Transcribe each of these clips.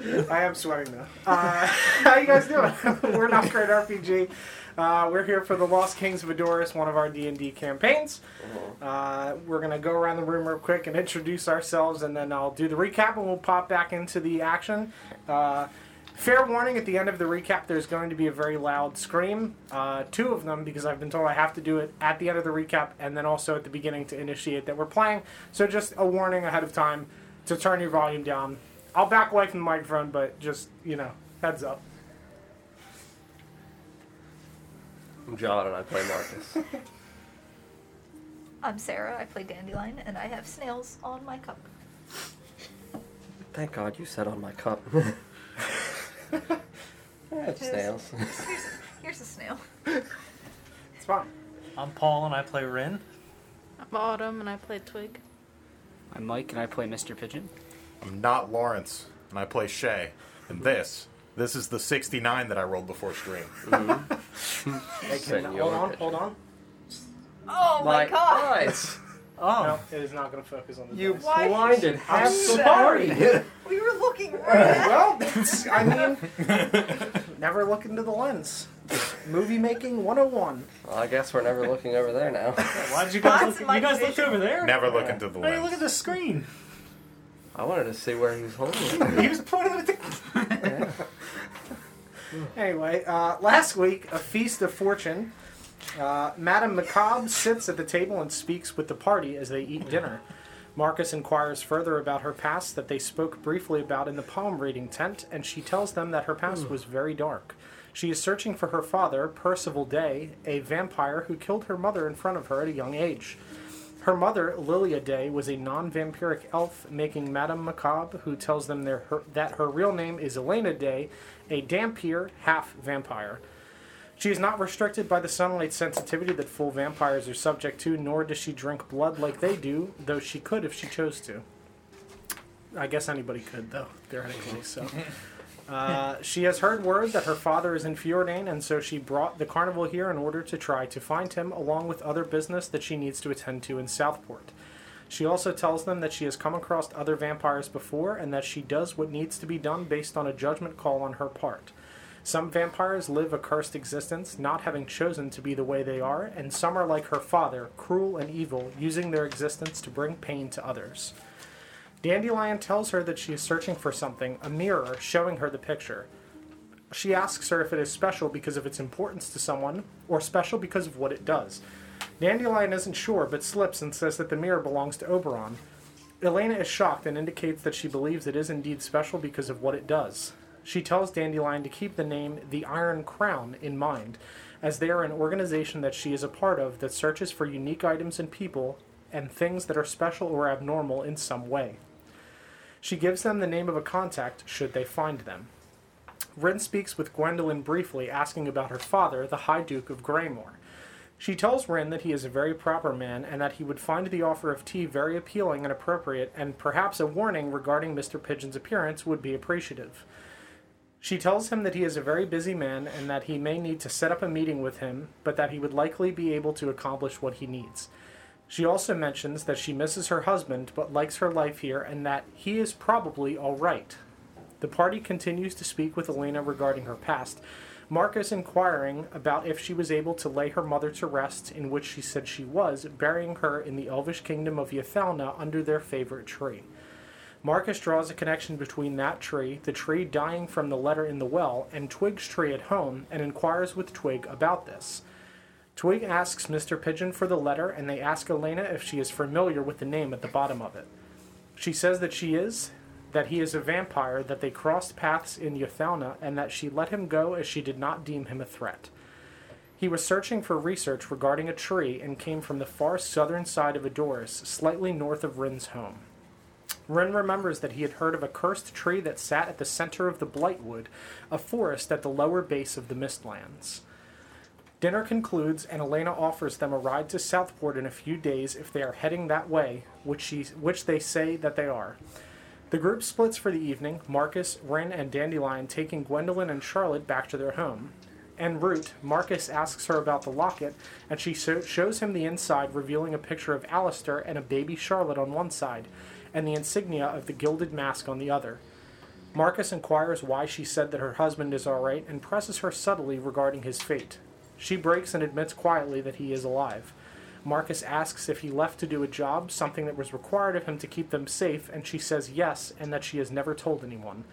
I am sweating now. Uh, how you guys doing? we're not great RPG. Uh, we're here for the Lost Kings of Adoris, one of our D and D campaigns. Uh, we're gonna go around the room real quick and introduce ourselves, and then I'll do the recap, and we'll pop back into the action. Uh, fair warning: at the end of the recap, there's going to be a very loud scream. Uh, two of them, because I've been told I have to do it at the end of the recap, and then also at the beginning to initiate that we're playing. So just a warning ahead of time to turn your volume down. I'll back away from the microphone, but just you know, heads up. I'm John and I play Marcus. I'm Sarah. I play Dandelion, and I have snails on my cup. Thank God you sat on my cup. Yeah, snails. Here's, here's a snail. It's fine. I'm Paul and I play Rin. I'm Autumn and I play Twig. I'm Mike, and I play Mr. Pigeon. I'm not Lawrence, and I play Shay. And this, this is the 69 that I rolled before stream. Mm-hmm. They can, Senor hold on, Pigeon. hold on. Oh my god! eyes. Oh, No, it is not going to focus on the You dice. Why blinded. I'm I'm sorry. sorry. We were looking right at Well, it's- I mean, never look into the lens. Movie making 101. well, I guess we're never looking over there now. why'd you That's guys look? my You guys looked vision. over there? Never look into the Hey, look lens. at the screen. I wanted to see where he was holding it. He was pointing at the. Anyway, uh, last week, A Feast of Fortune. Uh, Madame Macabre sits at the table and speaks with the party as they eat dinner. Marcus inquires further about her past that they spoke briefly about in the palm reading tent, and she tells them that her past was very dark. She is searching for her father, Percival Day, a vampire who killed her mother in front of her at a young age. Her mother, Lilia Day, was a non vampiric elf, making Madame Macabre, who tells them their, her, that her real name is Elena Day, a dampier half vampire. She is not restricted by the sunlight sensitivity that full vampires are subject to, nor does she drink blood like they do, though she could if she chose to. I guess anybody could, though, theoretically, so. Uh, she has heard word that her father is in Fiordane, and so she brought the carnival here in order to try to find him, along with other business that she needs to attend to in Southport. She also tells them that she has come across other vampires before, and that she does what needs to be done based on a judgment call on her part. Some vampires live a cursed existence, not having chosen to be the way they are, and some are like her father, cruel and evil, using their existence to bring pain to others. Dandelion tells her that she is searching for something, a mirror, showing her the picture. She asks her if it is special because of its importance to someone, or special because of what it does. Dandelion isn't sure, but slips and says that the mirror belongs to Oberon. Elena is shocked and indicates that she believes it is indeed special because of what it does. She tells Dandelion to keep the name the Iron Crown in mind, as they are an organization that she is a part of that searches for unique items and people and things that are special or abnormal in some way. She gives them the name of a contact should they find them. Rin speaks with Gwendolyn briefly, asking about her father, the High Duke of Greymore. She tells Rin that he is a very proper man and that he would find the offer of tea very appealing and appropriate, and perhaps a warning regarding Mr. Pigeon's appearance would be appreciative. She tells him that he is a very busy man and that he may need to set up a meeting with him, but that he would likely be able to accomplish what he needs. She also mentions that she misses her husband but likes her life here and that he is probably all right. The party continues to speak with Elena regarding her past, Marcus inquiring about if she was able to lay her mother to rest, in which she said she was, burying her in the elvish kingdom of Yathalna under their favorite tree. Marcus draws a connection between that tree, the tree dying from the letter in the well, and Twig's tree at home, and inquires with Twig about this. Twig asks Mr. Pigeon for the letter, and they ask Elena if she is familiar with the name at the bottom of it. She says that she is, that he is a vampire, that they crossed paths in Yothalna, and that she let him go as she did not deem him a threat. He was searching for research regarding a tree and came from the far southern side of Adoris, slightly north of Rin's home. Rin remembers that he had heard of a cursed tree that sat at the center of the Blightwood, a forest at the lower base of the Mistlands. Dinner concludes, and Elena offers them a ride to Southport in a few days if they are heading that way, which, she, which they say that they are. The group splits for the evening, Marcus, Rin, and Dandelion taking Gwendolyn and Charlotte back to their home. En route, Marcus asks her about the locket, and she so- shows him the inside, revealing a picture of Alistair and a baby Charlotte on one side, and the insignia of the gilded mask on the other. Marcus inquires why she said that her husband is alright and presses her subtly regarding his fate. She breaks and admits quietly that he is alive. Marcus asks if he left to do a job, something that was required of him to keep them safe, and she says yes, and that she has never told anyone.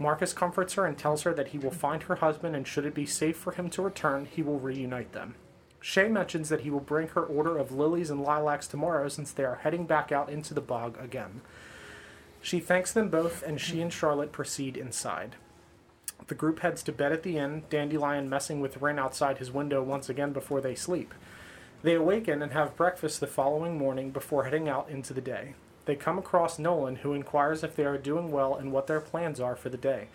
Marcus comforts her and tells her that he will find her husband, and should it be safe for him to return, he will reunite them. Shay mentions that he will bring her order of lilies and lilacs tomorrow since they are heading back out into the bog again. She thanks them both, and she and Charlotte proceed inside. The group heads to bed at the inn, Dandelion messing with Rin outside his window once again before they sleep. They awaken and have breakfast the following morning before heading out into the day. They come across Nolan, who inquires if they are doing well and what their plans are for the day.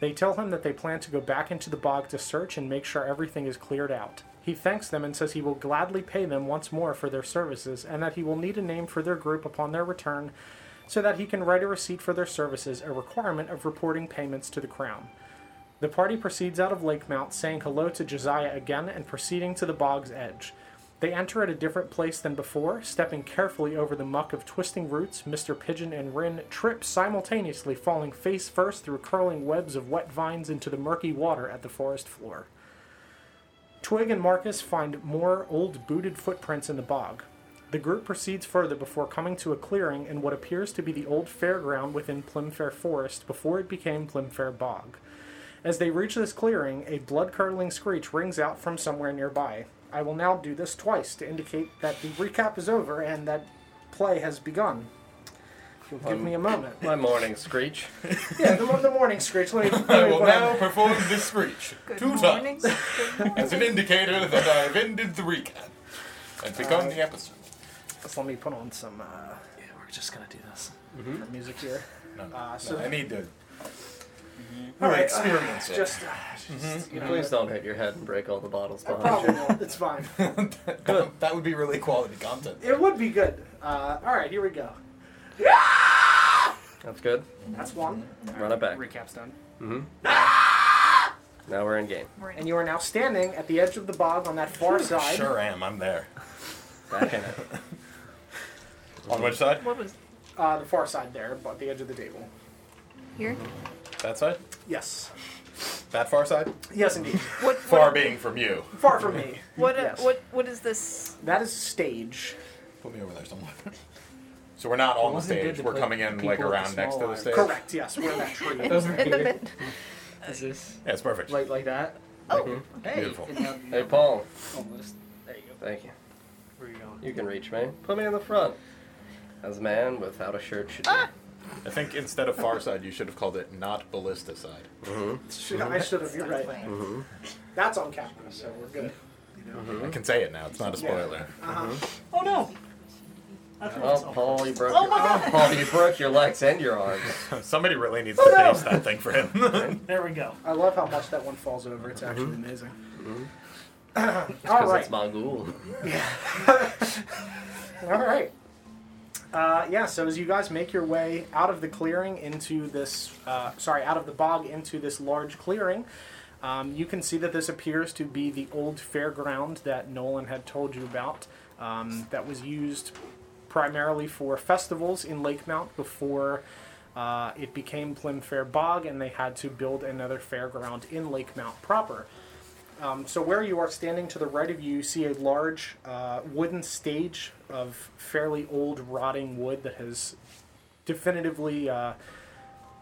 They tell him that they plan to go back into the bog to search and make sure everything is cleared out. He thanks them and says he will gladly pay them once more for their services and that he will need a name for their group upon their return so that he can write a receipt for their services, a requirement of reporting payments to the Crown. The party proceeds out of Lakemount, saying hello to Josiah again and proceeding to the bog's edge. They enter at a different place than before, stepping carefully over the muck of twisting roots. Mr. Pigeon and Wren trip simultaneously, falling face first through curling webs of wet vines into the murky water at the forest floor. Twig and Marcus find more old booted footprints in the bog. The group proceeds further before coming to a clearing in what appears to be the old fairground within Plimfair Forest before it became Plimfair Bog. As they reach this clearing, a blood curdling screech rings out from somewhere nearby. I will now do this twice to indicate that the recap is over and that play has begun. If You'll give Um, me a moment. My morning screech. Yeah, the, the morning screech. Let me, let me I will put on- now perform this screech Good two morning. times as an indicator that I have ended the recap and begun the episode. Just let me put on some uh, Yeah, we're just gonna do this. music here. Mm-hmm. No, no, Uh, no, so- I need to All right, uh, experience it. Just, Mm-hmm. Mm-hmm. Please don't hit your head and break all the bottles I behind probably you. won't. It's fine. that would be really quality content. It would be good. Uh, all right, here we go. That's good. That's one. Run it back. Recap's done. Mm-hmm. Now we're in game. We're in And you are now standing at the edge of the bog on that far side. Sure am. I'm there. Back in it. On which side? What was? Uh, the far side there, but the edge of the table. here. That side? Yes. That far side? Yes, indeed. What? Far What? being from you. far from me. What, Yes. what? What is this? That is stage. Put me over there somewhere. So we're not on the wasn't good stage. to We're put coming in people like with the around next to small the arms. stage. Correct. Yes, we're in that tree. In, in the mid. Is this Yeah, it's perfect. like like that? Oh, Hey, Beautiful. it held me Hey, up Paul. Almost. There you go. Thank you. Where are you going? You can reach me. Put me in the front. As a man without a shirt should do. I think instead of far side, you should have called it not ballista side. Mm-hmm. Mm-hmm. Should- I should have. You're right. Wait. That's on camera, so we're good. Mm-hmm. Mm-hmm. I can say it now. It's not a Yeah. spoiler. Uh-huh. Oh no! I threw Oh, myself. Mm-hmm. Paul, you broke your uh, Paul, you broke your legs and your arms. Somebody really needs Oh, to no. pace that thing for him. There we go. I love how much that one falls over. It's actually amazing. All Because right. it's Mongol. All right. Uh, yeah, so as you guys make your way out of the clearing into this, uh, sorry, out of the bog into this large clearing, um, you can see that this appears to be the old fairground that Nolan had told you about um, that was used primarily for festivals in Lakemount before uh, it became Plimfair Bog and they had to build another fairground in Lakemount proper. Um, so where you are standing to the right of you, you see a large uh, wooden stage of fairly old, rotting wood that has definitively uh,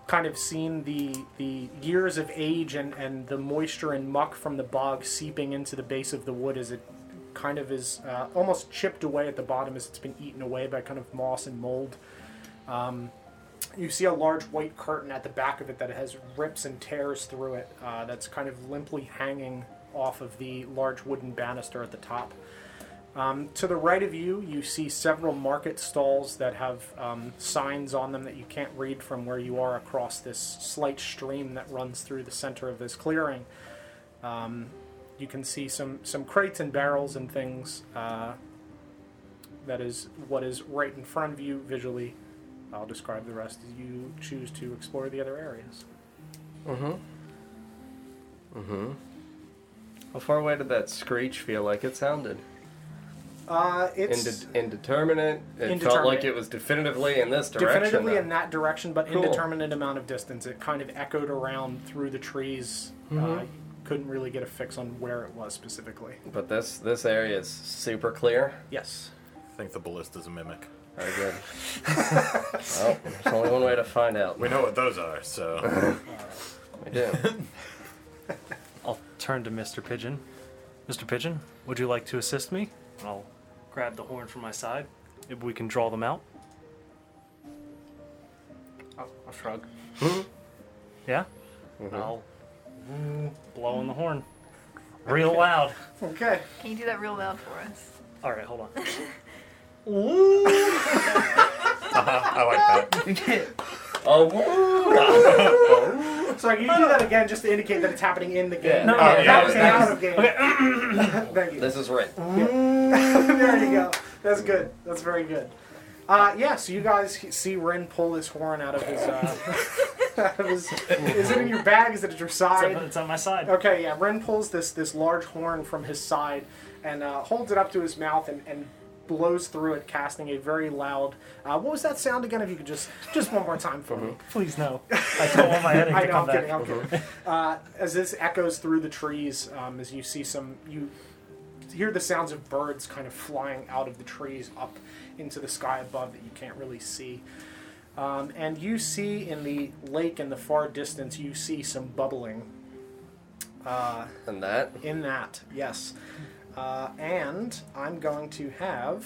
kind of seen the the years of age and, and the moisture and muck from the bog seeping into the base of the wood as it kind of is uh, almost chipped away at the bottom as it's been eaten away by kind of moss and mold. Um, You see a large white curtain at the back of it that has rips and tears through it uh, that's kind of limply hanging off of the large wooden banister at the top. Um, to the right of you, you see several market stalls that have um, signs on them that you can't read from where you are across this slight stream that runs through the center of this clearing. Um, you can see some, some crates and barrels and things. Uh, that is what is right in front of you visually. I'll describe the rest as you choose to explore the other areas. Mm-hmm. Mm-hmm. How far away did that screech feel like it sounded? Uh, it's Inde- indeterminate. It felt like Indeterminate. it was definitively in this direction. definitively though. in that direction, but Cool. indeterminate amount of distance. It kind of echoed around through the trees. Mm-hmm. Uh, couldn't really get a fix on where it was specifically. But this this area is super clear. Yes. I think the ballista's a mimic. Very good. well, there's only one way to find out. We know what those are, so. We do. I'll turn to Mr. Pigeon. Mr. Pigeon, would you like to assist me? And I'll grab the horn from my side. If we can draw them out. I'll, I'll shrug. Yeah? I'll blow on the horn. Real loud. Okay. Can you do that real loud for us? All right, hold on. I like that. Oh, woo! So you do that again just to indicate that it's happening in the game. Yeah. No, Uh, yeah, that was yeah. out of game. Thank you. This is right. there you go. That's good. That's very good. Uh, yeah, so you guys he- see Ren pull his horn out of his. Uh, out of his is it in your bag? Is it at your It's side? on, it's on my side. Okay, yeah. Ren pulls this this large horn from his side and uh, holds it up to his mouth and, and blows through it, casting a very loud. Uh, what was that sound again? If you could just just one more time for Mm-hmm. me. Please no. I don't want my headache I to know, come I'm back. kidding, I'm kidding. Uh, as this echoes through the trees, um, as you see some, you hear the sounds of birds kind of flying out of the trees up into the sky above that you can't really see. Um, and you see in the lake in the far distance, you see some bubbling uh, And that. in that, yes. Uh, and I'm going to have.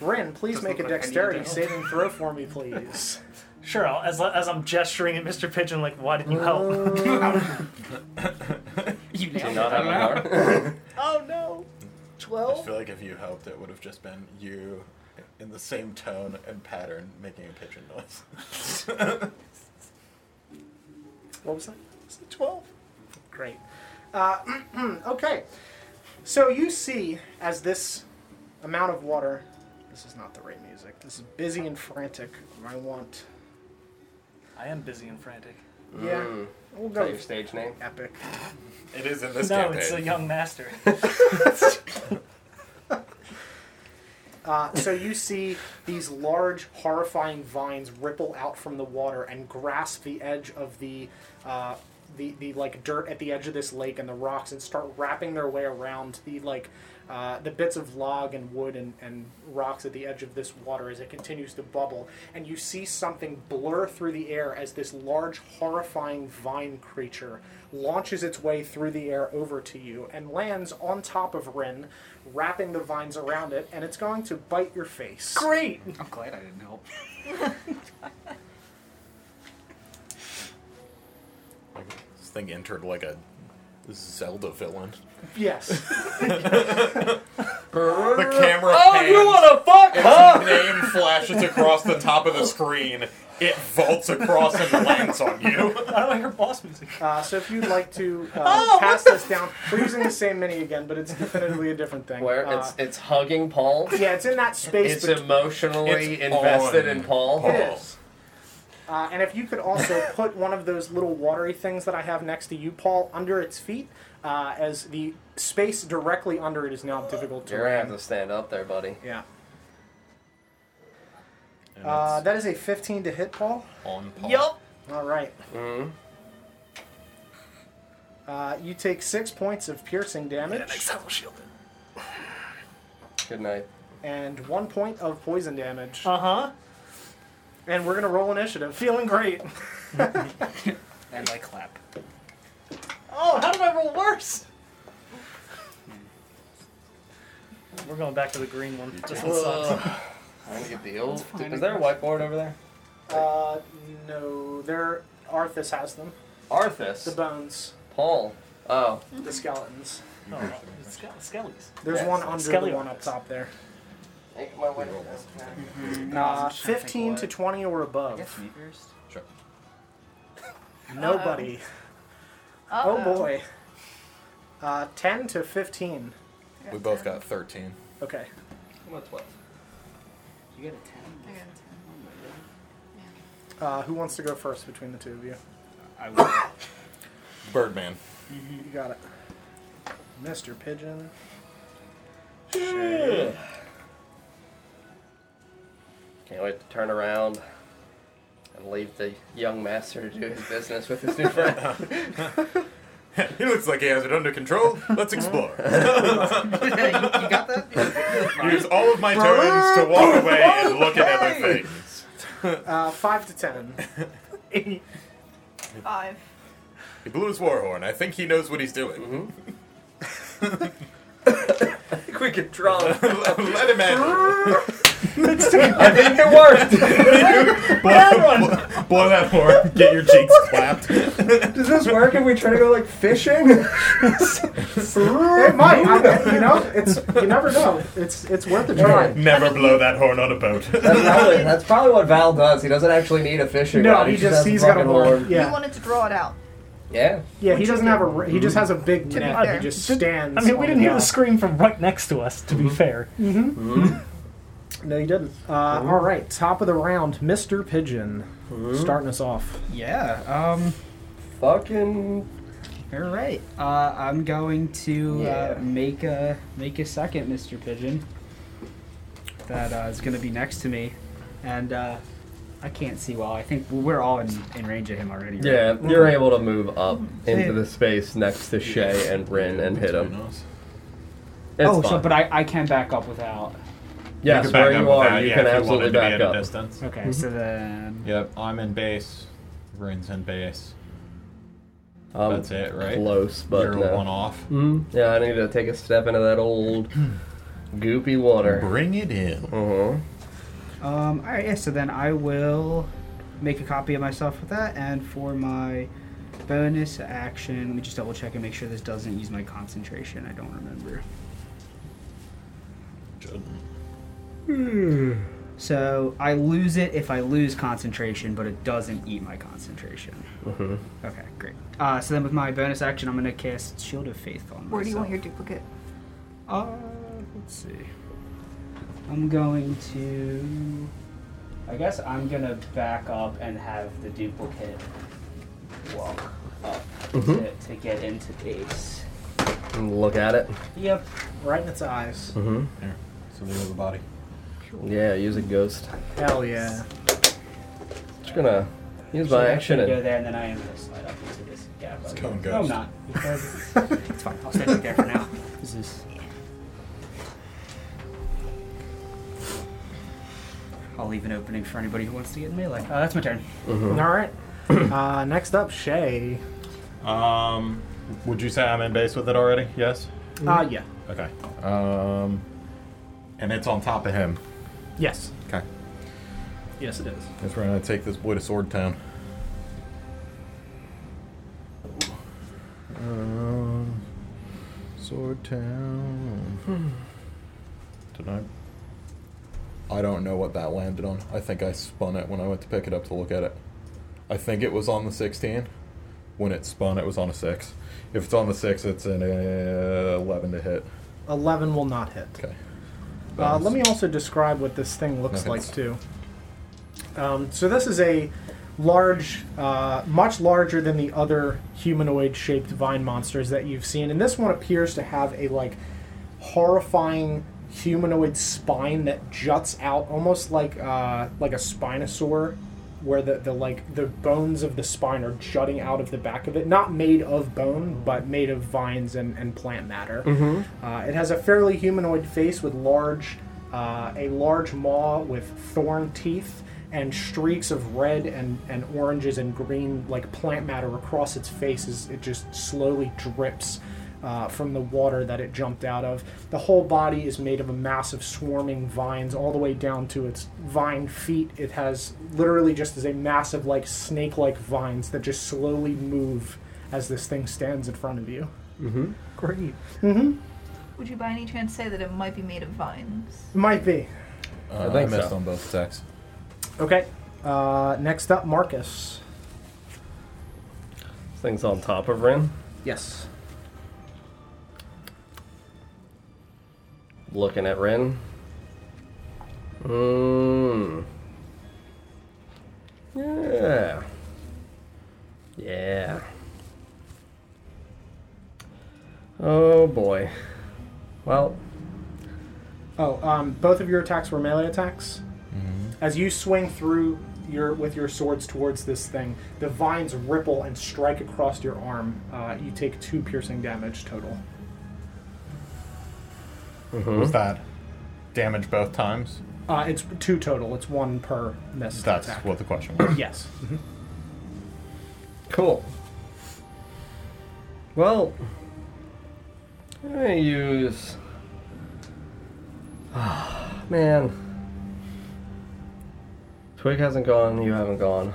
Ren, please Doesn't make a look like I need dexterity to know. saving throw for me, please. Sure, I'll, as, as I'm gesturing at Mr. Pigeon, like, why didn't you help? You Do you nailed not it. have a car? oh no! I 12? feel like if you helped, it would have just been you in the same tone and pattern making a pigeon noise. What was that? Was it 12? Great. Uh, okay. So you see, as this amount of water. This is not the right music. This is busy and frantic. I want. I am busy and frantic. Yeah. We'll Is that go your stage name? epic. It is in this no, campaign. it's a young master. Uh, so you see these large, horrifying vines ripple out from the water and grasp the edge of the, uh, the the like dirt at the edge of this lake and the rocks and start wrapping their way around the like uh, the bits of log and wood and, and rocks at the edge of this water as it continues to bubble. And you see something blur through the air as this large, horrifying vine creature launches its way through the air over to you and lands on top of Rin, wrapping the vines around it, and it's going to bite your face. Great! I'm glad I didn't help. This thing entered like a Zelda villain. Yes. The camera Oh, pans. wanna Oh, fuck, Its name flashes across the top of the screen. It vaults across and lands on you. How do I hear boss music? Oh, Uh, so if you'd like to uh, pass this down, we're using the same mini again, but it's definitely a different thing. Where Uh, it's it's hugging Paul. yeah, it's in that space. It's bet- emotionally It's invested on in Paul. Paul. It is. Uh, and if you could also put one of those little watery things that I have next to you, Paul, under its feet, uh, as the space directly under it is now difficult to You're gonna have land. to stand up there, buddy. Yeah. Uh, that is a 15 to hit, Paul. On Paul. Yup. All right. Mm-hmm. Uh, you take six points of piercing damage time shield it. Good night. and one point of poison damage. Uh huh. and we're going to roll initiative. Feeling great. And I clap. Oh, how did I roll worse? We're going back to the green one. This one sucks. Ugh. I'm gonna get the old. Is there a whiteboard over there? Uh, no, there. Arthas has them. The Arthas. bones, Paul. Oh. the skeletons. Oh, it's ske- skellies. There's Yeah, one it's under skelly the one up arms. top there. Hey, my wife- Uh, 15 to 20 or That's above. me first. Sure. Nobody. Oh Uh-oh. boy. Uh, 10 to 15. We both got 13. Okay. I'm a 12. You got a ten. I got a 10. Oh my Uh, who wants to go first between the two of you? God. I will. Birdman. You got it. Mr. Pigeon. Can't wait to turn around and leave the young master to do his business with his new friend. he looks like he has it under control. Let's explore. You got that? Use all of my turns to walk away and look at other things. Uh, five to ten. Eight. Five. He blew his war horn. I think he knows what he's doing. Mm-hmm. we could draw. Let him in. I think it worked. Blow, blow, blow that horn. Get your cheeks clapped. Does this work if we try to go like fishing? It might. I, you know, it's you never know. It's it's worth a try. Never blow that horn on a boat. That's probably, that's probably what Val does. He doesn't actually need a fishing No, rod. he has just he's got a fucking horn. You Yeah, wanted to draw it out. Yeah. yeah. He doesn't have a. r- He just has a big To be net. He fair. just stands. I mean, we on didn't hear the dock. scream from right next to us, to Mm-hmm. be fair. No, you didn't. Uh, all right, top of the round, Mister Pigeon, Mm-hmm. starting us off. yeah. Um. Fucking. All right. Uh, I'm going to Yeah. uh, make a make a second, Mr. Pigeon. That uh, is going to be next to me, and uh, I can't see well. I think we're all in, in range of him already. right? Yeah, you're able to move up Yeah. into the space next to Shay and Bryn and hit him. It's oh, fine. so but I, I can back up without. yes, can back where you up are, without- you yeah, can if absolutely wanted to be back at a up. Mm-hmm. distance. Okay, so then Yep, I'm in base. Rune's in base. Um, That's it, right? Close, but You're no. one off. Mhm. Yeah, I need to take a step into that old goopy water. Bring it in. Uh-huh. um all right yeah so then I will make a copy of myself with that and for my bonus action let me just double check and make sure this doesn't use my concentration I don't remember. So I lose it if I lose concentration, but it doesn't eat my concentration. Mm-hmm. Okay, great. Uh, so then with my bonus action, I'm gonna cast Shield of Faith on myself. Where do you want your duplicate? Uh, let's see. I'm going to. I guess I'm gonna back up and have the duplicate walk up to, to get into base. And Look at it. Mm-hmm. Yep. Right in its eyes. There. So they have a body. Yeah, use a ghost. Hell yeah. Just gonna use my Should I action actually go and there, and then I am gonna slide up into this gap. Let's go and No, I'm ghost. not. Because it's fine. I'll stay right there for now. This is. I'll leave an opening for anybody who wants to get in melee. Uh, that's my turn. All right. Uh, next up, Shay. Um, would you say I'm in base with it already? Yes. Uh, yeah. Okay. Um, and it's on top of him. Yes. Okay. Yes, it is. Guess we're gonna take this boy to Sword Town. Um, Sword Town. Did I? I don't know what that landed on. I think I spun it when I went to pick it up to look at it. I think it was on the 16. When it spun, it was on a 6. If it's on the 6, it's an uh, 11 to hit. 11 will not hit. Okay. Uh, let me also describe what this thing looks Okay. like, too. Um, so, this is a large, uh, much larger than the other humanoid shaped vine monsters that you've seen. And this one appears to have a, like, horrifying humanoid spine that juts out almost like uh, like a spinosaur where the, the like the bones of the spine are jutting out of the back of it not made of bone but made of vines and, and plant matter uh, it has a fairly humanoid face with large uh, a large maw with thorn teeth and streaks of red and, and oranges and green like plant matter across its face as it just slowly drips uh, from the water that it jumped out of. The whole body is made of a mass of swarming vines all the way down to its vine feet. It has literally just as a massive like snake-like vines that just slowly move as this thing stands in front of you. Mm-hmm. Great. Would you by any chance say that it might be made of vines? It might be. Uh, I, think missed so. on both attacks. Okay. Uh, next up, Marcus. this thing's on top of Rin. Yes. Looking at Rin. Mmm. Yeah. Yeah. Oh boy. Well, Oh, um, both of your attacks were melee attacks. Mm-hmm. As you swing through your with your swords towards this thing, the vines ripple and strike across your arm. Uh, you take two piercing damage total. Mm-hmm. Was that damage both times? Uh, it's two total. It's one per miss. That's attack. what the question was. Yes. Cool. Well, I'm gonna use. man. Twig hasn't gone, you haven't gone.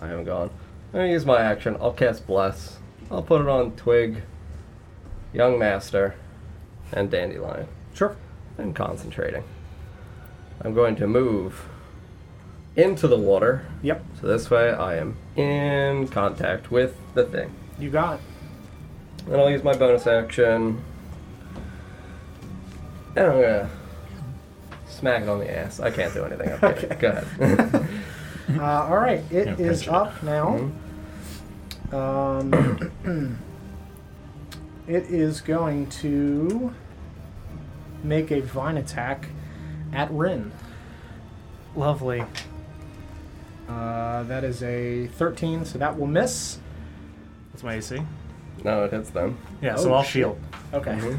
I haven't gone. I'm gonna use my action. I'll cast Bless. I'll put it on Twig, Young Master, and Dandelion. Sure. And concentrating. I'm going to move into the water. Yep. So this way I am in contact with the thing. You got it. And I'll use my bonus action. And I'm gonna smack it on the ass. I can't do anything. Up okay. Go ahead. Uh, all right, it is Yeah, pinch it. up now. Mm-hmm. Um, it is going to make a vine attack at Rin. Lovely. Uh, that is a 13, so that will miss. That's my AC. no, it hits them. Yeah, Oh, so I'll shit. shield. Okay. Mm-hmm.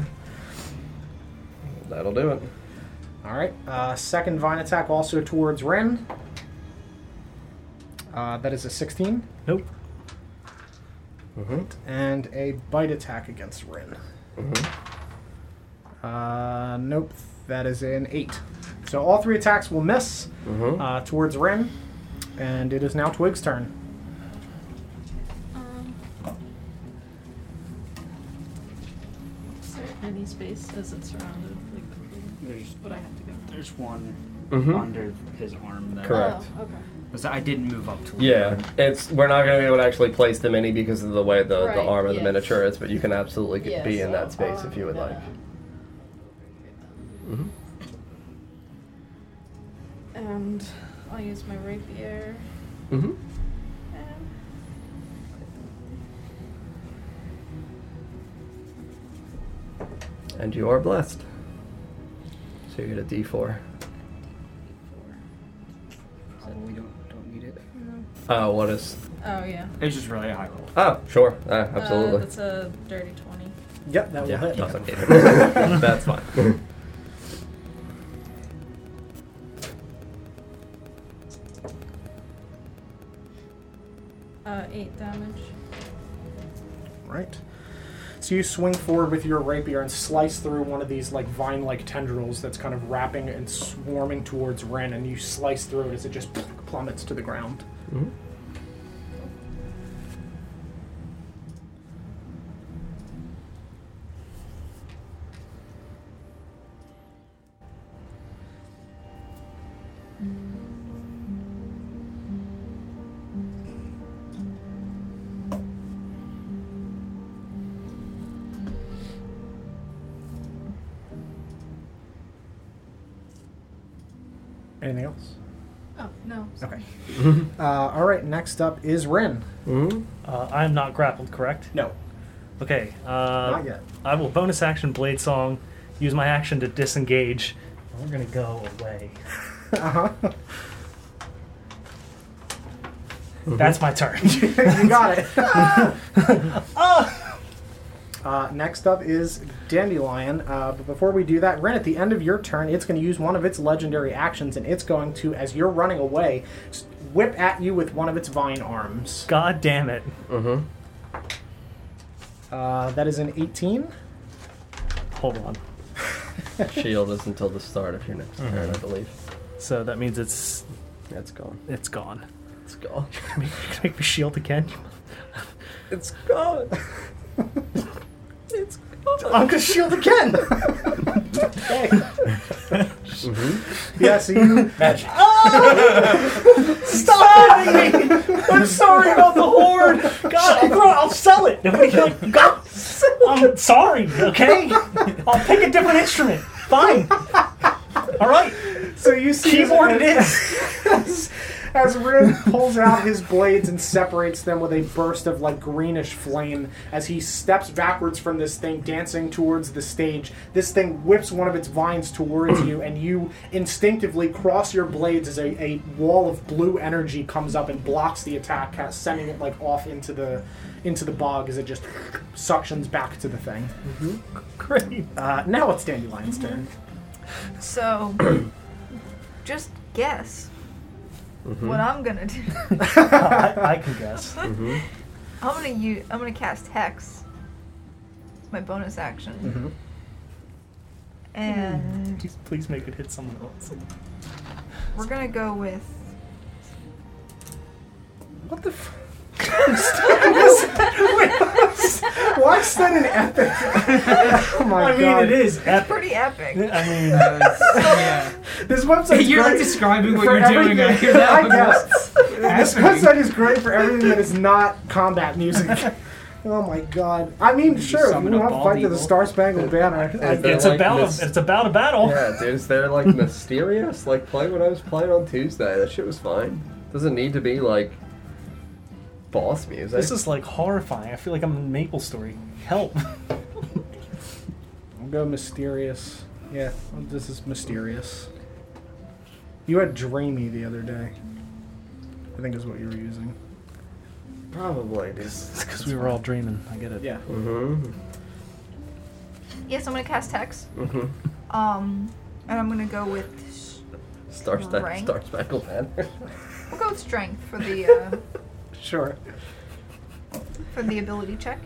That'll do it. All right. Uh, second vine attack also towards Rin. Uh, that is a 16 Nope. Mm-hmm. and a bite attack against Rin. Uh, nope, that is an eight. So all three attacks will miss Mhm. uh, towards Rin, and it is now Twig's turn. Is there any space as it's surrounded? Like, There's would I have to go? there's one Mm-hmm. Mhm. under his arm there. Correct. Oh, okay. Because I didn't move up to Yeah, it's we're not gonna be able to actually place the mini because of the way the, Right, the arm of yeah. the miniature is, but you can absolutely get, Yeah, be in so that space if you would I'm like. gonna- Mhm. And I'll use my rapier. Mm-hmm. and- And you are blessed. So you get a D4. Oh, we don't don't need it. Oh, what is? Oh yeah. It's just really a high roll. Oh, sure. Uh, Uh, absolutely. it's a dirty twenty. Yep, that will Yeah, hit. that's okay. that's fine. Uh, eight damage. Right. So you swing forward with your rapier and slice through one of these like vine-like tendrils that's kind of wrapping and swarming towards Ren, and you slice through it as it just plummets to the ground. Mhm. Anything else? Oh no. Okay. Uh, all right. Next up is Rin. Mhm. Uh, I am not grappled, correct? No, Okay. Uh, not yet. I will bonus action Blade Song, use my action to disengage. We're gonna go away. Uh huh. That's my turn. Mm-hmm. you got it. Uh, next up is Dandelion. Uh, but before we do that, Ren, at the end of your turn, it's going to use one of its legendary actions, and it's going to, as you're running away, s- whip at you with one of its vine arms. God damn it. Mhm. Uh, that is an 18. Hold on. Shield is until the start of your next turn, I believe. Mm-hmm. So that means it's That's gone. it's gone. It's gone. Make, make me shield again. It's gone. it's gone. I'm going to shield again. okay. Mm-hmm. Yeah, Oh! so you. Magic. Stop fighting me! I'm sorry about the horde. God, I'll, throw, I'll sell it. Nobody can- God, I'm sorry. Okay, I'll pick a different instrument. Fine. All right. So you see. Keyboard it is. as, as Rin pulls out his blades and separates them with a burst of like greenish flame as he steps backwards from this thing, dancing towards the stage. This thing whips one of its vines towards you, and you instinctively cross your blades as a, a wall of blue energy comes up and blocks the attack, ca- sending it like off into the into the bog as it just suctions back to the thing. Great. Uh, now it's Dandelion's turn. So, just guess what Hmm? I'm gonna do. I, I can guess. I'm gonna use. I'm gonna cast Hex. My bonus action. Mm-hmm. Mhm. And Just please make it hit someone else. we're gonna go with. What the? F- Why is that an epic? oh my I mean, god! it is epic. Pretty epic. I mean, This website. You're not describing what you're doing out here. That I was guess. this happening. website is great for everything that is not combat music. oh my god! I mean, sure, summon we don't a have to bald fight to the eagle. Star Spangled Banner. Is there, It's like, about mis- a, it's about a battle. Yeah, dude, is there like mysterious? Like play when I was playing on Tuesday. That shit was fine. Doesn't need to be like boss music. This is like horrifying. I feel like I'm in Maple Story. Help. I'll go mysterious. Yeah, well, this is mysterious. You had dreamy the other day. I think is what you were using. probably It's because we were all dreaming. I get it. Yeah. Mm-hmm. Yes, I'm gonna cast Hex. Mm-hmm. Um, and I'm gonna go with. Star Star, Rank? Star Spangled Banner. We'll go with strength for the uh, Sure. for the ability check,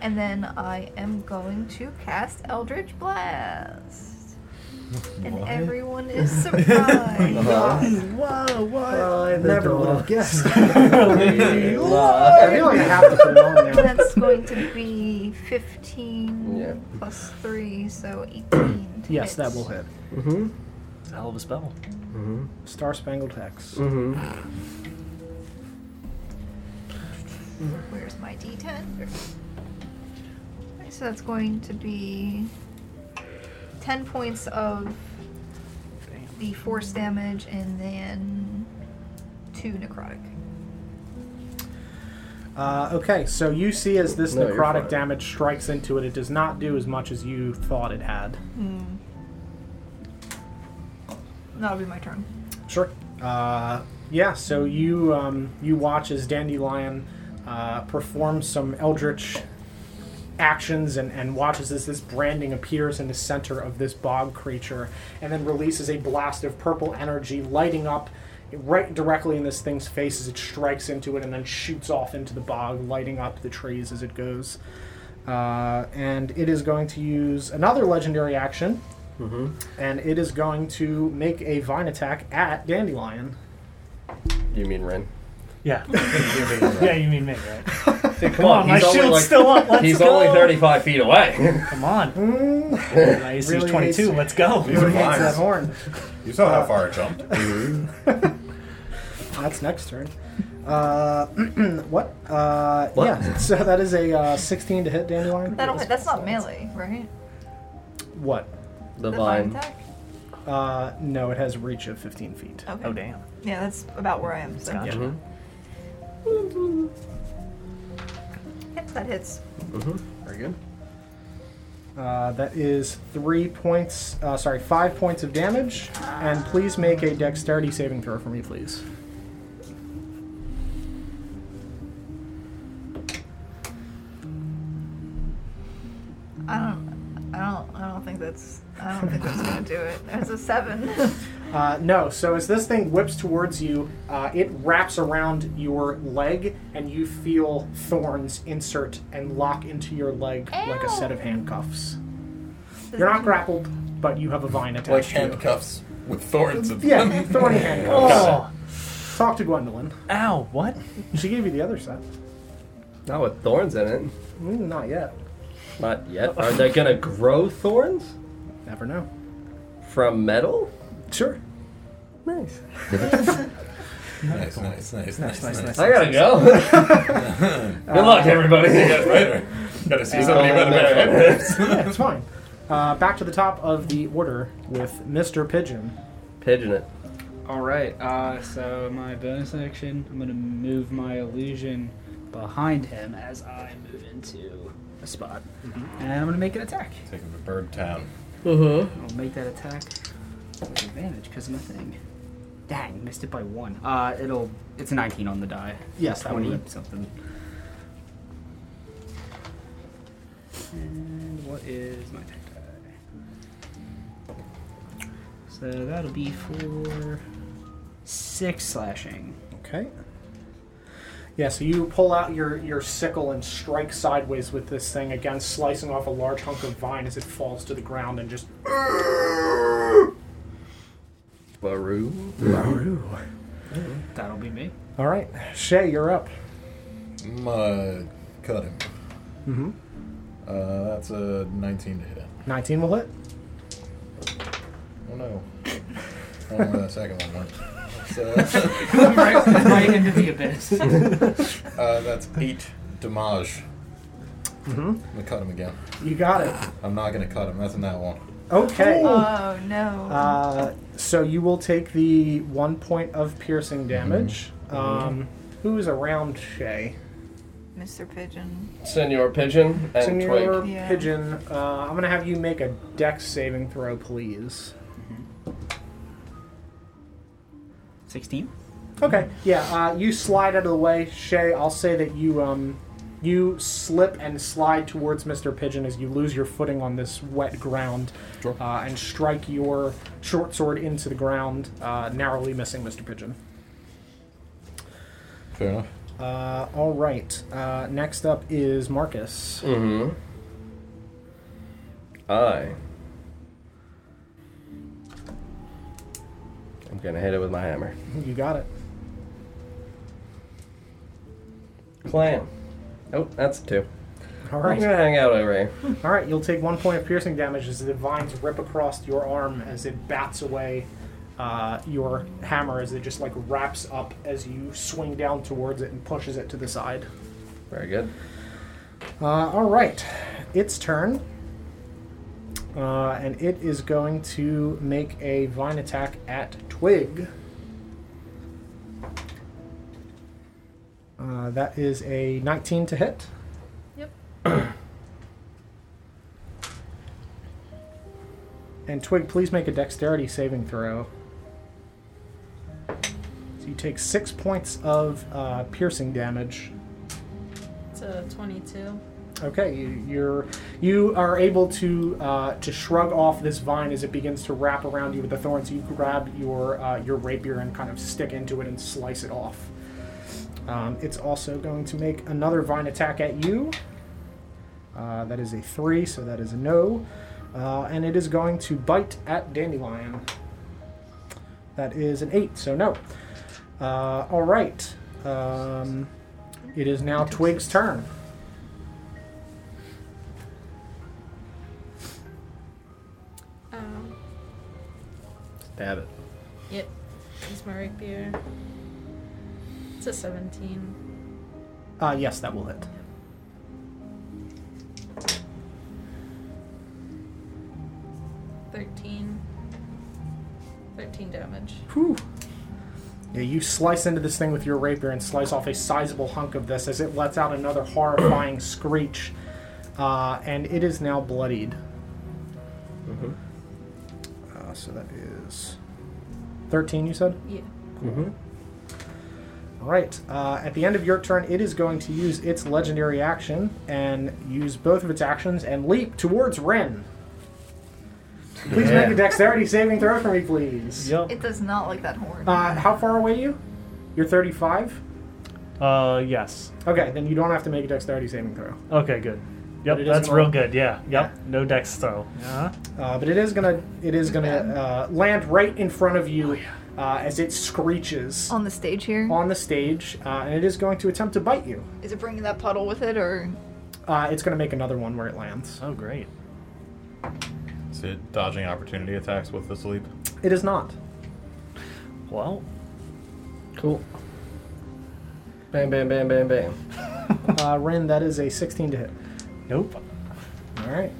and then I am going to cast Eldritch Blast, and What? everyone is surprised. Whoa, what? Never would have guessed. I I feel like I have to put it on there. That's going to be 15 Yeah. plus 3, so 18. to Yes, hit. that will hit. Mm-hmm. It's a hell of a spell. Mm-hmm. Star Spangled Hex. Mm-hmm. Where's my d10? There. Okay, So that's going to be 10 points of the force damage and then 2 necrotic. Uh, okay, so you see as this No, you're necrotic fine. damage strikes into it, it does not do as much as you thought it had. Hmm. That'll be my turn. Sure. Uh, yeah, so you um, you watch as Dandelion uh, performs some eldritch actions and, and watches as this branding appears in the center of this bog creature and then releases a blast of purple energy lighting up right directly in this thing's face as it strikes into it and then shoots off into the bog lighting up the trees as it goes uh, and it is going to use another legendary action Mm-hmm. and it is going to make a vine attack at Dandelion. You mean Ren? Yeah. you mean Ren. yeah, you mean me, right? Dude, Come on, my shield's still up. Let's he's go. only 35 feet away. Come on. Mm. My AC Really is 22. hates- Let's go. Really hates that horn. Mm-hmm. You saw how far I jumped. That's next turn. Uh, what? Uh, What? Yeah. So that is a uh, 16 to hit Dandelion. That'll hit. That's not melee, right? What? The The vine vine. attack? Uh, no, it has reach of 15 feet. Okay. Oh, damn. Yeah, that's about where I am. So. Gotcha. Mhm. Yep, that hits. Mhm. Very good. Uh, that is three points. Uh, sorry, five points of damage. And please make a dexterity saving throw for me, please. I don't. I don't. I don't think that's. I don't think that's gonna do it. There's a seven. Uh, no, so as this thing whips towards you, uh, it wraps around your leg, and you feel thorns insert and lock into your leg like a set of handcuffs. You're not grappled, but you have a vine attached Like to you. handcuffs with thorns and Yeah, thorny handcuffs. Oh, Talk to Gwendolyn. ow, what? She gave you the other set. Not with thorns in it. Mm, not yet. Not yet. Are they gonna grow thorns Never know. from metal? Sure. Nice. Nice, nice, nice, nice, nice. nice, I gotta go. Good luck, everybody. Later. Gotta see somebody Uh, with a better head. yeah, it's fine. Uh, back to the top of the order with Mr. Pigeon. Pigeon it. All right. Uh, so my bonus action, I'm gonna move my illusion behind him as I move into a spot, and I'm gonna make an attack. Take him to Bird Town. Uh-huh. Mm-hmm. I'll make that attack with advantage because of my thing. Dang, missed it by one. Uh, it'll. It's a 19 on the die. Yes, that would 20 hit. something. And what is my attack die? So that'll be for six slashing. Okay. Yeah, so you pull out your, your sickle and strike sideways with this thing, again, slicing off a large hunk of vine as it falls to the ground and just. Baru. Mm-hmm. That'll be me. All right, Shay, you're up. Mud cut him. Mm-hmm. Uh, that's a 19 to hit. 19 will hit. Oh no. I don't know where that second one went. So Right- right into the abyss. uh, that's eight damage. Mm-hmm. I'm gonna cut him again. You got it. I'm not gonna cut him. That's in that one. Okay. Oh no. Uh, so you will take the one point of piercing damage. Um, who is around Shay? Mr. Pigeon. Senor Pigeon and Senor Twig. Yeah. Pigeon, uh, I'm going to have you make a dex saving throw, please. 16. Okay. Yeah. Uh, you slide out of the way, Shay. I'll say that you um, you slip and slide towards Mister Pigeon as you lose your footing on this wet ground, uh, and strike your short sword into the ground, uh, narrowly missing Mister Pigeon. Fair enough. Uh, all right. Uh, next up is Marcus. Mm-hmm. I. I'm gonna hit it with my hammer. You got it. Clam. Nope, that's a two. All I'm right. gonna hang out over here. All right. You'll take one point of piercing damage as the vines rip across your arm as it bats away. Uh, your hammer as it just like wraps up as you swing down towards it and pushes it to the side. Very good. Uh, all right, its turn, uh, and it is going to make a vine attack at Twig. Uh, that is a 19 to hit. Yep. And Twig, please make a dexterity saving throw. So you take six points of uh, piercing damage. It's a 22. Okay, you, you're you are able to uh, to shrug off this vine as it begins to wrap around you with the thorns. You grab your uh, your rapier and kind of stick into it and slice it off. Um, it's also going to make another vine attack at you. Uh, that is a three, so that is a no, uh, and it is going to bite at dandelion. That is an eight, so no. Uh, all right. Um, it is now Twig's turn. Um, Stab it. yep. Use my rapier. It's a 17. Uh, yes, that will hit. Thirteen. Thirteen damage. Whew. Yeah, you slice into this thing with your rapier and slice off a sizable hunk of this as it lets out another horrifying screech, uh, and it is now bloodied. Mm-hmm. Uh, so that is thirteen. You said. Yeah. Mm-hmm. All right. Uh, at the end of your turn, it is going to use its legendary action and use both of its actions and leap towards Ren. Please Yeah. make a dexterity saving throw for me, please. It does not like that horn. Uh, how far away are you? You're 35? Uh, yes. Okay, then you don't have to make a dexterity saving throw. Okay, good. But it Yep, is that's gonna- real good. Yeah, yep. No dex throw. Uh-huh. Uh, but it is gonna it is gonna uh, land right in front of you uh, as it screeches On the stage here. on the stage, uh, and it is going to attempt to bite you. Is it bringing that puddle with it or? Uh, it's gonna make another one where it lands. Oh, great. Is it dodging opportunity attacks with this leap? It is not. Well, Cool. Bam, bam, bam, bam, bam. Uh, Ren, that is a 16 to hit. nope. All right.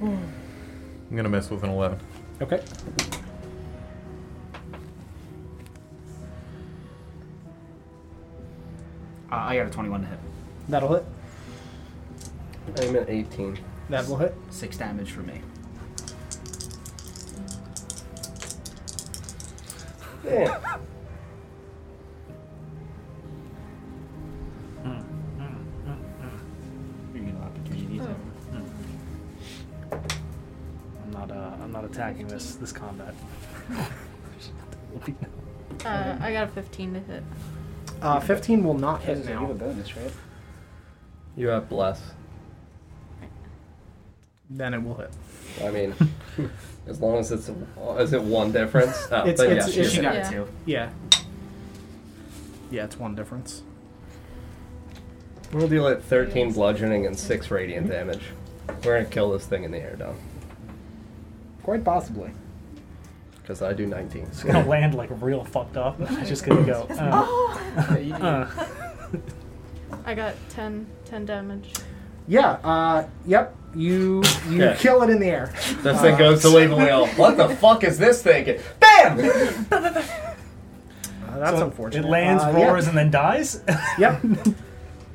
I'm gonna miss with an 11. Okay. Uh, I got a 21 to hit. That'll hit. I'm at 18. That will hit. Six damage for me. Yeah. Hmm. You mean opportunity Hmm. I'm not. Uh, I'm not attacking this this combat. Uh, I got a 15 to hit. Uh, 15 will not hit Yes, you now. have a bonus, right? You have bless. Then it will hit. I mean, as long as it's is it one difference? Oh, It's- then it's- yes, it's- you she hit. got it Yeah. too. Yeah. Yeah, it's one difference. We'll deal at 13 bludgeoning and 6 radiant damage. We're gonna kill this thing in the air, Dom. Quite possibly. Because I do 19. It's gonna land like real fucked up. It's just gonna go. Uh, Oh. uh. I got 10, 10 damage. Yeah. Uh, yep. You you Yeah. kill it in the air. This thing Uh, goes to leave and we all, what the fuck is this thinking? BAM! Uh, that's So unfortunate. It lands, Uh, yeah. roars, and then dies. Yep.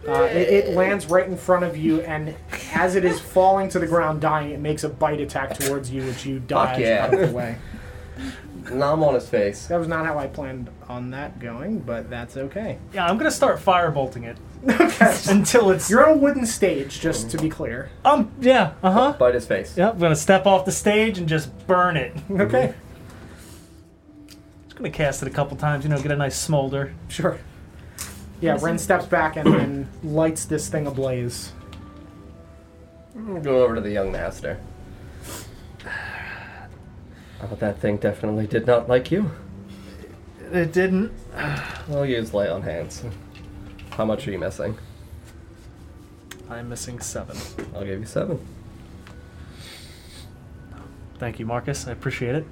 Uh, it, it lands right in front of you, and as it is falling to the ground, dying, it makes a bite attack towards you, which you dodge yeah. out of the way. Nom on his face. That was not how I planned on that going, but that's okay. yeah, I'm gonna start firebolting it. Until it's you're on a wooden stage, just to be clear. Um, yeah, uh huh. Bite his face. Yep, I'm gonna step off the stage and just burn it. Okay. Mm-hmm. Just gonna cast it a couple times, you know, get a nice smolder. Sure. Yeah, Ren steps back and, and lights this thing ablaze. We'll go over to the young master. Oh, that thing definitely did not like you. It didn't. We'll use lay on hands. How much are you missing? I'm missing seven. I'll give you seven. Thank you, Marcus. I appreciate it.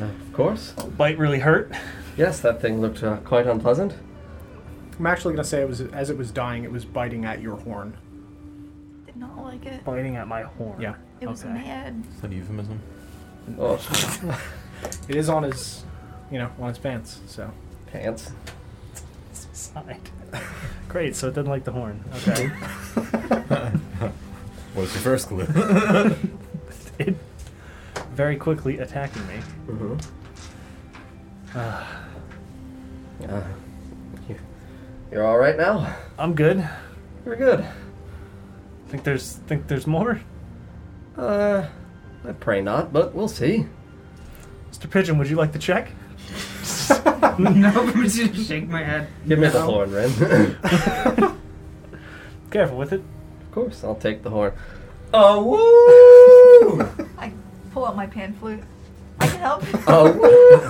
Of course. Bite really hurt. Yes, that thing looked uh, quite unpleasant. I'm actually gonna say it was as it was dying, it was biting at your horn. Did not like it. Biting at my horn. Yeah. It was mad. Is that a euphemism? Oh, It is on his, you know, on his pants. So pants. Side. Great, so it didn't like the horn. Okay. What's your first clue? it very quickly attacking me. Mm-hmm. Ah, Uh, you, you're all right now. I'm good. You're good. Think there's think there's more? Uh, I pray not, but we'll see. Mr. Pigeon, would you like to check? no, I'm just gonna shake my head. Give me the No. horn, Ren. of Careful with it. course, I'll take the horn. Oh woo! I pull out my pan flute. I can help. Oh woo!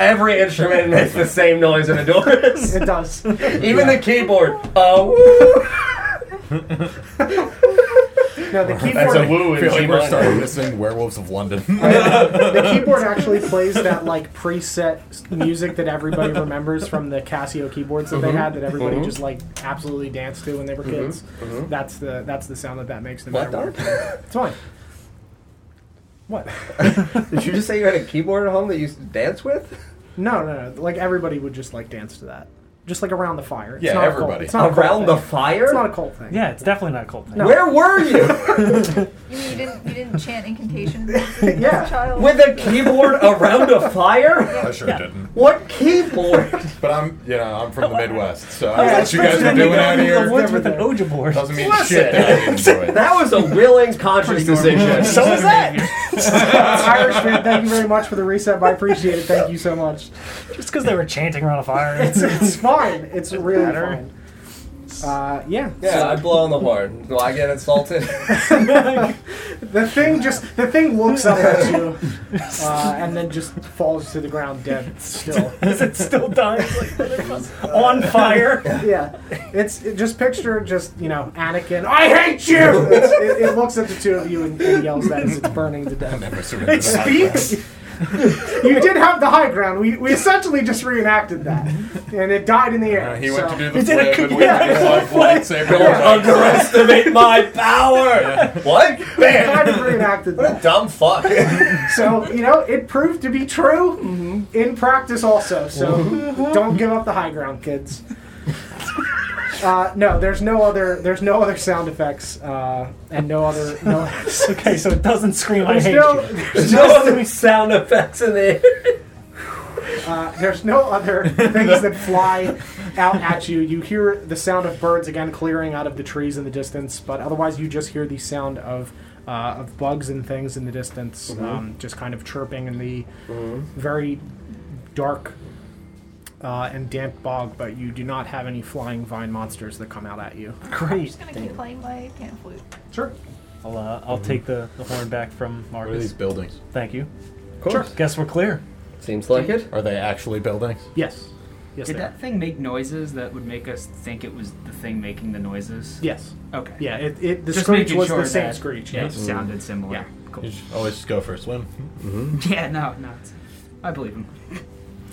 Every instrument makes the same noise in the doors. it does. Even the keyboard. Oh No, the That's a keyboard. woo. in feel like G we're minor. starting to sing Werewolves of London. the keyboard actually plays that like preset s- music that everybody remembers from the Casio keyboards that they Mhm. had that everybody Mhm. just like absolutely danced to when they were kids. mhm. That's the that's the sound that that makes. No What, matter what. It's fine. What? woo! Did you just say you had a keyboard at home that you used to dance with? No, no, no. Like everybody would just like dance to that, just like around the fire. It's Yeah, not a cult- everybody. it's not a cult Around the thing. fire? It's not a cult thing. Yeah, it's definitely not a cold thing. No. Where were you? You mean you didn't you didn't chant incantations as a Yeah. child? With a keyboard around a fire? I sure didn't. What keyboard? Oh, But I'm, you know, I'm from the Midwest, so I know what you guys are doing out The here woods with an Ouija board. doesn't mean Listen. shit that I didn't enjoy. That was a willing, conscious decision. So is that. Irishman, thank you very much for the reset. I appreciate it. Thank you so much. Just because they were chanting around a fire. It's, it's fine. It's really Matter. fine. Uh, yeah. Yeah, I blow on the horn. Do I get insulted? The thing just the thing looks up at you, uh, and then just falls to the ground dead. Still. Is it still dying? It's like, motherfucker, on fire. Yeah. It's it, just picture just you know Anakin. I hate you. It's, it, it looks at the two of you and, and yells that as it's burning to I death. never surrendered It to that class. speaks. you did have the high ground. We, we essentially just reenacted that, and it died in the air. Uh, he so- went to do the He did a flip, and we yeah, had he a light- lightsaber. Don't underestimate my power! What? kind of Bam! reenacted What a that. dumb fuck. So you know, it proved to be true Mm-hmm. in practice also. So don't give up the high ground, kids. Uh, no, there's no other. There's no other sound effects uh, and no other. No. okay, so it doesn't scream. I hate no, you. There's No no other other. sound effects in there. Uh, there's no other things that fly out at you. You hear the sound of birds again clearing out of the trees in the distance, but otherwise you just hear the sound of uh, of bugs and things in the distance, Mhm. um, just kind of chirping in the Mhm. very dark uh, and damp bog. But you do not have any flying vine monsters that come out at you. Great. just gonna keep playing my pan flute. Sure. I'll, uh, I'll Mm-hmm. take the, the horn back from Marcus. these buildings? Thank you. Of course. Guess we're clear. Seems like it. Are they actually buildings? Yes. Yes, Did they that thing make noises that would make us think it was the thing making the noises? Yes. Okay. Yeah, it- it- the Just screech making was the sure same that screech, It yes. sounded similar. Yeah. Cool. You should always just go for a swim. Yeah. No. No. it's- I believe him.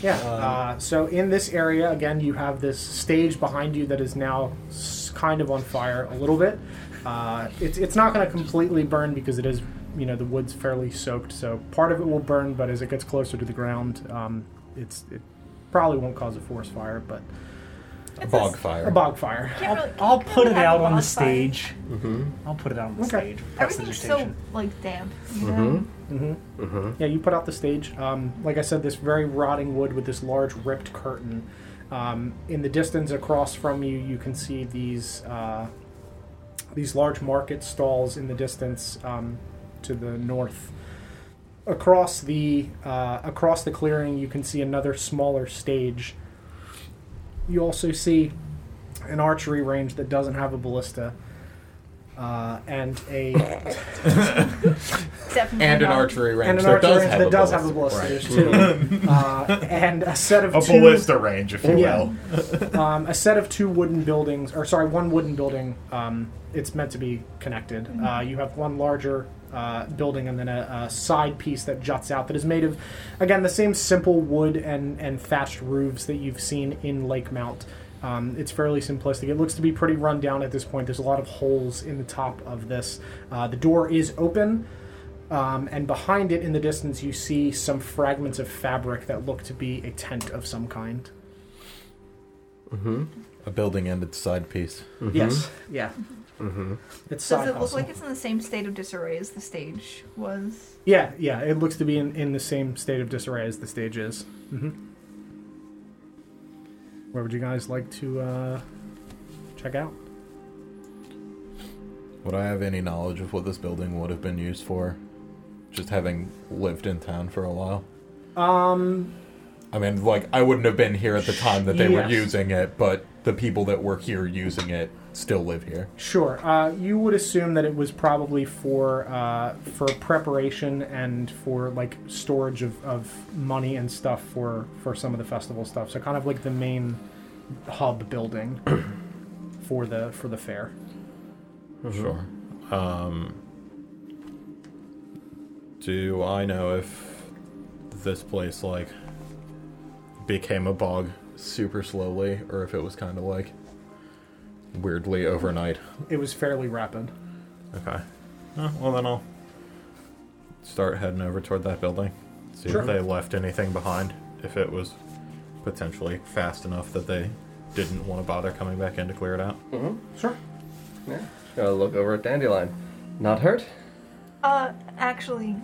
Yeah. uh, so in this area, again, you have this stage behind you that is now s- kind of on fire a little bit. Uh, it's it's not going to completely burn because it is you know the wood's fairly soaked, so part of it will burn. But as it gets closer to the ground, um, it's it probably won't cause a forest fire, but A bog fire. a bog fire. Can't really, I'll put it Have out a on the bonfire. stage. Mm-hmm. I'll put it out on the stage. Press everything's so digitation. like damp. You know? Mhm. hmm Mhm. Yeah, you put out the stage. Um, like I said, this very rotting wood with this large ripped curtain. Um, in the distance across from you, you can see these uh, these large market stalls in the distance um, to the north. Across the uh, across the clearing, you can see another smaller stage. You also see an archery range that doesn't have a ballista, uh, and a Definitely And an not. archery range and an that archery does range have that a does have a ballista. ballista. There's Right. two, uh, and a set of A two, ballista range, if you will. um, a set of two wooden buildings, or sorry, one wooden building. Um, it's meant to be connected. Mm-hmm. Uh, you have one larger. Uh, building and then a, a side piece that juts out that is made of, again, the same simple wood and, and thatched roofs that you've seen in Lake Mount. Um, it's fairly simplistic. It looks to be pretty run down at this point. There's a lot of holes in the top of this. Uh, the door is open, um, and behind it in the distance, you see some fragments of fabric that look to be a tent of some kind. Mm-hmm. A building ended side piece. Yes. Yeah. Mm-hmm. It's Does side it look hustle. like it's in the same state of disarray as the stage was? yeah, yeah. It looks to be in, in the same state of disarray as the stage is. Mm-hmm. Where would you guys like to uh, check out? Would I have any knowledge of what this building would have been used for? Just having lived in town for a while. Um, I mean, like, I wouldn't have been here at the time that they were Yes. using it, but the people that were here using it still live here. Sure. Uh, you would assume that it was probably for uh, for preparation and for like storage of, of money and stuff for for some of the festival stuff. So kind of like the main hub building for the for the fair. Sure. Um, do I know if this place like became a bog super slowly, or if it was kind of like weirdly overnight? It was fairly rapid. Okay. Uh, well, then I'll start heading over toward that building. See Sure. if they left anything behind. If it was potentially fast enough that they didn't want to bother coming back in to clear it out. Mm-hmm. Sure. Yeah. Gotta look over at Dandelion. Not hurt? Uh, actually,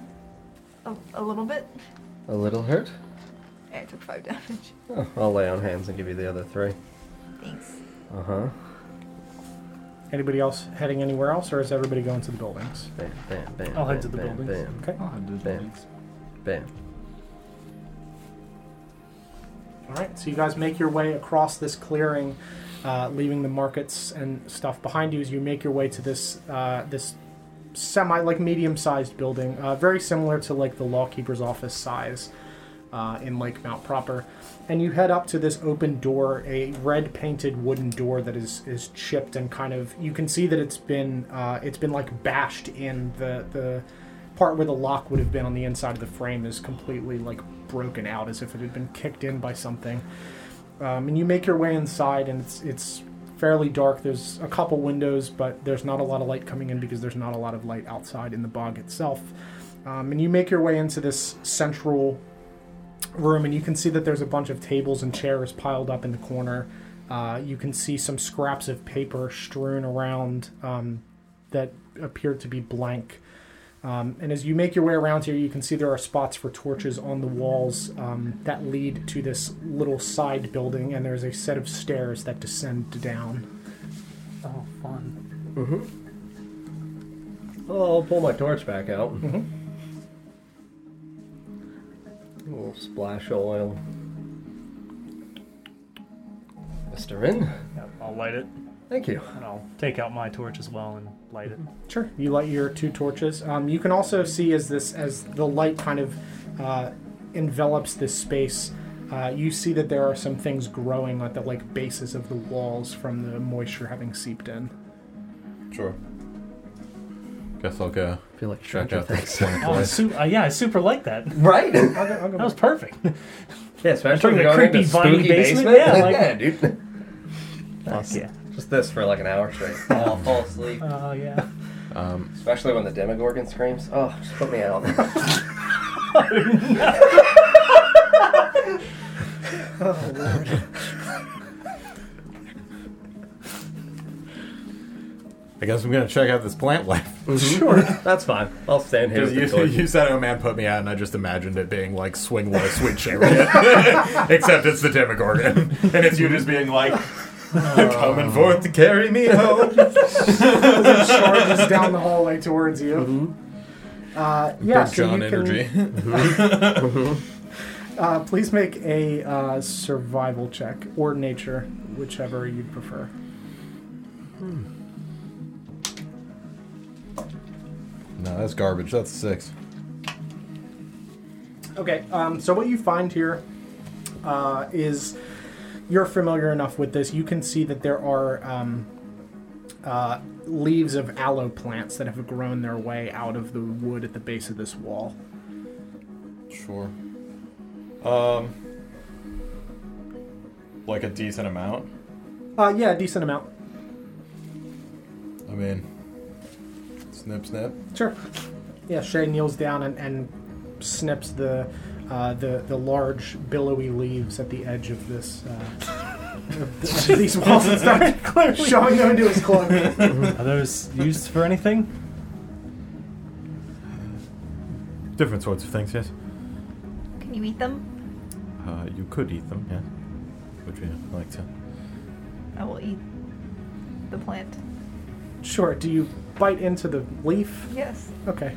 a, a little bit. A little hurt? I took five damage. Oh, I'll lay on hands and give you the other three. Thanks. Uh huh. Anybody else heading anywhere else, or is everybody going to the buildings? Bam, bam, bam. I'll head bam, to the bam, buildings. Bam, Okay. bam, bam. All right, so you guys make your way across this clearing, uh, leaving the markets and stuff behind you as you make your way to this uh, this semi like medium sized building, uh, very similar to like the lawkeeper's office size uh, in Lake Mount proper. And you head up to this open door, a red painted wooden door that is is chipped and kind of you can see that it's been uh, it's been like bashed in the the part where the lock would have been on the inside of the frame is completely like broken out as if it had been kicked in by something. Um, and you make your way inside, and it's it's fairly dark. There's a couple windows, but there's not a lot of light coming in because there's not a lot of light outside in the bog itself. Um, and you make your way into this central room, and you can see that there's a bunch of tables and chairs piled up in the corner. Uh, you can see some scraps of paper strewn around um, that appear to be blank. Um, and as you make your way around here, you can see there are spots for torches on the walls um, that lead to this little side building, and there's a set of stairs that descend down. Oh, fun. Mm-hmm. Oh, I'll pull my torch back out. Mm-hmm. A little splash of oil. Mister In. Yep, I'll light it. Thank you. And I'll take out my torch as well and light it. Mm-hmm. Sure. You light your two torches. Um, you can also see as this as the light kind of uh, envelops this space. Uh, you see that there are some things growing at the like bases of the walls from the moisture having seeped in. Sure. Guess I'll go. Feel like check out this Oh, one I place. su- uh, yeah, I super like that. Right? that was perfect. Yeah, From especially the going creepy into viney spooky basement? basement. Yeah, like- yeah, dude. yeah. Just this for like an hour straight. Oh, I'll fall asleep. Oh, yeah. Um, Especially when the Demogorgon screams. Oh, just put me out. Oh, Lord. I guess I'm gonna check out this plant life. Sure. That's fine. I'll stand here. Because With the you, torch. you said, "Oh man, put me out," and I just imagined it being like swing low, swing chariot. Except it's the Demogorgon, and it's you just being like, "Coming forth to carry me home." As it charges down the hallway towards you. Mm-hmm. Uh, yeah, Big so John you energy. Can, uh, please make a uh, survival check or nature, whichever you prefer. no, that's garbage. That's six. Okay, um, so what you find here uh, is you're familiar enough with this. You can see that there are um, uh, leaves of aloe plants that have grown their way out of the wood at the base of this wall. Sure. Um, like a decent amount. Uh, yeah, a decent amount. I mean, snip, snip. Sure. Yeah, Shay kneels down and, and snips the, uh, the the large billowy leaves at the edge of this uh, of th- of these walls and start shoving them into his cloak. Are those used for anything? Different sorts of things, yes. Can you eat them? Uh, you could eat them, yeah. Would you like to? I will eat the plant. Sure. Do you bite into the leaf? Yes. Okay.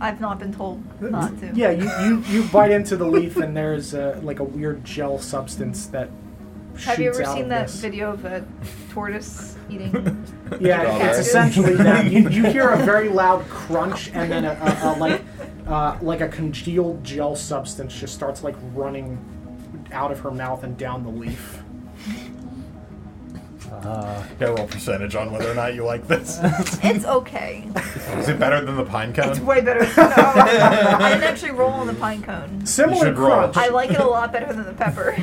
I've not been told not to. Yeah, you, you, you bite into the leaf and there's uh like a weird gel substance that. Have you shoots ever out seen of that this. video of a tortoise eating? Yeah, it's Strawberry. essentially that. You, you hear a very loud crunch, and then a, a, a like, uh, like a congealed gel substance just starts like running out of her mouth and down the leaf. Uh, yeah, roll percentage on whether or not you like this. it's okay. Is it better than the pine cone? It's way better. No, I didn't actually roll on the pine cone. You should roll. I like it a lot better than the pepper.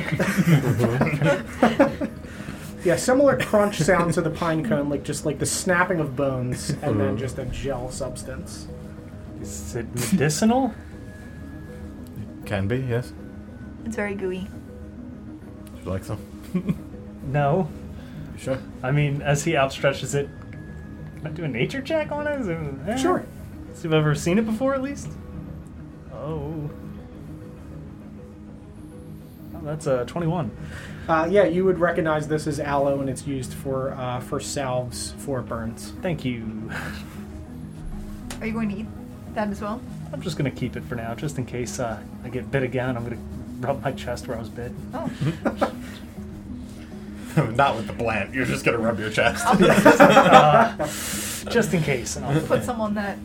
Yeah, similar crunch sound to the pine cone, like just like the snapping of bones, and then just a gel substance. Is it medicinal? Can be, yes. it's very gooey. Would you like some? No. You sure? I mean, as he outstretches it, can I do a nature check on it? Is it eh? Sure. See if I've ever seen it before, at least. Oh. Oh, that's a 21. Uh, yeah, you would recognize this as aloe, and it's used for uh, for salves for burns. Thank you. Are you going to eat that as well? I'm just gonna keep it for now, just in case uh, I get bit again. I'm gonna rub my chest where I was bit. Oh. not with the plant. You're just gonna rub your chest. Uh, just in case. and I'll Put some on that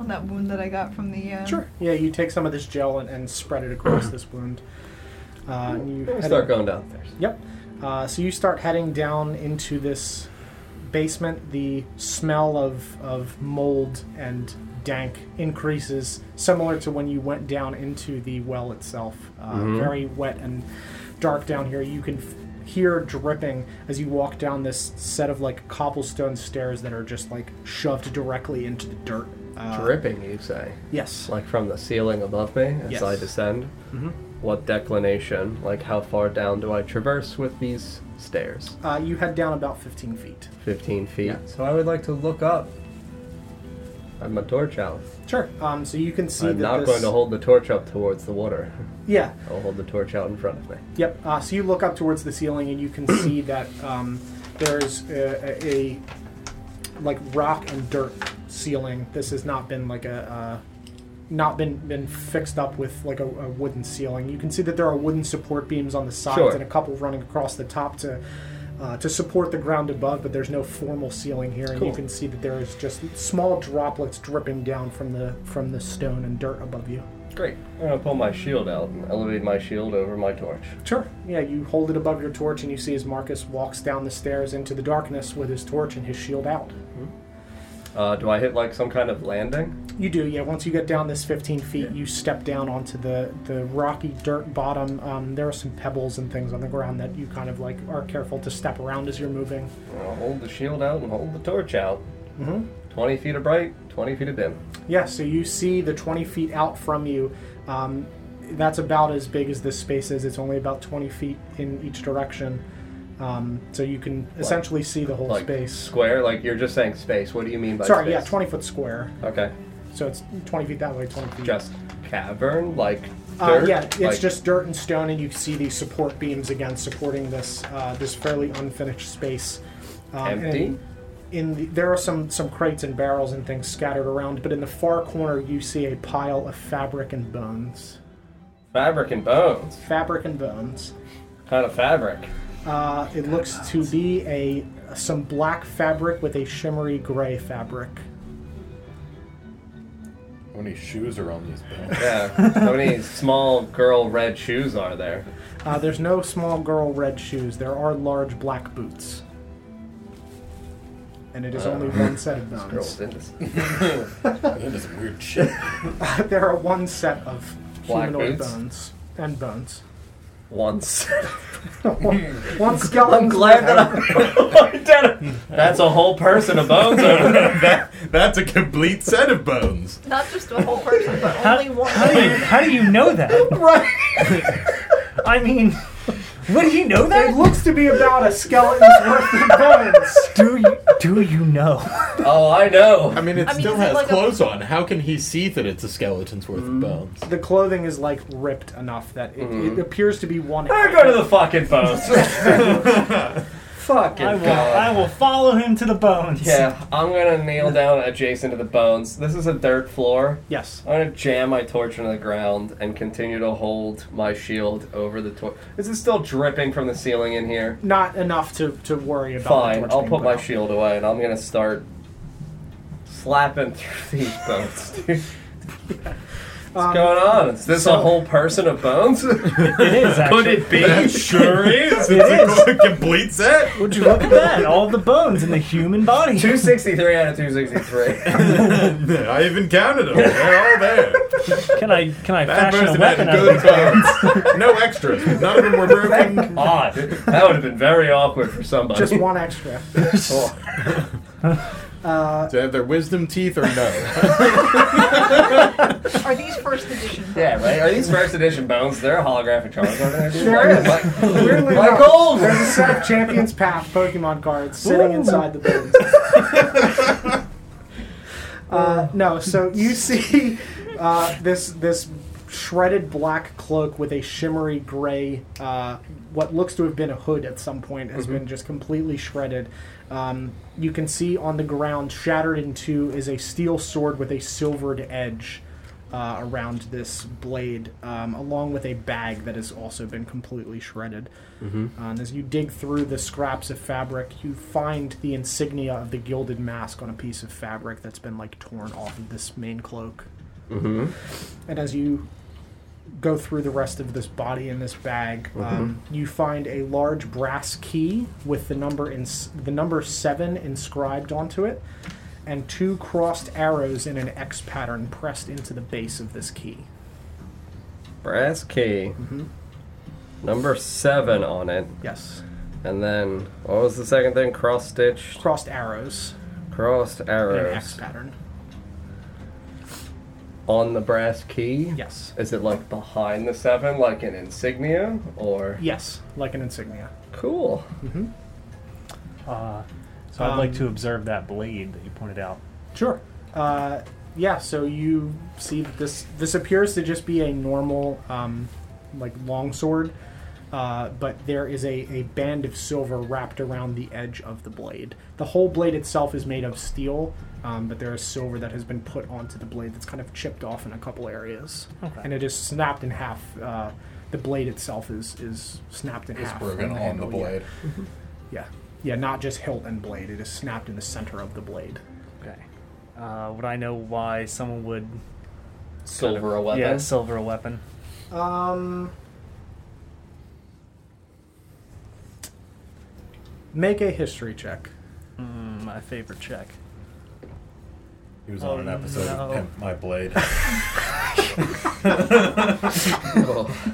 on that wound that I got from the. Uh, Sure. Yeah, you take some of this gel and, and spread it across this wound. Uh, and you Let me head- start going downstairs. Yep. Uh, so you start heading down into this basement. The smell of, of mold and dank increases, similar to when you went down into the well itself. Uh, Mhm. Very wet and dark down here. You can f- hear dripping as you walk down this set of like cobblestone stairs that are just like shoved directly into the dirt. Uh, Dripping, you say? Yes. Like from the ceiling above me as Yes. I descend. Mhm. what declination, like how far down do I traverse with these stairs? Uh, you head down about 15 feet. 15 feet. So I would like to look up. I have my torch out. Sure. Um, so you can see I'm that not this- going to hold the torch up towards the water. Yeah. I'll hold the torch out in front of me. Yep. Uh, so you look up towards the ceiling and you can see that um, there's a, a, a like rock and dirt ceiling. This has not been like a uh, not been been fixed up with like a, a wooden ceiling. You can see that there are wooden support beams on the sides Sure. and a couple running across the top to. Uh, to support the ground above, but there's no formal ceiling here, and you Cool. can see that there is just small droplets dripping down from the from the stone and dirt above you. Great. I'm going to pull my shield out and elevate my shield over my torch. Sure. Yeah, you hold it above your torch, and you see as Marcus walks down the stairs into the darkness with his torch and his shield out. Uh, do I hit like some kind of landing? You do, yeah. Once you get down this 15 feet, you step down onto the, the rocky dirt bottom. Um, there are some pebbles and things on the ground that you kind of like are careful to step around as you're moving. I'll hold the shield out and hold the torch out. Mm-hmm. 20 feet of bright, 20 feet of dim. Yeah, so you see the 20 feet out from you. Um, that's about as big as this space is. It's only about 20 feet in each direction. Um, so you can essentially see the whole like space. Square? Like you're just saying space. What do you mean by Sorry, yeah, space? 20 foot square. Okay. So it's 20 feet that way, 20 feet. Just cavern? Like Uh, dirt? yeah, it's Like- just dirt and stone, and you see these support beams again supporting this uh, this fairly unfinished space. Um, and Empty? In the, there are some some crates and barrels and things scattered around, but in the far corner you see a pile of fabric and bones. Fabric and bones. Fabric and bones. Kind of fabric. Uh, it looks to be a some black fabric with a shimmery gray fabric. How many shoes are on these bones? Yeah. How many small girl red shoes are there? Uh, there's no small girl red shoes. There are large black boots. And it is Uh, only one set of this bones. girl's into s- into some weird shit. there are one set of Black humanoid boots? bones and bones. Once. one, one skeleton. I'm glad that I did it. That's a whole person of bones over there. That- that's a complete set of bones. Not just a whole person, but only one. How do you how do you know that? right. I mean, what do you know It that? looks to be about a skeleton's worth of bones. Do you do you know? Oh, I know. I mean, it I mean, still is it has like a- clothes on. How can he see that it's a skeleton's worth Mm. of bones? The clothing is like ripped enough that it, it appears to be one. Mm-hmm. I go to the fucking bones. fucking I will God. I will follow him to the bones. Yeah, I'm gonna kneel down adjacent to the bones. This is a dirt floor. Yes. I'm gonna jam my torch into the ground and continue to hold my shield over the torch. Is it still dripping from the ceiling in here? Not enough to, to worry about. the Fine, torch I'll being put my out. shield away and I'm gonna start slapping through these bones, dude. What's Um, going on? Is this a so- whole person of bones? It is actually. Could it be? That sure is. It's It a complete set. Would you look at that? All the bones in the human body. 263 out of 263. I even counted them. They're all there. Can I can I That fashion a person weapon had out of good these bones? bones. No extras. None of them were broken. Odd. That would have been very awkward for somebody. Just one extra. Uh, Oh. Do they have their wisdom teeth or no? Are these first edition? Yeah, right. Are these first edition bones? They're holographic charms, aren't they? dude? Sure Like- is. like- Weirdly like enough, gold! oh, There's a set of Champions Path Pokemon cards sitting inside the bones. uh, no, so you see uh, this this shredded black cloak with a shimmery gray, uh, what looks to have been a hood at some point, has been just completely shredded. Um, you can see on the ground, shattered in two, is a steel sword with a silvered edge. Uh, around this blade, um, along with a bag that has also been completely shredded. Uh, and as you dig through the scraps of fabric, you find the insignia of the gilded mask on a piece of fabric that's been like torn off of this main cloak. Mhm. And as you go through the rest of this body in this bag, um, you find a large brass key with the number in the number seven inscribed onto it, and two crossed arrows in an X pattern pressed into the base of this key. Brass key. Number seven on it, Yes, and then what was the second thing? Cross stitched, crossed arrows crossed in an X arrows. pattern. on the brass key? Yes. Is it like behind the seven, like an insignia, or? Yes, like an insignia. Cool. Mm-hmm. Uh, so I'd like Um, to observe that blade that you pointed out. Sure. Uh, yeah, so you see that this this appears to just be a normal um, like longsword, uh, but there is a, a band of silver wrapped around the edge of the blade. The whole blade itself is made of steel, um, but there is silver that has been put onto the blade that's kind of chipped off in a couple areas, Okay. and it is snapped in half. Uh, the blade itself is is snapped in It's half. broken on the handle, yeah. blade. Yeah. yeah, not just hilt and blade. It is snapped in the center of the blade. Okay. Uh, would I know why someone would Silver a weapon? Yeah, silver a weapon. Um, make a history check. Mm, my favorite check. He was on an Oh, episode no. of Pimp My Blade.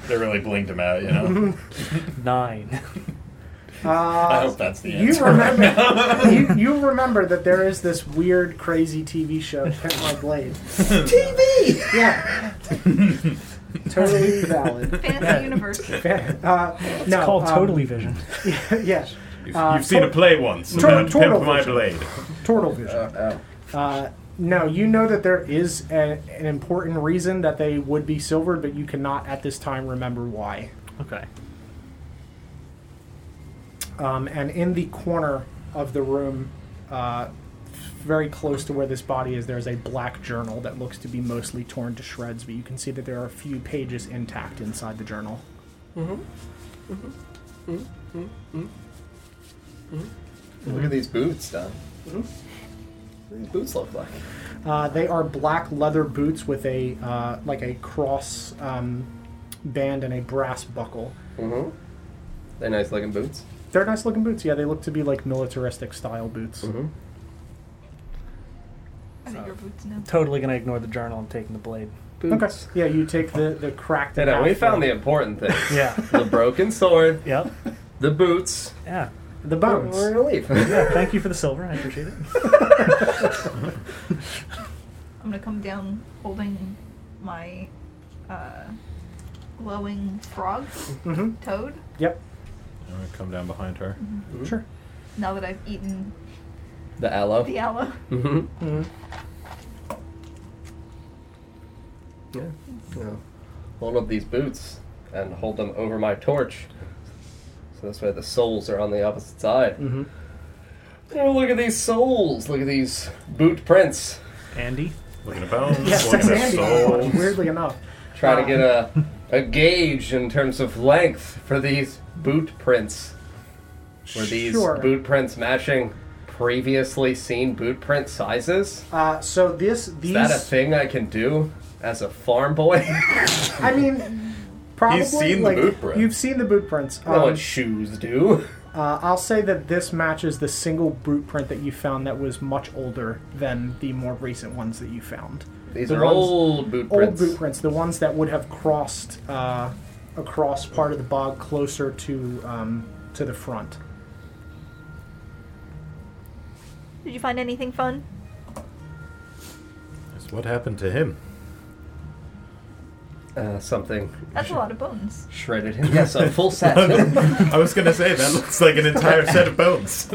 They really blinked him out, you know? Nine. Uh, I hope that's the You answer. remember, you, you remember that there is this weird, crazy TV show, Pimp My Blade. TV. Yeah. totally valid. Fantasy universe. Fan- Uh, It's no, called um, Totally Vision. Yeah. yeah. You've, Uh, you've seen a Tor- play once Tor- about Tortle Pimp My Vision. Blade. Tortle vision. Uh, no, you know that there is a, an important reason that they would be silvered, but you cannot at this time remember why. Okay. Um, and in the corner of the room, uh, very close to where this body is, there's a black journal that looks to be mostly torn to shreds, but you can see that there are a few pages intact inside the journal. Mm-hmm. Mm-hmm. Mm-hmm. Mm-hmm. Look at these boots, Don. Mm-hmm. What do these boots look like? Uh, they are black leather boots with a uh, like a cross um, band and a brass buckle. Mm-hmm. They nice looking boots. They're nice looking boots. Yeah, they look to be like militaristic style boots. Mm-hmm. I think your boots now. Totally gonna ignore the journal. I'm taking the blade. Okay. Yeah, you take the the cracked. You know, we half found one. the important things. Yeah. The broken sword. Yep. The boots. Yeah. the bones. We're gonna leave. Yeah. Thank you for the silver. I appreciate it. I'm gonna come down holding my uh, glowing frog Mm-hmm. Mhm. toad. Yep. I'm gonna come down behind her. Mm-hmm. Mm-hmm. Sure. Now that I've eaten The aloe. the aloe, Mm-hmm. Mhm. Yeah. yeah. Hold up these boots and hold them over my torch. So this way the soles are on the opposite side. Mm-hmm. Oh, look at these soles. Look at these boot prints. Andy. Looking at bones, Yes, that's looking at Andy. souls. Weirdly enough. Try to Uh, get a, a gauge in terms of length for these boot prints. Were these Sure. boot prints matching previously seen boot print sizes? Uh, so this these. Is that a thing I can do as a farm boy? I mean, probably. seen the like, boot prints. You've seen the boot prints. no Um, what shoes do. uh, I'll say that this matches the single boot print that you found that was much older than the more recent ones that you found. These The are ones- old boot Old prints. boot prints, the ones that would have crossed uh, across part of the bog closer to um, to the front. did you find anything fun? That's what happened to him. Uh, something That's a lot of bones. shredded him. Yes, a full set. I was gonna say that looks like an entire set of bones.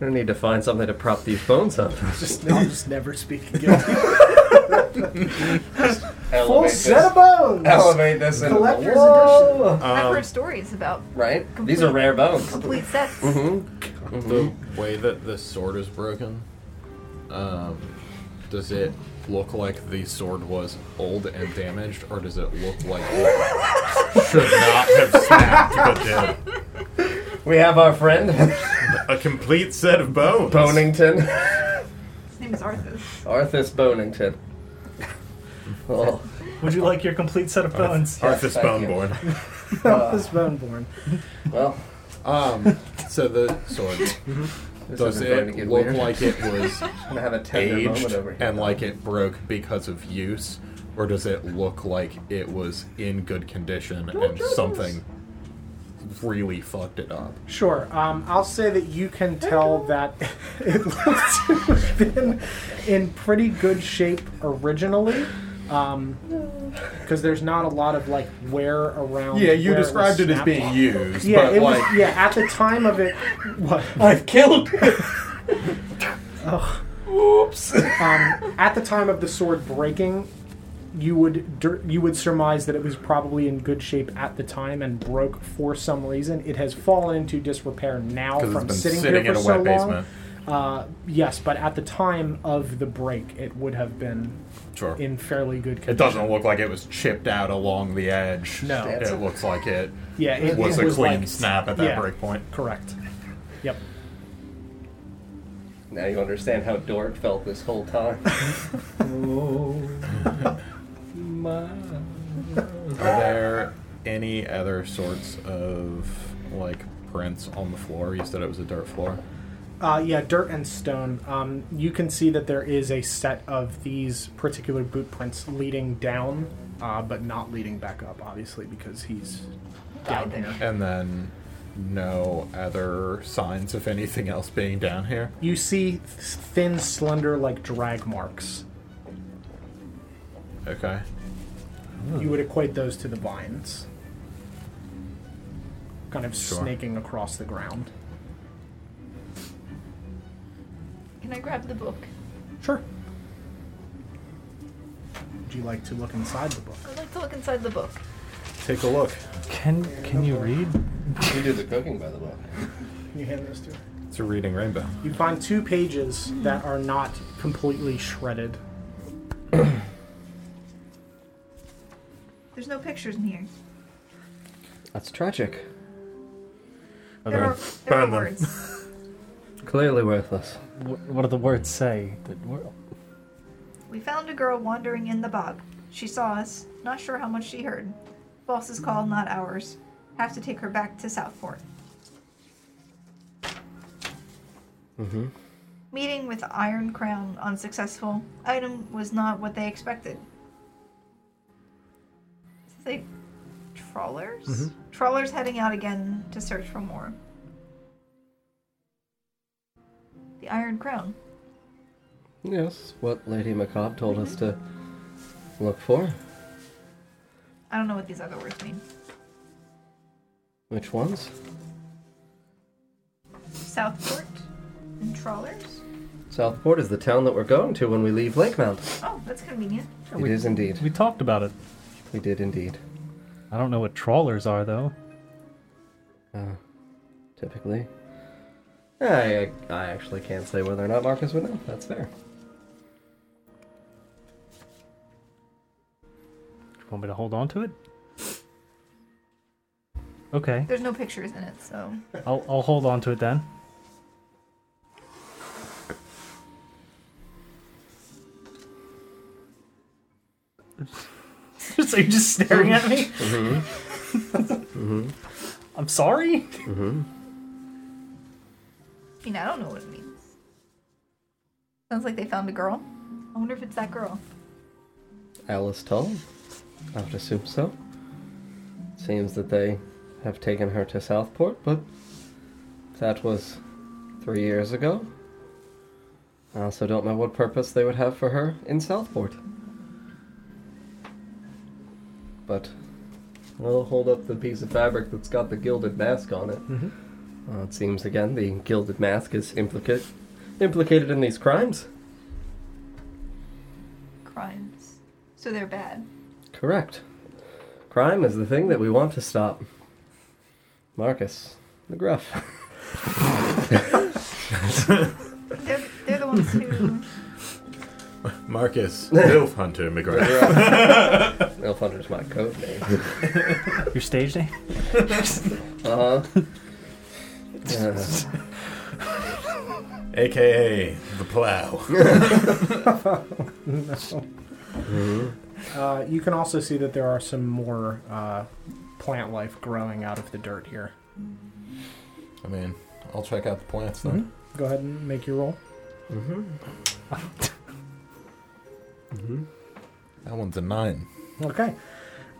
I need to find something to prop these bones up. Just, I'll just never speak again. Full Elevate this- set of bones. Elevate this into Collector's Whoa! I've heard stories about Um, Right? complete, These are rare bones. complete sets. Mm-hmm. The way that the sword is broken, um, does it look like the sword was old and damaged, or does it look like it should not have snapped but did? We have our friend, a complete set of bones. Bonington. His name is Arthur. Arthas Bonington. Oh, Would you like your complete set of bones? Arthas Thank you. Boneborn. this boneborn. Uh. well, Um, so the sword, Mm-hmm. This does isn't going to it get look weird. like it was I'm gonna have a tender aged moment over here. and like it broke because of use, or does it look like it was in good condition and something really fucked it up. Sure. Um, I'll say that you can tell that it looks to have been in pretty good shape originally. Because there's not a lot of like wear around. Yeah, you where was described it as snapped being on. used, Yeah, but, it was, like- yeah. At the time of it, what I've killed. Oh. Oops. um, at the time of the sword breaking, you would dir- you would surmise that it was probably in good shape at the time and broke for some reason. It has fallen into disrepair now 'Cause it's from been sitting, sitting here in for a so wet long. basement. Uh, yes, but at the time of the break, it would have been Sure. in fairly good condition. It doesn't look like it was chipped out along the edge. No. That's it it. looks like it. Yeah, it, was it a was clean like- snap at that yeah, break point. Correct. Yep. Now you understand how Dork felt this whole time. Are there any other sorts of like prints on the floor? You said it was a dirt floor. Uh, yeah, dirt and stone. Um, you can see that there is a set of these particular boot prints leading down, uh, but not leading back up, obviously, because he's down here. And then no other signs of anything else being down here. You see th- thin, slender, like drag marks. Okay. You would equate those to the vines, kind of Sure. snaking across the ground. Can I grab the book? Sure. Would you like to look inside the book? I'd like to look inside the book. Take a look. Can can you read? You do the cooking by the book. Can you hand this to her? It's a reading rainbow. You find two pages that are not completely shredded. There's no pictures in here. That's tragic. There are, there are words. Clearly worthless. What, what do the words say? That we're- We found a girl wandering in the bog. She saw us. Not sure how much she heard. Boss's call, not ours. Have to take her back to Southport. Mm-hmm. Meeting with Iron Crown unsuccessful. Item was not what they expected. They trawlers? Mhm. Mm-hmm. Trawlers heading out again to search for more. The Iron Crown. Yes, what Lady Macabre told us to look for. I don't know what these other words mean. Which ones? Southport and trawlers? Southport is the town that we're going to when we leave Lakemount. Oh, that's convenient. It is indeed. We talked about it. We did indeed. I don't know what trawlers are though. Uh, typically. I, I actually can't say whether or not Marcus would know. That's fair. Do you want me to hold on to it? Okay, There's no pictures in it, so. I'll I'll hold on to it then. so you're just staring at me? Mm-hmm. mm-hmm. I'm sorry? Mm-hmm. I mean, I don't know what it means. Sounds like they found a girl. I wonder if it's that girl. Alice Tull? I would assume so. Seems that they have taken her to Southport, but that was three years ago. I also don't know what purpose they would have for her in Southport. But I'll hold up the piece of fabric that's got the gilded mask on it. Mm-hmm. Mhm. Uh, it seems again the gilded mask is implicate, implicated in these crimes. Crimes. So they're bad. Correct. Crime is the thing that we want to stop. Marcus, the gruff. They're, they're the ones who. Marcus, Milf Hunter McGrath. Elf Hunter's my code name. Your stage name? Uh-huh. AKA the plow. Uh, you can also see that there are some more uh, plant life growing out of the dirt here. I mean, I'll check out the plants then. Mm-hmm. Go ahead and make your roll. Mm-hmm. Mm-hmm. That one's a nine. Okay.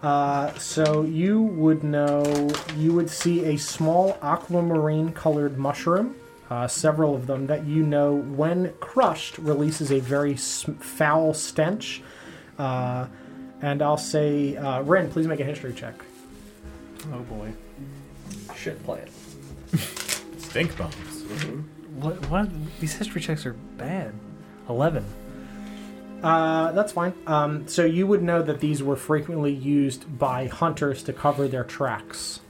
Uh, so you would know, you would see a small aquamarine colored mushroom, uh, several of them that you know, when crushed, releases a very s- foul stench. Uh, and I'll say, uh, Rin, please make a history check. Oh boy. Shit plant. Stink bombs. Mm-hmm. What, what? These history checks are bad. 11. Uh, that's fine. Um, so you would know that these were frequently used by hunters to cover their tracks.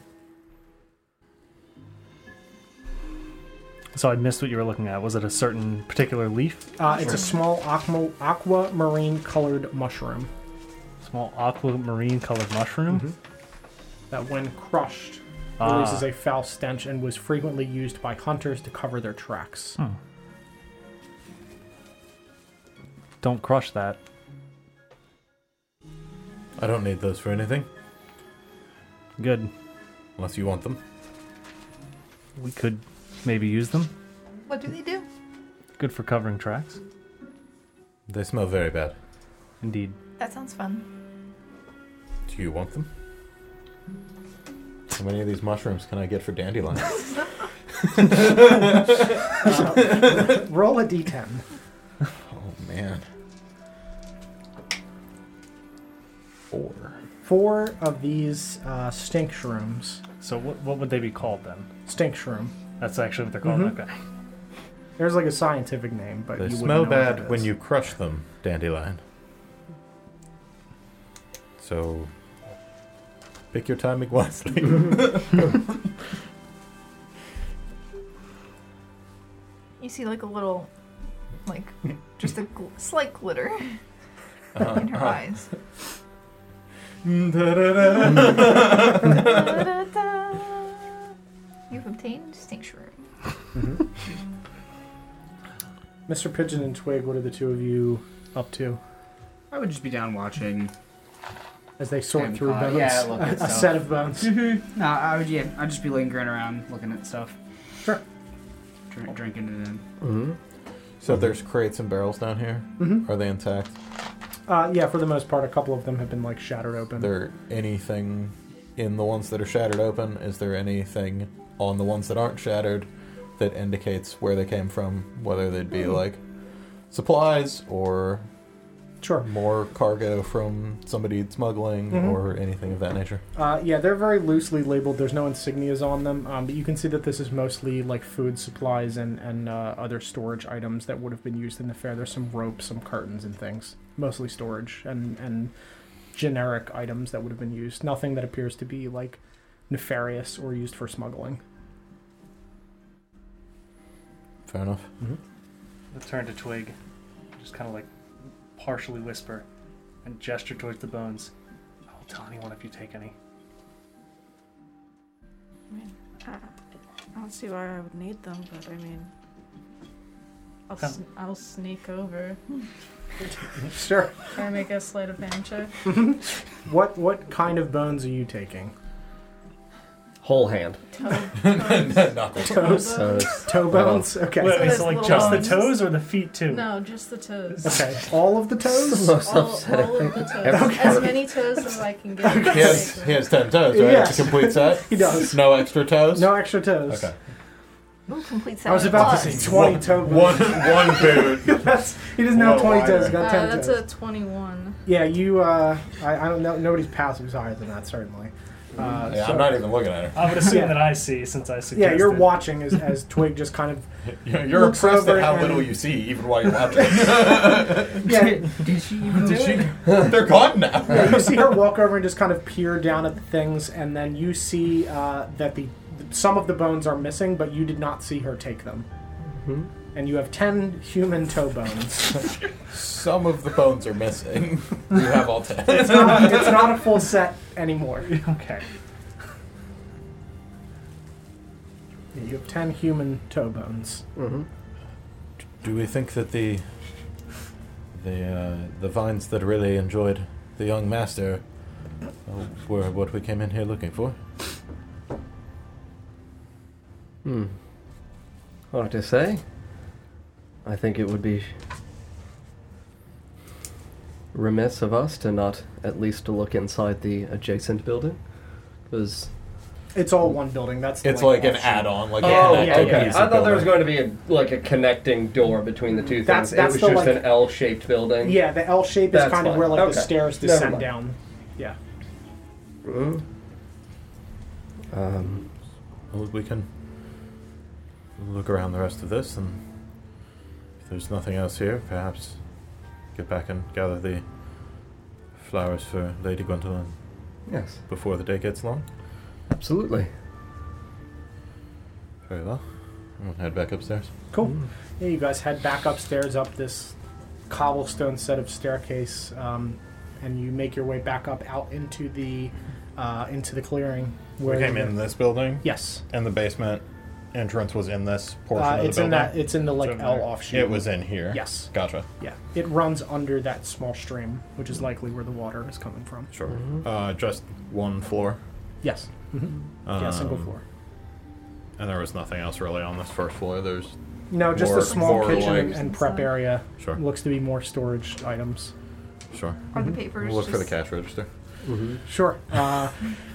So I missed what you were looking at. Was it a certain particular leaf? Uh, it's a small aqua aquamarine colored mushroom small aquamarine colored mushroom. that, when crushed, Ah. releases a foul stench and was frequently used by hunters to cover their tracks. Hmm. Don't crush that. I don't need those for anything. Good. Unless you want them. We could maybe use them. What do they do? Good for covering tracks. They smell very bad. Indeed. That sounds fun. Do you want them? How many of these mushrooms can I get for dandelions? Uh, roll a d10. oh man. Four. Four of these uh, stink shrooms. So what, what would they be called then? Stink shroom. That's actually what they're called. Mhm. Okay. There's like a scientific name, but They you smell wouldn't know what that bad when is. you crush them, dandelion. So, pick your timing wisely. You see, like a little, like, just a gl- slight glitter Uh-huh, in her uh-huh. eyes. You've obtained Stincture. Mr. Pigeon and Twig, what are the two of you up to I would just be down watching. as they sort Hand through pie. bones? Yeah, look at a stuff. set of bones. Mm-hmm. No, I would. Yeah, I'd just be lingering around, looking at stuff. Sure. Drink, drinking it in. Mm-hmm. So there's crates and barrels down here. Mhm. Are they intact? Uh, yeah, for the most part, a couple of them have been like shattered open. there anything in the ones that are shattered open? Is there anything on the ones that aren't shattered that indicates where they came from? Whether they'd be like supplies or sure more cargo from somebody smuggling Mhm. or anything of that nature. Uh, yeah, they're very loosely labeled. There's no insignias on them, um, but you can see that this is mostly like food supplies and and uh, other storage items that would have been used in the fair. There's some rope, some curtains, and things. Mostly storage and and generic items that would have been used. Nothing that appears to be like nefarious or used for smuggling. Fair enough. I turn to Twig, just kind of like partially whisper and gesture towards the bones. I won't tell anyone if you take any. I mean, I I don't see why I would need them, but I mean, I'll, Come. sn- I'll sneak over. Sure. Can I make a sleight of hand check? what what kind of bones are you taking? Whole hand. Knuckles. Toes. Toe bones. Okay. Wait, wait, Those so like little just bones. the toes or the feet too? No, just the toes. Okay. All of the toes. Most All, all of the toes. As many toes as I can get. He has, he has ten toes, right? Yes. It's a complete set. He does. No extra toes. No extra toes. Okay. Ooh, complete set. I was about to say twenty One- toe one- bones. one boot. That's he doesn't have Whoa, twenty toes. either. He's got Uh, ten that's toes. a 21. Yeah, you. Uh, I, I don't know. Nobody's passive is higher than that, certainly. Uh, yeah, so- I'm not even looking at her. I would assume Yeah. that I see since I see. Yeah, you're watching as, as Twig just kind of. You're, you're looks impressed over at how and- little you see, even while you're watching. Yeah, Did she even Did she? They're gone now. yeah, you see her walk over and just kind of peer down at the things, and then you see uh, that the some of the bones are missing, but you did not see her take them. Mm-hmm. And you have ten human toe bones. Some of the bones are missing. You have all ten. it's, not, it's not a full set anymore. Okay. Yeah, you have ten human toe bones. Mm-hmm. Do we think that the the uh, the vines that really enjoyed the young master uh, were what we came in here looking for? Hmm. Hard to say. I think it would be remiss of us to not at least look inside the adjacent building, because It's all one building. That's the It's way like it an works. add-on, like oh, an yeah, add-on yeah, piece yeah. of I thought there was going to be a, like a connecting door between the two things. That's- that's it was the, just like- an L-shaped building. Yeah, the L shape is That's kind of fine. where like Okay. the stairs Never descend mind. down. Yeah. Mm. Um, Well, we can look around the rest of this, and if there's nothing else here, perhaps get back and gather the flowers for Lady Gwendolyn. Yes. Before the day gets long. Absolutely. Very well. I'm gonna head back upstairs. Cool. Yeah, Mm. you guys head back upstairs up this cobblestone set of staircase, um, and you make your way back up out into the uh, into the clearing We came you- in this building. Yes. And the basement entrance was in this portion Uh, of the it's in building. that. It's in the like over L there. offshoot. It was in here. Yes. Gotcha. Yeah. It runs under that small stream, which is likely where the water is coming from. Sure. Uh, just one floor. Yes. Mhm. yeah, single Um, floor. And there was nothing else really on this first floor. There's No, just more- a small more kitchen and- like- and prep area. Sure. Looks to be more storage items. Sure. Are the papers We'll look for the just- cash register. Sure. Uh,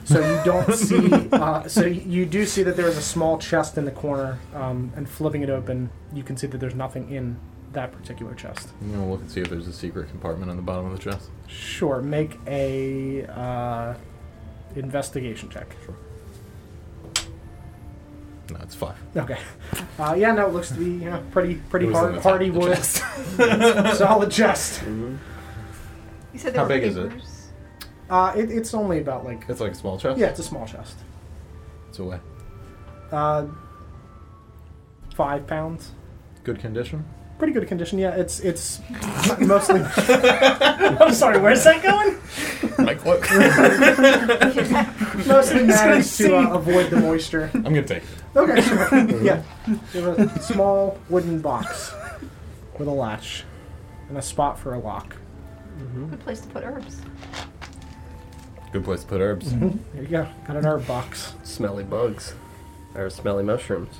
so you don't see. Uh, so you do see that there is a small chest in the corner, um, and flipping it open, you can see that there's nothing in that particular chest. I'm gonna look and see if there's a secret compartment on the bottom of the chest. Sure. Make a uh, investigation check. Sure. No, it's five. Okay. Uh, yeah, no, it looks to be you know pretty pretty It was in hard, the top hardy of the wood, chest. solid chest. You said How big is it? Uh, it, it's only about like It's like a small chest. yeah, it's a small chest. It's away. Uh, five pounds. Good condition. Pretty good condition. Yeah, it's it's m- mostly. I'm sorry. Where's that going? Like what? Mostly It's gonna managed to sink. uh, avoid the moisture. I'm gonna take. it. Okay, sure. yeah. You have a small wooden box with a latch and a spot for a lock. Mm-hmm. Good place to put herbs. Good place to put herbs. There you go. Mm-hmm. Got an herb box. Smelly bugs, or smelly mushrooms.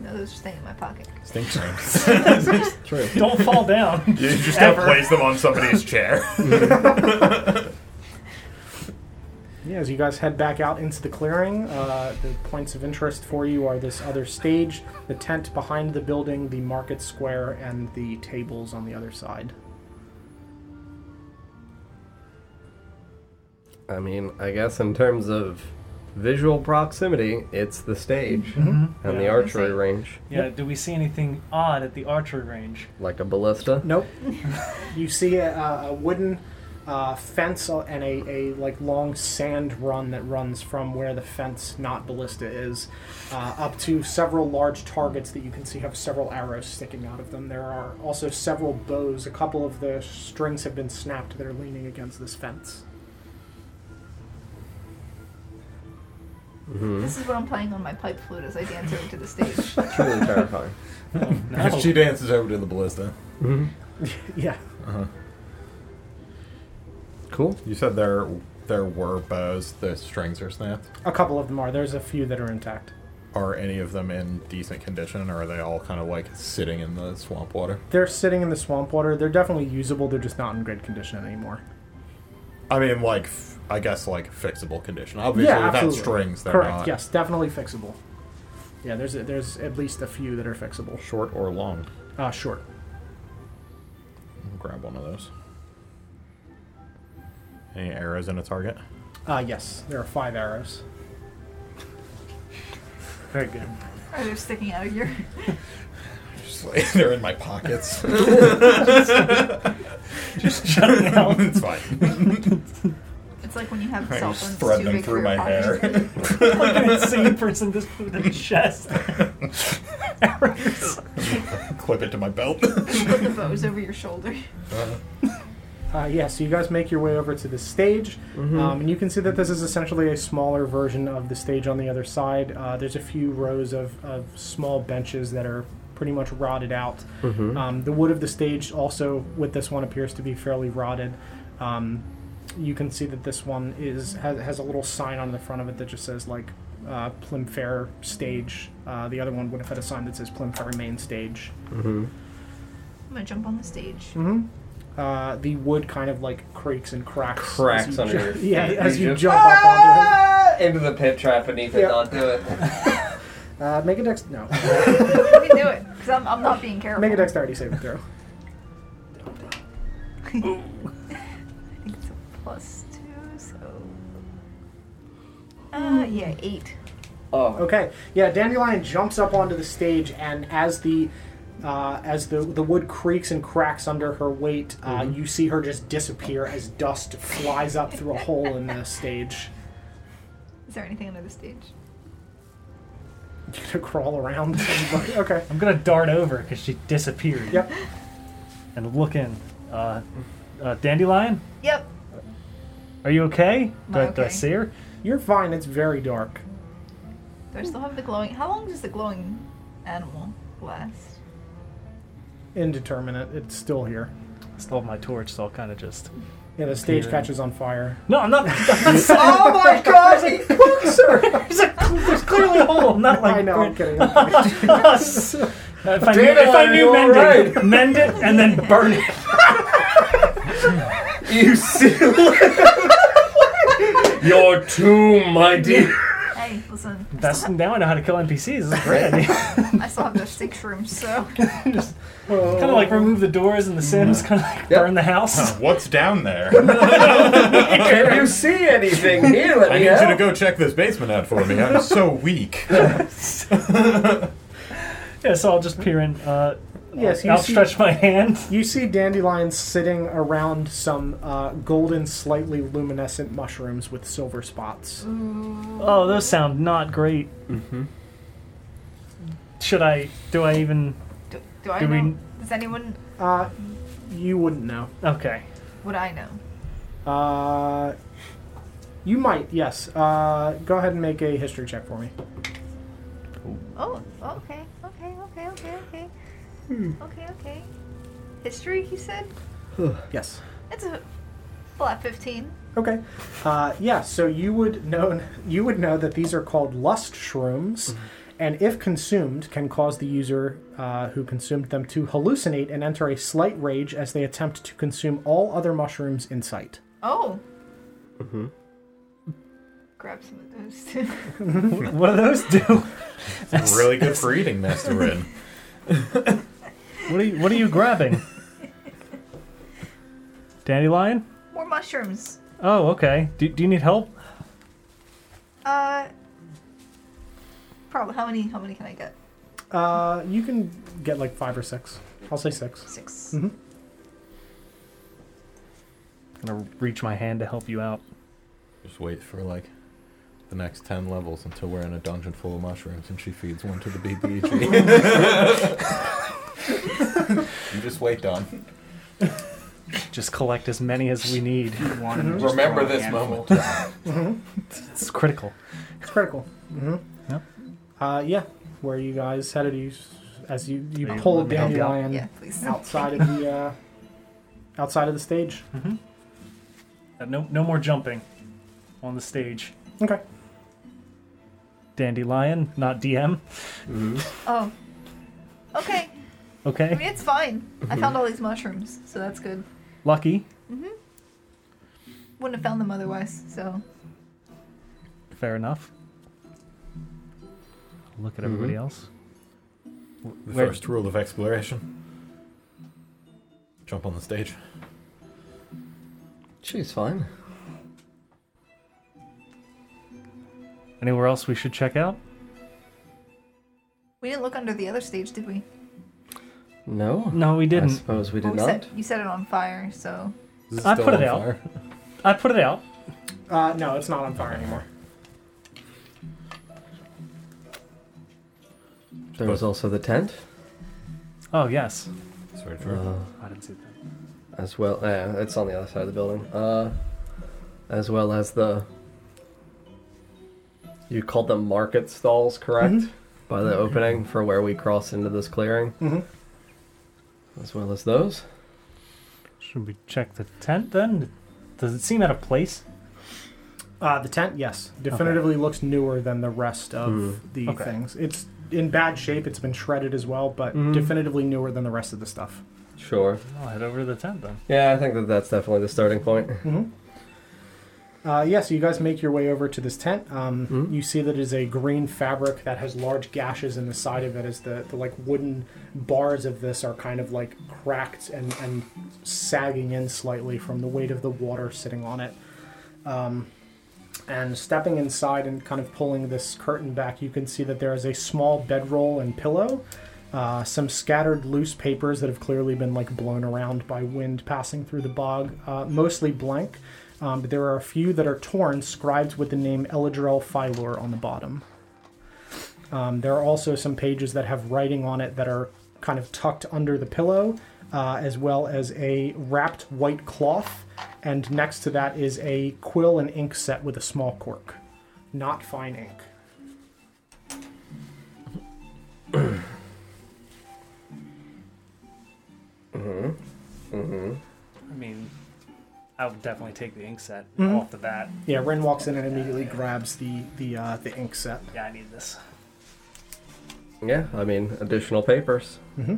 No, those are staying in my pocket. Stink It's True. Don't fall down. You just Ever. don't place them on somebody's chair. Yeah, as you guys head back out into the clearing, uh, the points of interest for you are this other stage, the tent behind the building, the market square, and the tables on the other side. I mean, I guess in terms of visual proximity, it's the stage Mm-hmm. Mhm. and the Yeah. archery range, Yeah, do we see anything odd at the archery range? like a ballista. Nope. you see a, a wooden uh, fence and a, a like long sand run that runs from where the fence, not ballista, is, uh, up to several large targets that you can see have several arrows sticking out of them. There are also several bows. A couple of the strings have been snapped that are leaning against this fence. Mm-hmm. This is what I'm playing on my pipe flute as I dance over to the stage. Truly terrifying. If she dances over to the ballista. Mm-hmm. Mhm. yeah. Uh-huh. Cool. You said there there were bows. The strings are snapped. A couple of them are. There's a few that are intact. Are any of them in decent condition, or are they all kind of like sitting in the swamp water? They're sitting in the swamp water. They're definitely usable. They're just not in good condition anymore. I mean, like f- I guess like fixable condition. Obviously, yeah, without absolutely. strings, they're correct. not Yes, definitely fixable. Yeah, there's a, there's at least a few that are fixable. short or long. Uh, short. I'll grab one of those. Any arrows in a target? Uh, yes, there are five arrows. Very good. Are they sticking out of your? Just like they're in my pockets. Just shut it down. it's fine. It's like when you have I cell just phones thread too them big through for your my pocket. hair. like an insane person just threw the chest. Clip it to my belt. Put the bows over your shoulder. Uh, yeah, so you guys make your way over to the stage, um, and you can see that this is essentially a smaller version of the stage on the other side. Uh, there's a few rows of, of small benches that are pretty much rotted out. Mhm. Um, the wood of the stage also with this one appears to be fairly rotted. Um, you can see that this one is has, has a little sign on the front of it that just says like uh, Plimfair Stage. Uh, the other one would have had a sign that says Plimfair Main Stage. Mm-hmm. Mm-hmm. I'm gonna jump on the stage. hmm uh, the wood kind of like creaks and cracks. as Cracks you under ju- your feet. Yeah, as You you, just- jump up Ah! onto it. Into the pit trap and Ethan, Yep. don't do it. Uh, make a dex. No. Let me do it, because I'm, I'm not being careful. make a dexterity saving throw. I think it's a plus two, so. Uh, yeah, eight. Oh. Okay. Yeah, Dandelion jumps up onto the stage, and as the uh, as the the wood creaks and cracks under her weight, uh, Mm-hmm. you see her just disappear as dust flies up through a hole in the stage. Is there anything under the stage? You gonna crawl around? okay. I'm gonna dart over because she disappeared. Yep. And look in. Uh, uh, Dandelion, Yep. are you okay? Am Do I, I do I okay? see her? You're fine. It's very dark. Do I still have the glowing? How long does the glowing animal last? Indeterminate. It's still here. Still have my torch, so I'll kind of just. Yeah, the stage Yeah. catches on fire. No, I'm not. oh my god, he pokes her! There's, a, there's clearly a hole. I'm not like. I know. I'm kidding. I'm kidding. if I knew, Dandelion, if I knew you mend it, alright? mend it and then burn it. You see, your tomb, my dear. Hey, listen. That's now I know how to kill NPCs. This is a great idea. I still have those six rooms, so. kind of like remove the doors and the Mm-hmm. Sims. Kind of like burn the house. Uh, What's down there? Can you see anything here? Let I me need you to know. go check this basement out for me. I'm so weak. Yeah, so I'll just peer in. Uh, Yes, you I'll see- stretch my hand. You see dandelions sitting around some uh, golden, slightly luminescent mushrooms with silver spots. Oh, those sound not great. Mm-hmm. Should I? Do I even? Do, do I Do we- know? Does anyone. Uh, you wouldn't know. Okay. Would I know? Uh, you might, yes. Uh, go ahead and make a history check for me. Oh, okay, okay, okay, okay, okay. Okay, okay. History, he said? yes. It's a flat 15. Okay. Uh, yeah. So you would know you would know that these are called lust shrooms, Mm-hmm. and if consumed, can cause the user uh, who consumed them to hallucinate and enter a slight rage as they attempt to consume all other mushrooms in sight. Oh, Mm-hmm. grab some of those too. What do those do? It's really good for eating, Master Rin. What are you? What are you grabbing? Dandelion. More mushrooms. Oh, okay. Do, do you need help? Uh, probably. How many? How many can I get? Uh, you can get like five or six. I'll say six. 6 Mhm. I'm gonna reach my hand to help you out. Just wait for like the next ten levels until we're in a dungeon full of mushrooms and she feeds one to the BBG. you just wait, Don. Just collect as many as we need. Mm-hmm. One Mm-hmm. and just Remember throw it this again. moment. It's critical. It's critical. Mm-hmm. Yep. Uh, yeah. Where you guys headed? You s- as you you Let me- pull let me help you out. dandelion Yeah, please. outside of the uh, outside of the stage. Mm-hmm. Uh, No, no more jumping on the stage. Okay. Dandelion, not DM. Mm-hmm. Oh. Okay. I Okay. Mm-hmm. mean, it's fine. I found all these mushrooms, so that's good. Mm-hmm. Lucky. Wouldn't have found them otherwise. So. Fair enough. Look at everybody Mm-hmm. else. The Where- first rule of exploration. Jump on the stage. She's fine. Anywhere else we should check out? We didn't look under the other stage, did we? No, No, we I didn't. suppose we Well, did Oh, we not. Set, you set it on fire, so Is it I still put it on out. fire? I put it out. Uh, no, it's not on fire anymore. There was also the tent, Oh yes. Sorry for uh, I didn't see that. as well. Uh, it's on the other side of the building. Uh, as well as the. You called them market stalls, correct? Mm-hmm. By the opening for where we cross into this clearing, Mm-hmm. Mhm. as well as those. Should we check the tent then? Does it seem out of place? Uh, the tent, yes, definitively looks newer than the rest of Hmm. the Okay. Mm-hmm. things. It's in bad shape. It's been shredded as well, but definitively newer than the rest of the stuff. Sure. I'll head over to the tent then. Yeah, I think that that's definitely the starting point. Uh, yeah, so you guys make your way over to this tent. Um, Mm-hmm. You see that it is a green fabric that has large gashes in the side of it, as the, the like wooden bars of this are kind of like cracked and, and sagging in slightly from the weight of the water sitting on it. Um, and stepping inside and kind of pulling this curtain back, you can see that there is a small bedroll and pillow, uh, some scattered loose papers that have clearly been like blown around by wind passing through the bog, uh, mostly blank. Um, but there are a few that are torn, scribed with the name Eladrel Phylor on the bottom. Um, there are also some pages that have writing on it that are kind of tucked under the pillow, uh, as well as a wrapped white cloth, and next to that is a quill and ink set with a small cork. Not fine ink. hmm hmm I mean, I would definitely take the ink set Mm-hmm. Mhm. off the bat. Yeah, Ren walks in and immediately grabs the the uh, the ink set. Yeah, I need this. Yeah, I mean, additional papers. hmm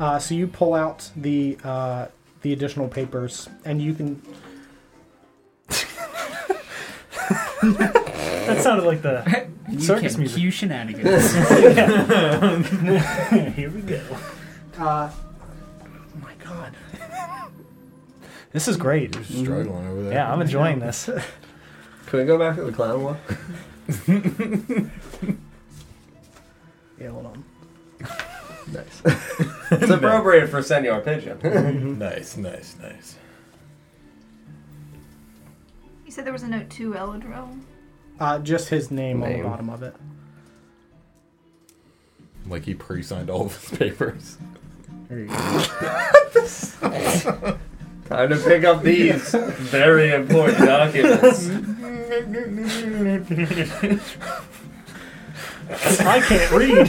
Uh, so you pull out the uh, the additional papers, and you can That sounded like the You circus can music. cue shenanigans. Yeah. Here we go. Uh, oh my god. This is great. You're struggling over there. Mm-hmm. Yeah, I'm enjoying this. Can we go back to the clown walk? Yeah, hold on. nice. it's appropriate for Senor Pigeon. Mm-hmm. nice, nice, nice. You said there was a note to Elodril. Uh, just his name, on the Name. bottom of it. Like he pre-signed all of his papers. There you go. Time to pick up these very important documents. I can't read.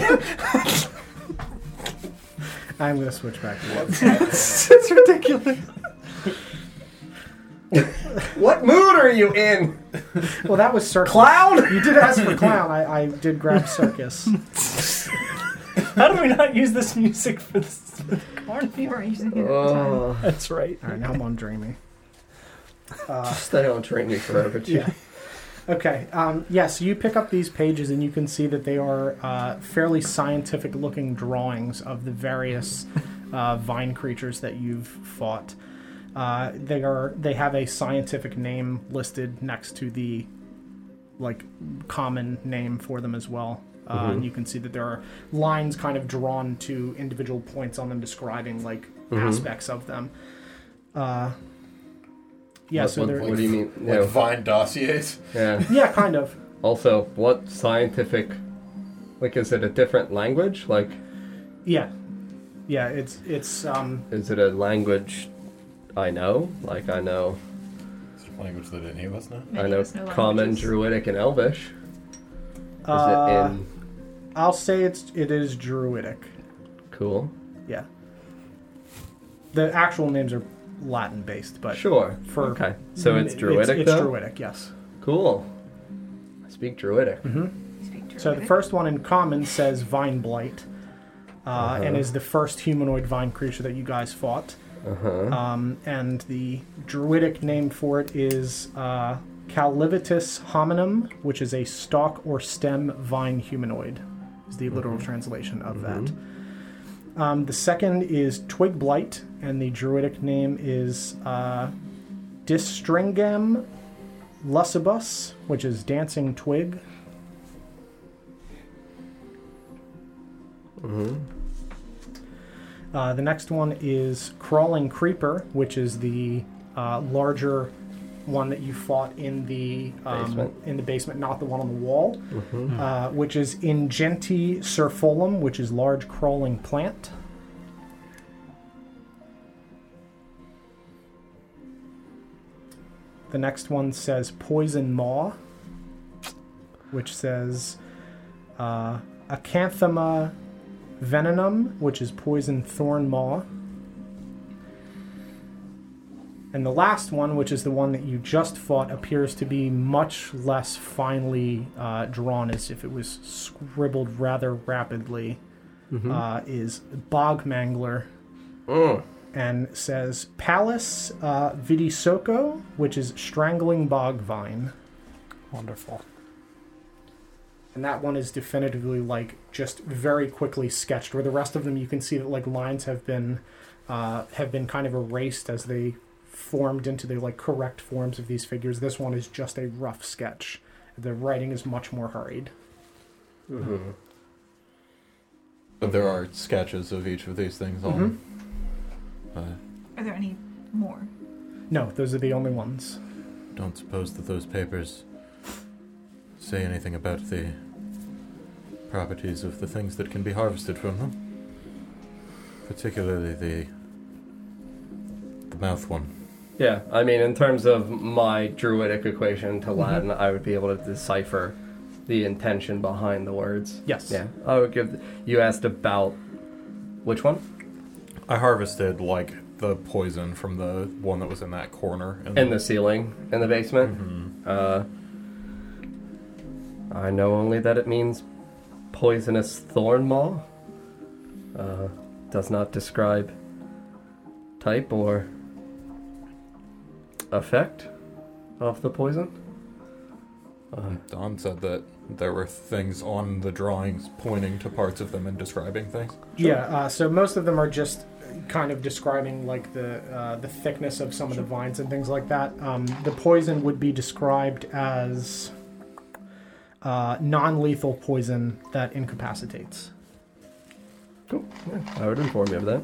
I'm gonna switch back. To it's ridiculous. what mood are you in? Well, that was circus. Clown? You did ask for clown. I, I did grab circus. How do we not use this music for this? Aren't we were using it? Oh. That's right. All right, now I'm on dreamy. Uh, Stay on training forever, too. Yeah. Okay. Um, yeah, so you pick up these pages and you can see that they are uh, fairly scientific looking drawings of the various uh, vine creatures that you've fought. Uh, they are they have a scientific name listed next to the like common name for them as well. Uh, Mhm. And you can see that there are lines kind of drawn to individual points on them, describing like Mhm. aspects of them. Uh, yeah. What- so what- they're- what do you mean? Like Vine dossiers? Yeah. Yeah, kind of. Also, what scientific? Like, is it a different language? Like, Yeah, yeah. It's it's um. is it a language I know? Like, I know, Language that any of us know. I know, us know Common, languages. Druidic, and Elvish. Is Uh, it in I'll say it's it is druidic. cool? Yeah. The actual names are Latin based, but Sure. For Okay. So it's druidic, It's, though? druidic, yes. Cool. I speak Druidic. Mm-hmm. So the first one in common says vine blight, uh, and Uh-huh. is the first humanoid vine creature that you guys fought. Uh-huh. Um, and the druidic name for it is uh, Callivitis hominum, which is a stalk or stem vine humanoid, is the literal Mm-hmm. translation of that. Um, the second is twig blight, and the druidic name is uh, Distringam lusibus, which is dancing twig. hmm Uh, the next one is Crawling Creeper, which is the uh, larger one that you fought in the um, Basement. in the basement, not the one on the wall, Mhm. uh, which is Ingenti Cerfolum, which is large crawling plant. The next one says Poison Maw, which says uh, Acanthema Venenum, which is Poison Thorn Maw. And the last one, which is the one that you just fought, appears to be much less finely uh, drawn, as if it was scribbled rather rapidly. Mhm. Uh, is Bog Mangler, Mm. and says Pallas uh, Vidisoko, which is Strangling Bog Vine. Wonderful. And that one is definitively like just very quickly sketched. Where the rest of them, you can see that like lines have been uh, have been kind of erased as they formed into the like correct forms of these figures. This one is just a rough sketch. The writing is much more hurried. Mhm. But there are sketches of each of these things on. I Are there any more? No, those are the only ones. Don't suppose that those papers say anything about the properties of the things that can be harvested from them, particularly the The mouth one. Yeah, I mean, in terms of my druidic equation to Latin, I would be able to decipher the intention behind the words. Yes. Yeah, I would give. You asked about which one? I harvested like the poison from the one that was in Mm-hmm. that corner in the ceiling in the basement. Uh, I know only that it means poisonous thorn maw. Uh, does not describe type or effect of the poison. Uh, Don said that there were things on the drawings pointing to parts of them and describing things. Yeah, uh, so most of them are just kind of describing like the uh, the thickness of some of the vines and things like that. Um, the poison would be described as uh, non-lethal poison that incapacitates. Cool. I would inform you of that.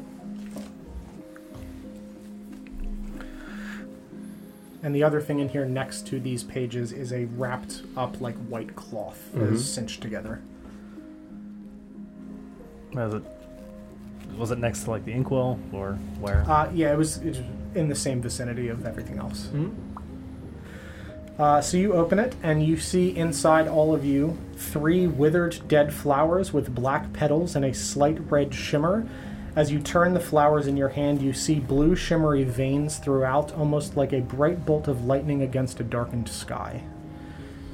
And the other thing in here next to these pages is a wrapped up like white cloth that Mhm. is cinched together. Was it, was it next to like the inkwell or where? Uh, yeah, it was, it was in the same vicinity of everything else. Uh, so you open it, and you see inside all of you three withered dead flowers with black petals and a slight red shimmer. As you turn the flowers in your hand, you see blue shimmery veins throughout, almost like a bright bolt of lightning against a darkened sky.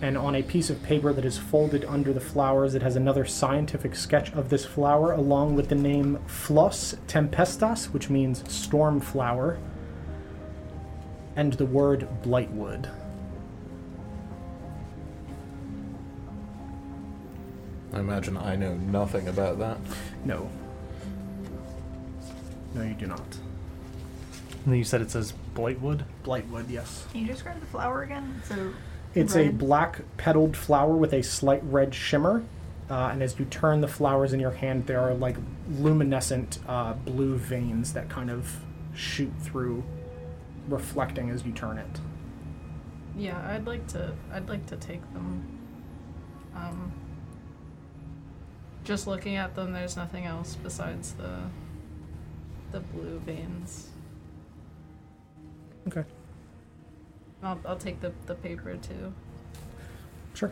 And on a piece of paper that is folded under the flowers, it has another scientific sketch of this flower, along with the name Flos Tempestas, which means storm flower, and the word Blightwood. I imagine I know nothing about that. No. No, you do not. And then you said it says Blightwood? Blightwood, yes. Can you describe the flower again? So It's a red. black petaled flower with a slight red shimmer, uh, and as you turn the flowers in your hand, there are like luminescent uh, blue veins that kind of shoot through, reflecting as you turn it. Yeah, I'd like to. I'd like to take them. Um, just looking at them, there's nothing else besides the the blue veins. Okay. I'll, I'll take the, the paper too. Sure.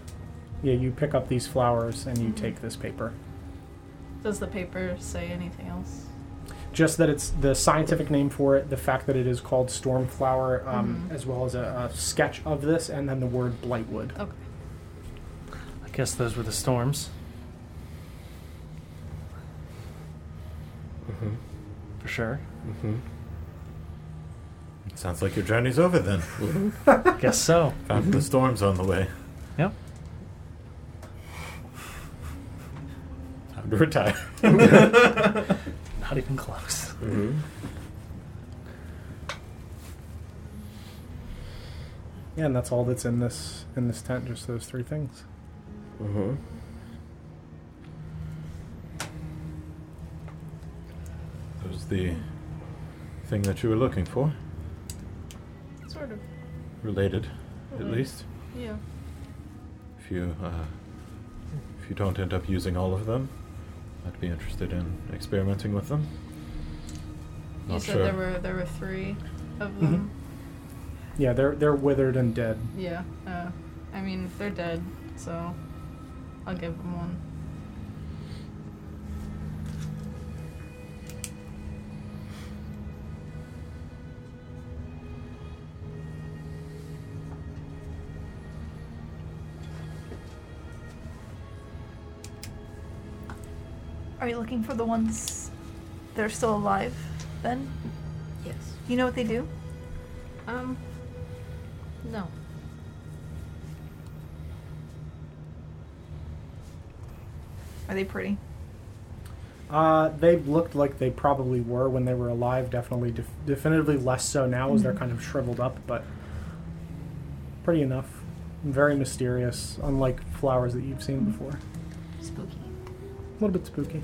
Yeah, you pick up these flowers and you take this paper. Does the paper say anything else? Just that it's the scientific name for it, the fact that it is called Stormflower, um, as well as a, a sketch of this, and then the word Blightwood. Okay. I guess those were the storms. Mm-hmm. For sure. Mm-hmm. It sounds like your journey's over then. Guess so. Found the storms on the way. Yep. Time to retire. Not even close. Mm-hmm. Yeah, and that's all that's in this in this tent. Just those three things. Mm-hmm. Those the thing that you were looking for, Sort of. related, at Related. least. Yeah. If you uh, if you don't end up using all of them, I'd be interested in experimenting with them. You Not said sure. there were there were three of them. Yeah, they're they're withered and dead. Yeah. Uh, I mean, they're dead, so I'll give them one. Are you looking for the ones that are still alive then? Yes. You know what they do? Um, no. Are they pretty? Uh, they looked like they probably were when they were alive. Definitely, def- definitively less so now as they're Mhm. kind of shriveled up, but pretty enough. Very mysterious, unlike flowers that you've seen before. Spooky. A little bit spooky.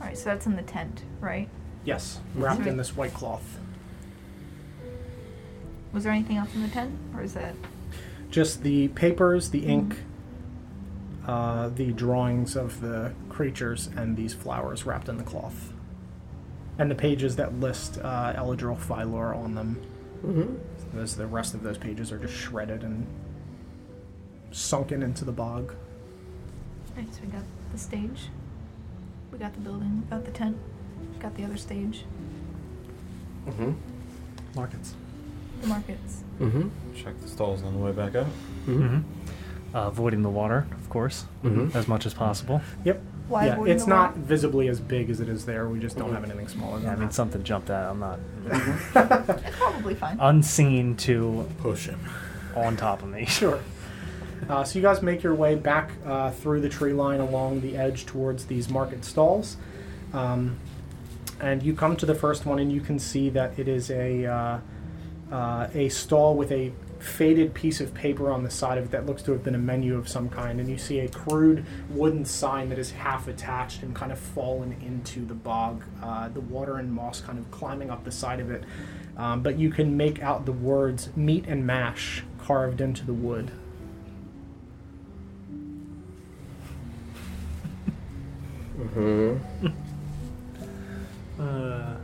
All right, so that's in the tent, right? Yes, wrapped in Sorry. this white cloth. Was there anything else in the tent, or is that? Just the papers, the ink, uh, the drawings of the creatures, and these flowers wrapped in the cloth. And the pages that list uh, Eladril Phylor on them. Mhm. Those, the rest of those pages are just shredded and sunken into the bog. All right, so we got the stage, we got the building, we got the tent, we got the other stage, Mm-hmm. Markets. the markets. Mm-hmm. Check the stalls on the way back out. Mm-hmm. Uh, avoiding the water, of course, Mhm. as much as possible. Mm-hmm. Yep. Why yeah, wouldn't it's the not visibly as big as it is there. We just don't have anything smaller than Yeah, I mean, that. something jumped out. I'm not It's probably fine. Uh, unseen to push him on top of me. Sure. Uh, so you guys make your way back uh, through the tree line along the edge towards these market stalls, um, and you come to the first one, and you can see that it is a uh, uh, a stall with a faded piece of paper on the side of it that looks to have been a menu of some kind, and you see a crude wooden sign that is half attached and kind of fallen into the bog, uh, the water and moss kind of climbing up the side of it. Um, but you can make out the words meat and mash carved into the wood. Mm-hmm. Uh,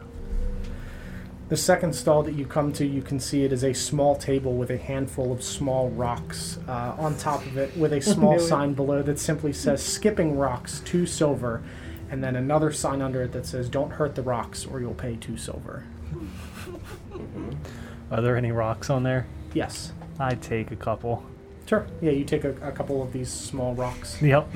The second stall that you come to, you can see it is a small table with a handful of small rocks uh, on top of it, with a Knew small it. sign below that simply says "Skipping Rocks, two silver," and then another sign under it that says "Don't hurt the rocks, or you'll pay two silver." Are there any rocks on there? Yes. I take a couple. Sure. Yeah, you take a, a couple of these small rocks. Yep.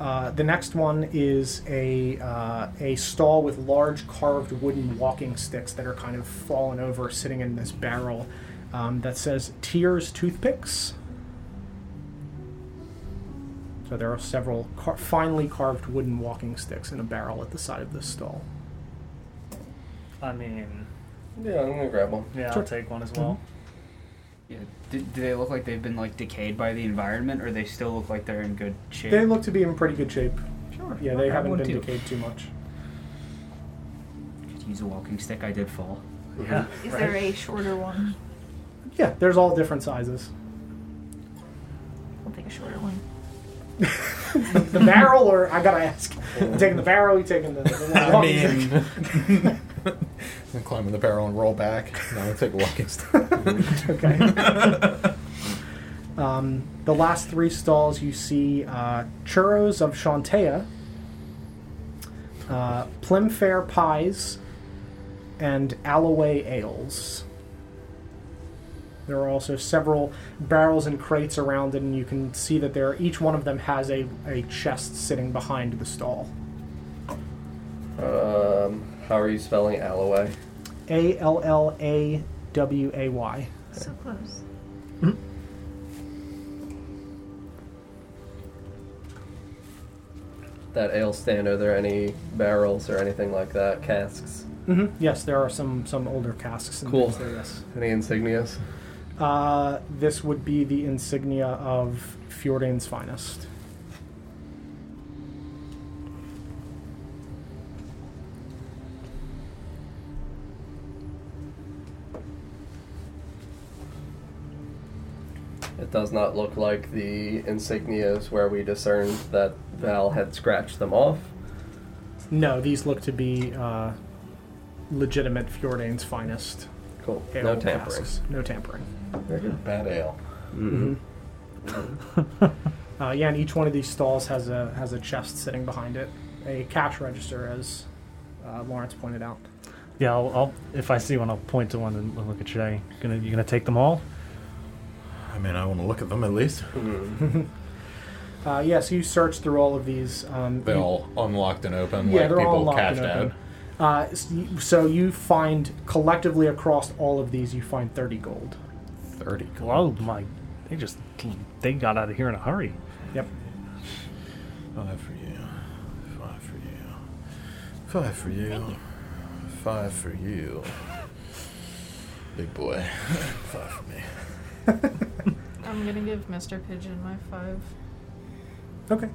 Uh, the next one is a uh, a stall with large carved wooden walking sticks that are kind of fallen over, sitting in this barrel um, that says "Tears Toothpicks." So there are several car- finely carved wooden walking sticks in a barrel at the side of this stall. I mean, Yeah, I'm gonna grab one. yeah, Sure. I'll take one as well. Yeah. Do, do they look like they've been like decayed by the environment, or they still look like they're in good shape? They look to be in pretty good shape. Sure. Yeah, I'll they grab haven't one been too. decayed too much. Could use a walking stick. I did fall. Yeah. Is there a shorter one? Yeah, there's all different sizes. We'll take a shorter one. The barrel, or I gotta ask, you taking the barrel, you taking the, the I walking stick? mean, then climb in the barrel and roll back. No, I'll take a walking stick. okay. um, the last three stalls you see uh, churros of Chantea, uh, Plimfair pies, and Alloway ales. There are also several barrels and crates around it, and you can see that there each one of them has a, a chest sitting behind the stall. Um, how are you spelling Alloway? A L L A W A Y. So close. That ale stand, are there any barrels or anything like that? Casks? hmm Yes, there are some some older casks and Cool. things there. Yes. Any insignias? Uh, this would be the insignia of Fjordane's finest. It does not look like the insignias where we discerned that Val had scratched them off. No, these look to be uh, legitimate Fjordane's finest. Cool. ale no tampering. casks. No tampering. Very good. Bad ale. Mm-hmm. Uh, yeah, and each one of these stalls has a has a chest sitting behind it, a cash register, as uh, Lawrence pointed out. Yeah, I'll, I'll if I see one, I'll point to one and look at you. Are you Gonna you gonna take them all? I mean, I want to look at them at least. Uh, yeah, so you search through all of these. Um, They you- all unlocked and open, yeah, like they're all people locked cashed and out. open. Uh, s- you- so you find collectively across all of these, you find thirty gold. 30 Oh my. They just. They got out of here in a hurry. Yep. Five for you. Five for you. Five for you. Five for you. Big boy. Five for me. I'm gonna give Mr. Pigeon my five. Okay.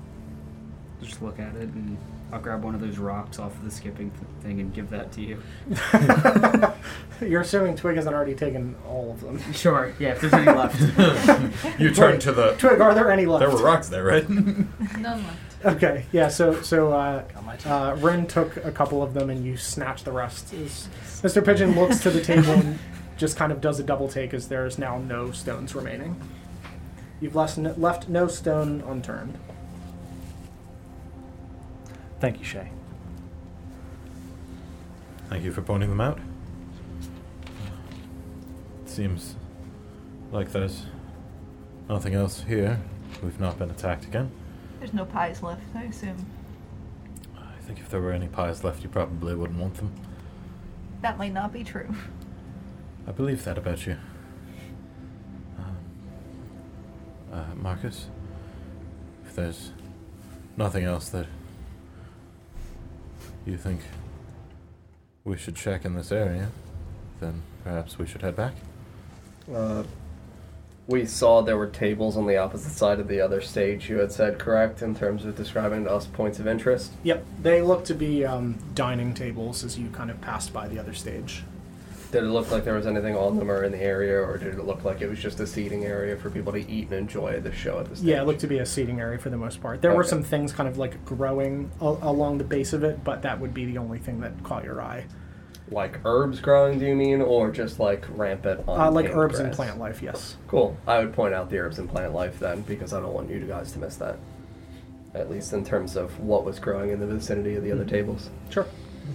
Just look at it, and I'll grab one of those rocks off of the skipping th- thing and give that to you. You're assuming Twig hasn't already taken all of them. Sure. Yeah, if there's any left. You turn to the. Twig, are there any left? There were rocks there, right? None left. Okay, yeah. So so uh, uh, Ren took a couple of them, and you snatch the rest. As Mr. Pigeon looks to the table and just kind of does a double take, as there is now no stones remaining. You've left no, left no stone unturned. Thank you, Shay. Thank you for pointing them out. Seems like there's nothing else here. We've not been attacked again. There's no pies left, I assume. I think if there were any pies left, you probably wouldn't want them. That might not be true. I believe that about you. Um, uh, Marcus, if there's nothing else that you think we should check in this area, then perhaps we should head back. Uh, we saw there were tables on the opposite side of the other stage. You had said correct in terms of describing to us points of interest. Yep, they look to be um, dining tables as you kind of passed by the other stage. Did it look like there was anything on them or in the area, or did it look like it was just a seating area for people to eat and enjoy the show at this? Yeah, it looked to be a seating area for the most part. There were Okay. some things kind of like growing a- along the base of it, but that would be the only thing that caught your eye. Like herbs growing, do you mean, or just like rampant on? Uh, like pink herbs and grass? plant life, yes. Cool. I would point out the herbs and plant life then, because I don't want you guys to miss that. At least in terms of what was growing in the vicinity of the other tables. Mm. Sure.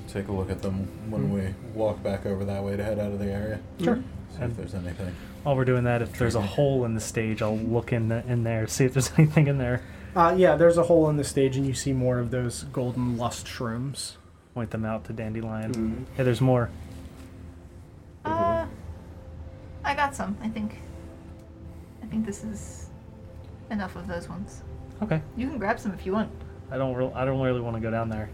Take a look at them when we walk back over that way to head out of the area. Sure. See if there's anything. While we're doing that, if there's a hole in the stage, I'll look in the, in there, see if there's anything in there. Uh, yeah, there's a hole in the stage, and you see more of those golden lust shrooms. Point them out to Dandelion. Hey, there's more. Uh, I got some. I think. I think this is enough of those ones. Okay. You can grab some if you want. I don't. Re- I don't really want to go down there.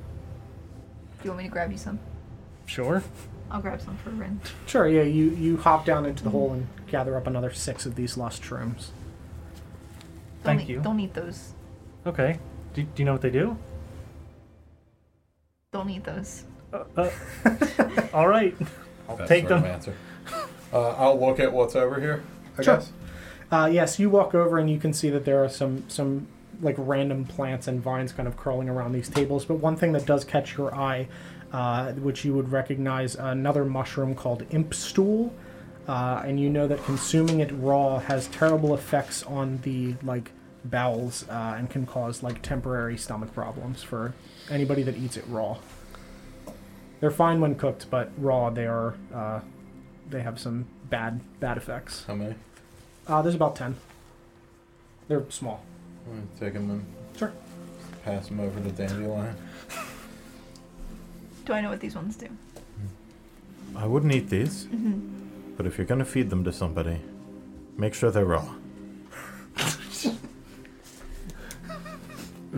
Do you want me to grab you some? Sure. I'll grab some for Rin. Sure, yeah, you, you hop down into the hole and gather up another six of these lust shrooms. Don't Thank eat, you. Don't eat those. Okay. Do, do you know what they do? Don't eat those. Uh, all right. I'll Best take sort of them. answer. Uh, I'll look at what's over here. I Sure. guess. Uh, yes, you walk over and you can see that there are some some like random plants and vines kind of curling around these tables. But one thing that does catch your eye, uh, which you would recognize, another mushroom called imp stool, uh, and you know that consuming it raw has terrible effects on the like bowels uh, and can cause like temporary stomach problems for anybody that eats it raw. They're fine when cooked, but raw they are uh, they have some bad bad effects. How many? Uh, there's about ten. They're small. I'm gonna take them and Sure. pass them over to Dandelion. Do I know what these ones do? I wouldn't eat these, Mhm. Mm-hmm. but if you're gonna feed them to somebody, make sure they're raw.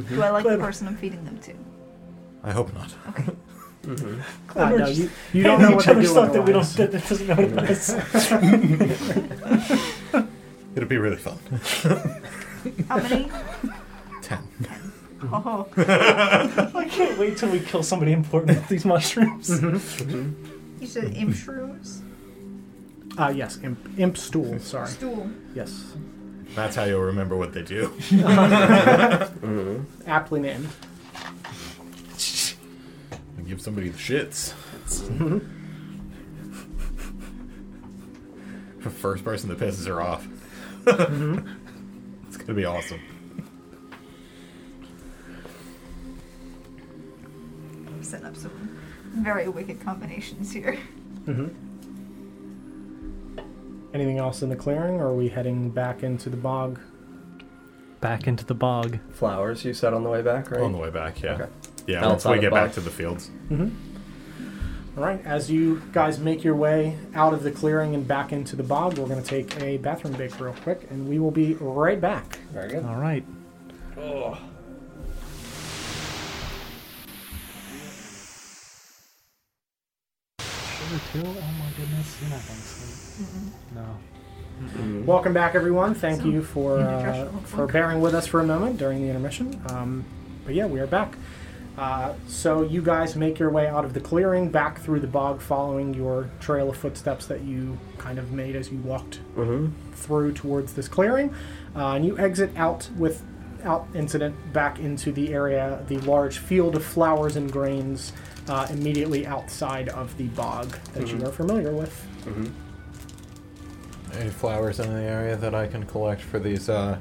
Do I like the person I'm feeding them to? I hope not. Okay. Uh, no, just you, you don't handing know what each they other do stuff that we don't otherwise. that doesn't know what it is. It'll be really fun. How many? Ten. Oh. I can't wait till we kill somebody important with these mushrooms. Mm-hmm. You said imp shrooms? Uh, yes, imp, imp stool. Sorry. Stool. Yes. That's how you'll remember what they do. Mm-hmm. Aptly named. Give somebody the shits. The first person that pisses her off. Mm-hmm. It's gonna be awesome. I'm setting up some very wicked combinations here. hmm Anything else in the clearing, or are we heading back into the bog? back into the bog. Flowers you said on the way back, right? On the way back, yeah. Okay. Yeah, once we Outside get of back bog. to the fields. Mm-hmm. All right, as you guys make your way out of the clearing and back into the bog, we're going to take a bathroom break real quick, and we will be right back. Very good. All right. Oh. Sugar too? Oh my goodness. You're not going to sleep. No. Mm-hmm. Mm-hmm. Welcome back, everyone. Thank you for Yeah, Josh, uh, for bearing with us for a moment during the intermission. Um, but yeah, we are back. Uh, so you guys make your way out of the clearing, back through the bog, following your trail of footsteps that you kind of made as you walked through towards this clearing, uh, and you exit out with out incident back into the area, the large field of flowers and grains uh, immediately outside of the bog that you Mhm. are familiar with. Mm-hmm. Any flowers in the area that I can collect for these uh,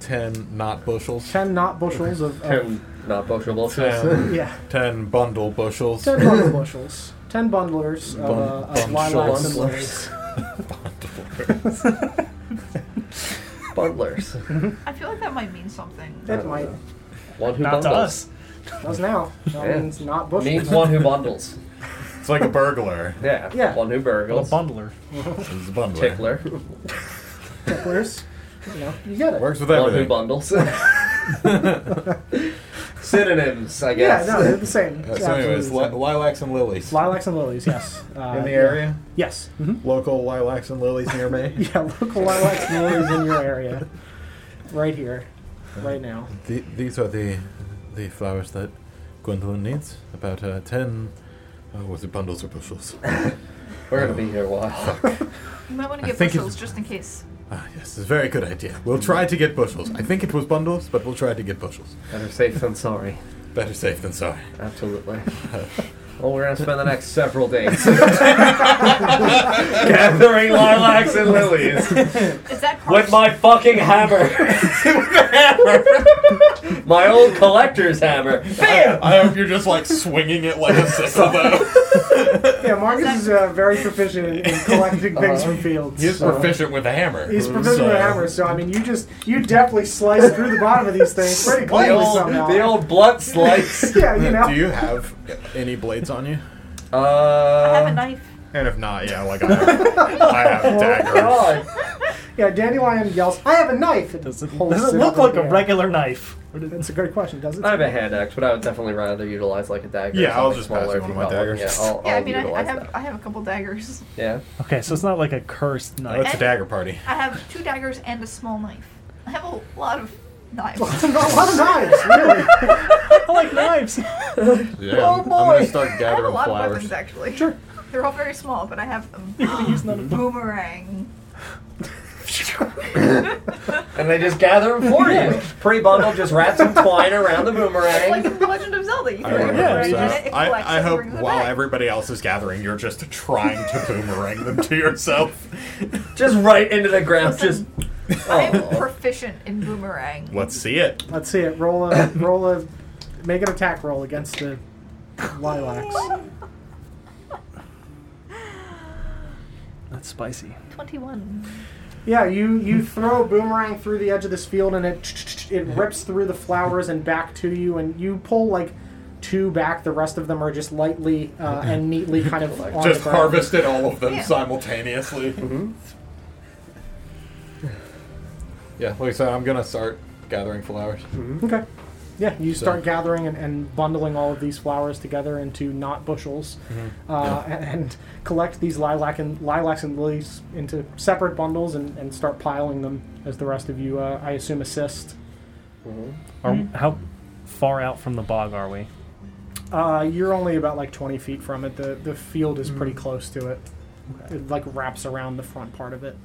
ten knot bushels? Ten knot bushels of- of- Ten knot bushel Ten, Yeah. Ten bundle bushels. Ten bundle bushels. Ten bundlers of, uh, of Bun- lilacs and bundlers. lilies. Bundlers. Mm-hmm. Bundlers. I feel like that might mean something. It might. One who Not to us. bundles. Does now. That Yeah. means not bushels. Means one who bundles. It's like a burglar. Yeah. Yeah. One who burgles. bundler. It's a bundler. Tickler. Ticklers. You know, you get it. Works with One who everything. bundles. Synonyms, I Yeah, guess. no, they're the same. Uh, so, Absolutely anyways, the li- same. lilacs and lilies. Lilacs and lilies, yes. Uh, in the yeah. area? Yes. Mm-hmm. Local lilacs and lilies near me? Yeah, local lilacs and lilies in your area. Right here. Right now. the, these are the the flowers that Gwendolyn needs. About uh, ten. Oh, was it bundles or bushels? We're gonna be here a while. You might want I to get think bushels it's- just in case. Ah, yes, it's a very good idea. We'll try to get bushels. I think it was bundles, but we'll try to get bushels. Better safe than sorry. Better safe than sorry. Absolutely. Well, we're gonna spend the next several days Gathering lilacs and lilies. Is that with my fucking hammer, my old collector's hammer. Bam! I hope you're just like swinging it like a sickle, though. Yeah, Marcus is uh, very proficient in, in collecting Uh-huh. things from fields. He's so- proficient with a hammer. He's proficient with So- hammers, so I mean, you just you definitely slice through the bottom of these things pretty The cleanly old, somehow. the old blunt slice. yeah, you know. Do you have any blades on you? Uh, I have a knife. And if not, yeah, like I have, I have a dagger. Oh, Yeah, Dandelion yells, I have a knife! It Does it, holds does it it look up in like the a air. regular knife? That's a great question, does it? I have a hand axe, but I would definitely rather utilize like a dagger. or Yeah, I'll something just pass smaller you if one of you've my got one. daggers. Yeah, I'll, Oh, yeah, I I'll mean, I, I utilize have that. I have a couple daggers. Yeah. Okay, so it's not like a cursed Oh, knife. it's a dagger party. I have two daggers and a small knife. I have a lot of knives. a lot of knives, really. I like knives. Yeah, Oh, I'm, I'm boy. gonna start I have a gathering lot of flowers. weapons actually. Sure. They're all very small, but I have them. boomerang. And they just gather them for you. Pre-bundle, just wrap some twine around the It's boomerang. like in The Legend of Zelda. You I, throw a remember boomerang so. in it, it collects I, I and hope brings it while back. everybody else is gathering, you're just trying to boomerang them to yourself. Just right into the ground. Just. oh. I am proficient in boomerang. Let's see it. Let's see it. Roll a roll a make an attack roll against the lilacs. That's spicy. 21. Yeah, you you throw a boomerang through the edge of this field and it it rips through the flowers and back to you and you pull like two back. The rest of them are just lightly uh, and neatly kind of on just the ground. harvested all of them Yeah. simultaneously. Yeah, like I said, I'm gonna start gathering flowers. Mm-hmm. Okay. Yeah, you So- start gathering and, and bundling all of these flowers together into knot bushels, Mm-hmm. uh, and, and collect these lilac and lilacs and lilies into separate bundles and, and start piling them as the rest of you, uh, I assume, assist. Are, How far out from the bog are we? Uh, you're only about like 20 feet from it. The the field is Hmm. pretty close to it. It like wraps around the front part of it.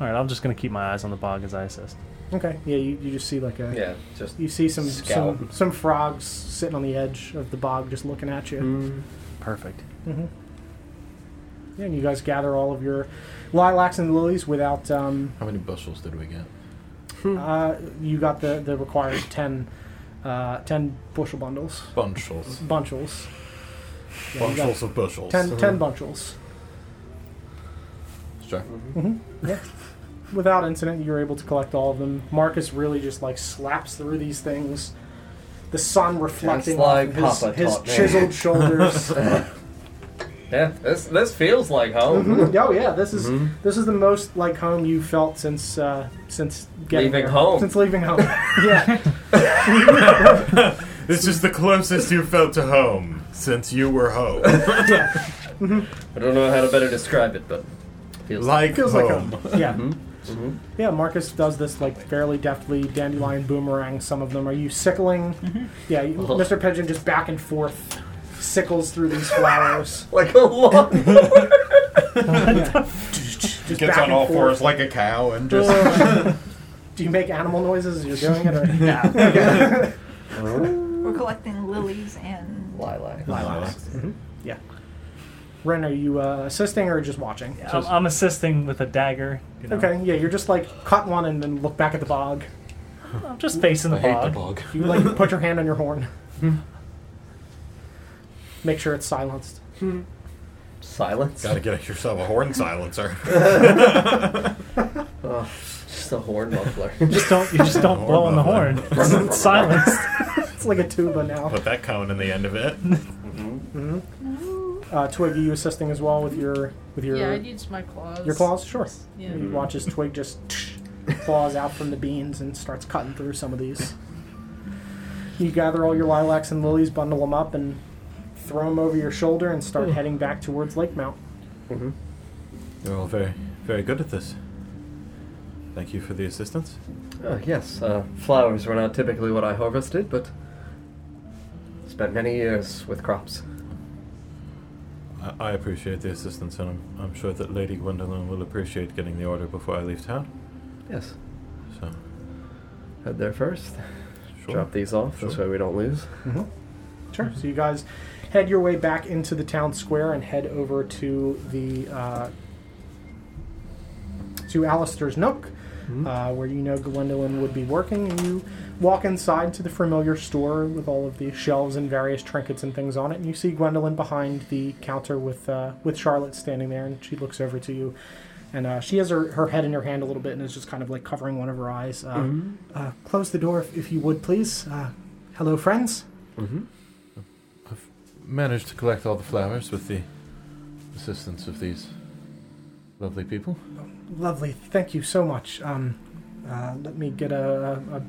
All right, I'm just gonna keep my eyes on the bog as I assist. Okay. Yeah, you, you just see like a Yeah, just. You see some, Scout. some some frogs sitting on the edge of the bog, just looking at you. Mm. Perfect. hmm Yeah, and you guys gather all of your lilacs and lilies without. Um, How many bushels did we get? Hmm. uh, you got the, the required 10, uh, 10 bushel bundles. Bunchels. Bunchels. you got Bunchels of bushels. 10, 10 bunchels. Sure. hmm Yeah. without incident, you're able to collect all of them. Marcus really just like slaps through these things. The sun reflecting Just like off of Papa his, taught me. Oh. his chiseled shoulders. Yeah, this this feels like home. Mm-hmm. Mhm. Oh yeah, this is Mhm. this is the most like home you felt since uh, since getting Leaving here. home. Since leaving home. yeah. This is the closest you felt to home since you were home. I don't know how to better describe it, but feels Like Feels like home. home. Yeah. Mhm. Mhm. Yeah, Marcus does this like fairly deftly. Dandelion boomerang. Some of them. Are you sickling? Yeah, you, Oh. Mr. Pigeon just back and forth sickles through these flowers like a lawnmower. just Gets back on and all forth. Oh. fours like a cow and just. Do you make animal noises as you're doing it? Or? No. Okay. Oh. We're collecting lilies and. Lilac. Lilacs. Mhm. Yeah. Ren, are you uh, assisting or just watching? I'm, I'm assisting with a dagger. You know. Okay, yeah, you're just like cut one and then look back at the bog. I'm just facing the I bog. hate the You like put your hand on your horn. Make sure it's silenced. Silence. Gotta get yourself a horn silencer. oh, just a horn muffler. You just don't. You just don't blow on the horn. It's, it's silenced. it's like a tuba now. Put that cone in the end of it. hmm Uh, Twig, are you assisting as well with your with your yeah, I'd use my claws. your claws? Sure. Yeah. You watch as Twig just claws out from the beans and starts cutting through some of these. You gather all your lilacs and lilies, bundle them up, and throw them over your shoulder and start Ooh. heading back towards Lake Mount. Mm-hmm. You're all very, very good at this. Thank you for the assistance. Uh, yes, uh, flowers were not typically what I harvested, but spent many years with crops. I, I appreciate the assistance, and I'm, I'm sure that Lady Gwendolyn will appreciate getting the order before I leave town. Yes. So, Head there first. Sure. Drop these off. This Sure. way we don't lose. Sure. So you guys head your way back into the town square and head over to the uh, to Alistair's Nook, uh, where you know Gwendolyn would be working. And you walk inside to the familiar store with all of the shelves and various trinkets and things on it. And you see Gwendolyn behind the counter with uh, with Charlotte standing there, and she looks over to you. And uh, she has her, her head in her hand a little bit and is just kind of like covering one of her eyes. Uh, Mm-hmm. Mhm. Mm-hmm. uh, close the door if, if you would, please. Uh, hello, friends. Mm-hmm. managed to collect all the flowers with the assistance of these lovely people. Lovely. Thank you so much. Um, uh, let me get a, a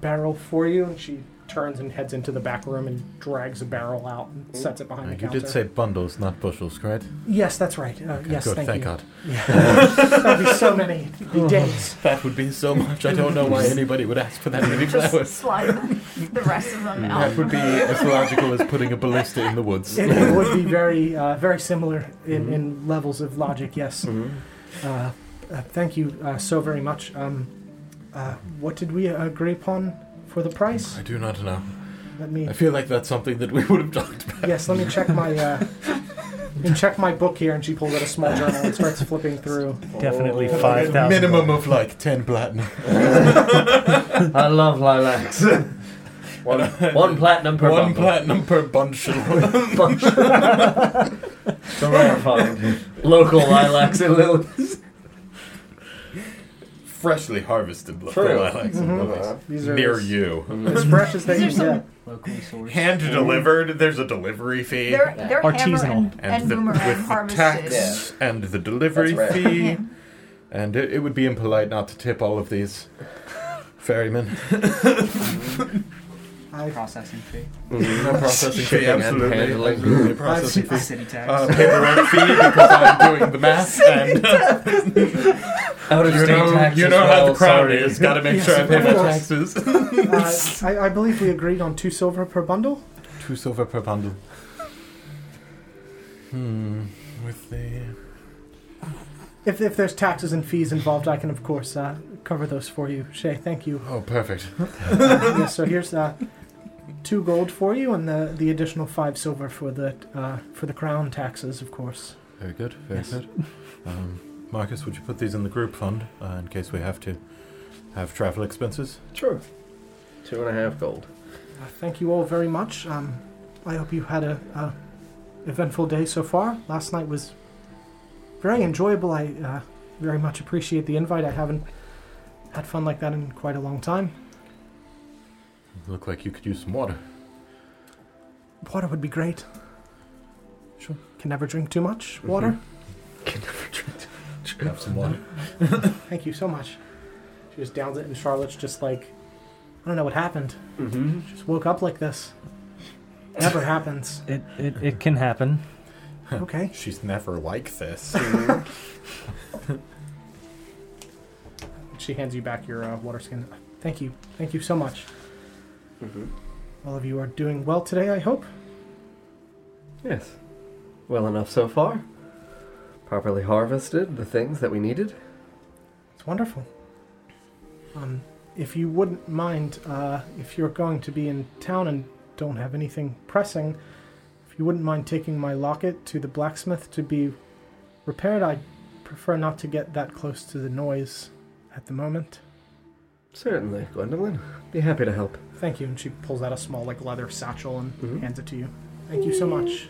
barrel for you. And she turns and heads into the back room and drags a barrel out and sets it behind Uh, the you counter. did say bundles, not bushels, correct? Yes, that's right. Uh, Okay, yes, good, thank, thank you. God. Oh, Yeah. That'd be so many. It'd be days. That would be so much. I don't know why anybody would ask for that many Just flowers. slide the rest of them out. That would be as logical as putting a ballista in the woods. It, it would be very, uh, very similar in, Mm-hmm. in levels of logic. Yes. Uh, uh, thank you uh, so very much. Um, uh, what did we agree upon for the price? I do not know. Let me. I feel like that's something that we would have talked about. Yes, let me check my uh, let me check my book here, and she pulls out a small journal and starts flipping through. Definitely Oh, five a thousand. Minimum of like ten platinum. Uh, I love lilacs. One, one platinum per One bundle. platinum per bunchel. It's a rare find. Local lilacs and lilies. Freshly harvested local True. Mm-hmm. lilacs and Mhm. lilies. These are Near as- you. As fresh as they These are can some- get. Locally sourced. Hand delivered. There's a delivery fee. They're, they're Artisanal. hammer and, and, the, boomerang with the harvested. tax and the delivery That's rare. fee. Yeah. And it, it would be impolite not to tip all of these ferrymen. Processing fee. No processing fee, Shipping Mm-hmm. and absolutely. handling. absolutely. I've Processing seen- fee. City tax. Uh, paperwork fee because I'm doing the math. And uh, Out of you state know, tax you as know how well, the crowd sorry. is. Got to make Yes, sure I pay of my course. taxes. Uh, I, I believe we agreed on two silver per bundle. Two silver per bundle. Hmm. With the If, if there's taxes and fees involved, I can of course uh, cover those for you. Shay, thank you. oh, perfect. Uh, yes, so here's uh, two gold for you, and the, the additional five silver for the uh, for the crown taxes, of course. Very good. Very Yes. good. Um, Marcus, would you put these in the group fund uh, in case we have to have travel expenses? True. Two and a half gold. Uh, thank you all very much. Um, I hope you had a, a eventful day so far. Last night was very enjoyable. I uh, very much appreciate the invite. I haven't had fun like that in quite a long time. Look like you could use some water. Water would be great. Sure. Mm-hmm. Can never drink too much water. Have some water. Thank you so much. She just downs it, and Charlotte's just like, I don't know what happened. Mm-hmm. Mhm. Just woke up like this. Never happens. It, it, it can happen. Okay. Mm-hmm. She's never like this. She hands you back your uh, water skin. Thank you. Thank you so much. Mm-hmm. All of you are doing well today, I hope. Yes. Well enough so far. Properly harvested the things that we needed. It's wonderful. Um, if you wouldn't mind, uh, if you're going to be in town and don't have anything pressing, if you wouldn't mind taking my locket to the blacksmith to be repaired, I'd prefer not to get that close to the noise at the moment. Certainly, Gwendolyn. Be happy to help. Thank you. And she pulls out a small, like, leather satchel and Mm-hmm. hands it to you. Thank you so much.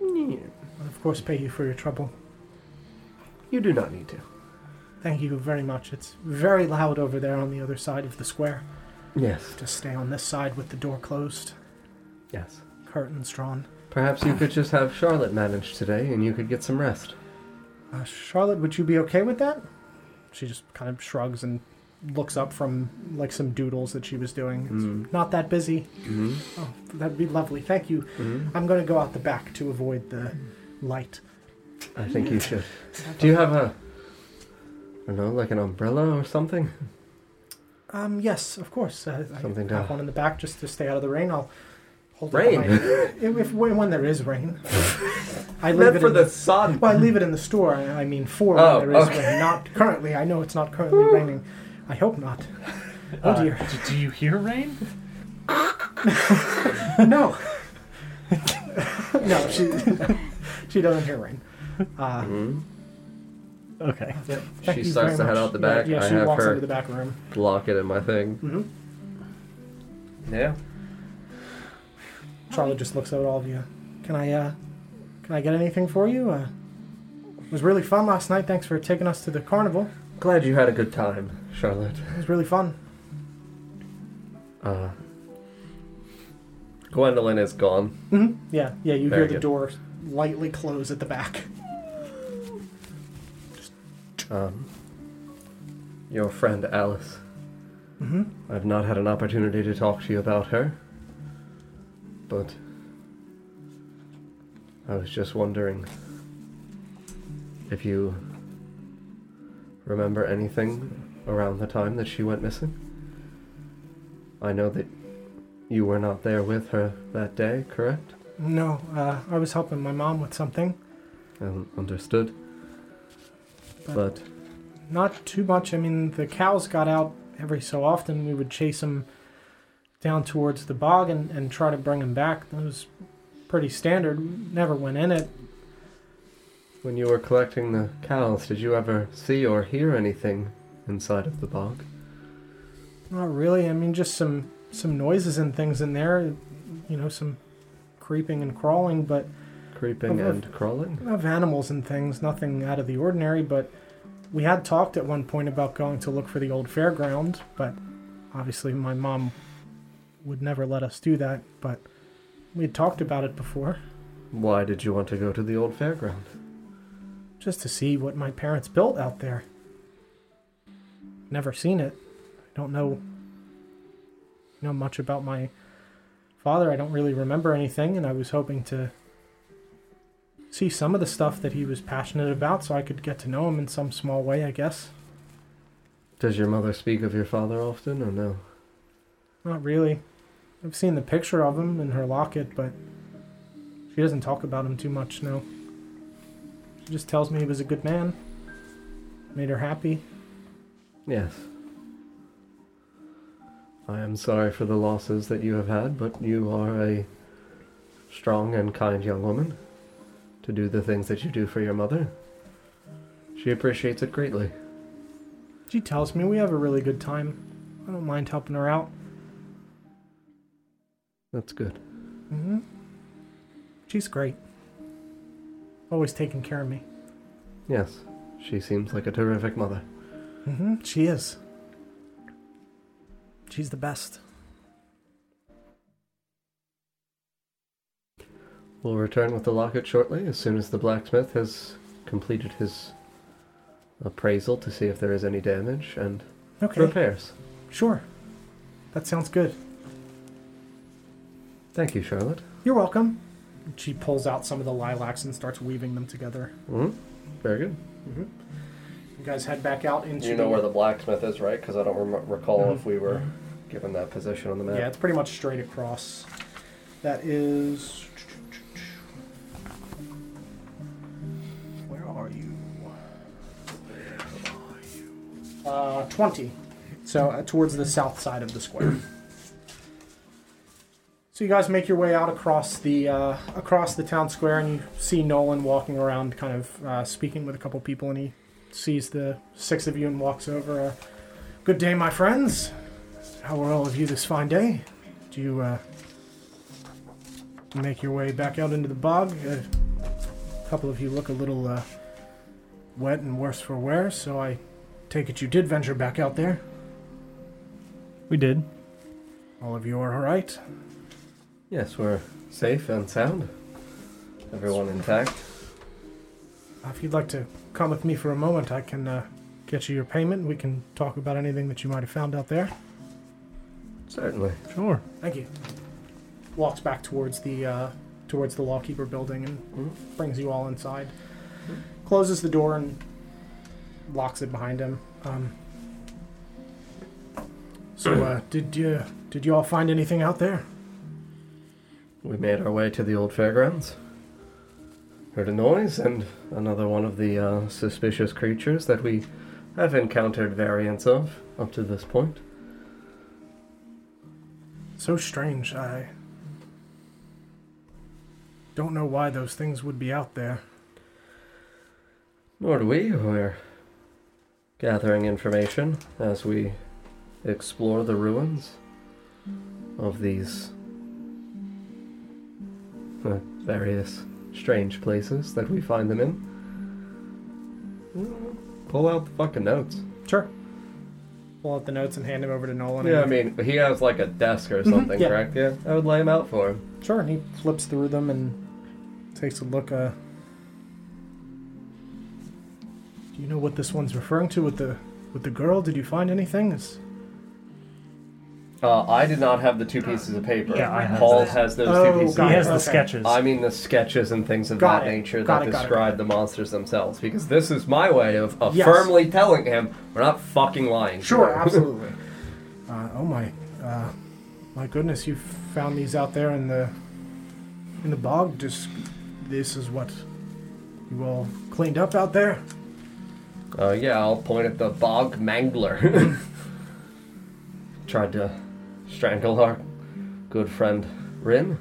I'll, of course, pay you for your trouble. You do not need to. Thank you very much. It's very loud over there on the other side of the square. Yes. Just stay on this side with the door closed, Yes. curtains drawn. Perhaps you could just have Charlotte manage today and you could get some rest. Uh, Charlotte, would you be okay with that? She just kind of shrugs and looks up from like some doodles that she was doing. Mm. It's not that busy. Mhm. Oh, that'd be lovely. Thank you. Mhm. I'm going to go out the back to avoid the light. I think you should. Do you have a. I don't know, like an umbrella or something? Um, yes, of course. Uh, I Something have to- one in the back just to stay out of the rain. I'll hold Rain? It behind- if, if when there is rain, I leave Meant it for in the sun. Well, I leave it in the store. I I mean, for Oh, when there is okay. rain. Not currently. I know it's not currently raining. I hope not. Oh Uh, dear. d- do you hear rain? no. no, she she doesn't hear rain. Ah. Uh, Mm-hmm. Okay. yep. Thank She you very starts to head much. out the Yeah, back. Yeah, I she have walks her into the back room. Lock it in my thing. hmm Mm-hmm. Yeah. Charlotte just looks at all of you. Can I, uh, can I get anything for you? Uh, it was really fun last night. Thanks for taking us to the carnival. Glad you had a good time, Charlotte. It was really fun. Uh, Gwendolyn is gone. hmm Yeah, yeah. You Very hear the good. door lightly close at the back. Um, your friend Alice. Mhm. I've not had an opportunity to talk to you about her, but I was just wondering if you remember anything around the time that she went missing. I know that you were not there with her that day, correct? No, uh, I was helping my mom with something. Um, understood. But- But Not too much. I mean, the cows got out every so often. We would chase them down towards the bog and, and try to bring them back. That was pretty standard. Never went in it. When you were collecting the cows, did you ever see or hear anything inside of the bog? Not really. I mean, just some some noises and things in there. You know, some creeping and crawling, but Creeping Of- of- and crawling? of animals and things. Nothing out of the ordinary. But we had talked at one point about going to look for the old fairground, but obviously my mom would never let us do that. But we had talked about it before, Why did you want to go to the old fairground? just to see what my parents built out there. Never seen it. I don't know know much about my father. I don't really remember anything, and I was hoping to see some of the stuff that he was passionate about so I could get to know him in some small way, I guess. Does your mother speak of your father often or no? Not really. I've seen the picture of him in her locket, but she doesn't talk about him too much, no. She just tells me he was a good man, made her happy. Yes. I am sorry for the losses that you have had, but you are a strong and kind young woman to do the things that you do for your mother. She appreciates it greatly. She tells me we have a really good time. I don't mind helping her out. That's good. hmm She's great. Always taking care of me. Yes. She seems like a terrific mother. hmm She is. She's the best. We'll return with the locket shortly, as soon as the blacksmith has completed his appraisal to see if there is any damage and Okay. repairs. Sure. That sounds good. Thank you, Charlotte. You're welcome. She pulls out some of the lilacs and starts weaving them together. hmm Very good. hmm You guys head back out into. You know where the blacksmith is, right? Because I don't rem- recall Mhm. if we were given that position on the map. Yeah, it's pretty much straight across. That is. Where are you? Uh, 20. So uh, towards the south side of the square. So you guys make your way out across the uh, across the town square, and you see Nolan walking around, kind of uh, speaking with a couple people, and he sees the six of you and walks over. Uh, Good day, my friends. How are all of you this fine day? Do you uh, make your way back out into the bog? A couple of you look a little uh, wet and worse for wear, so I take it you did venture back out there. We did. All of you are all right. Yes, we're safe and sound. Everyone intact. Uh, If you'd like to come with me for a moment, I can uh, get you your payment. We can talk about anything that you might have found out there. Certainly. Sure. Thank you. Walks back towards the uh, towards the lawkeeper building and brings you all inside. Closes the door and locks it behind him. Um, so, uh, did you did you all find anything out there? We made our way to the old fairgrounds. Heard a noise and another one of the uh, suspicious creatures that we have encountered variants of up to this point. So strange. I don't know why those things would be out there. Nor do we. We're gathering information as we explore the ruins of these uh, various strange places that we find them in. Pull out the fucking notes. Sure. Pull out the notes and hand them over to Nolan. Yeah, I mean, he has like a desk or Mhm, something, yeah. correct? Yeah, I would lay him out for him. Sure, and he flips through them and takes a look. Uh, do you know what this one's referring to with the with the girl? Did you find anything? Is- Uh, I did not have the two pieces of paper. Yeah, I have Paul those. has those Oh, two pieces. got of He has paper. the sketches. I mean the sketches and things of Got that it, nature got that it, got it, describe the monsters themselves. Because this is my way of, of Yes. firmly telling him we're not fucking lying. to Sure, you." absolutely. Uh, oh my, uh, my goodness! You found these out there in the in the bog. Just this is what you all cleaned up out there. uh, yeah, I'll point at the bog mangler. Tried to strangle our good friend Rin.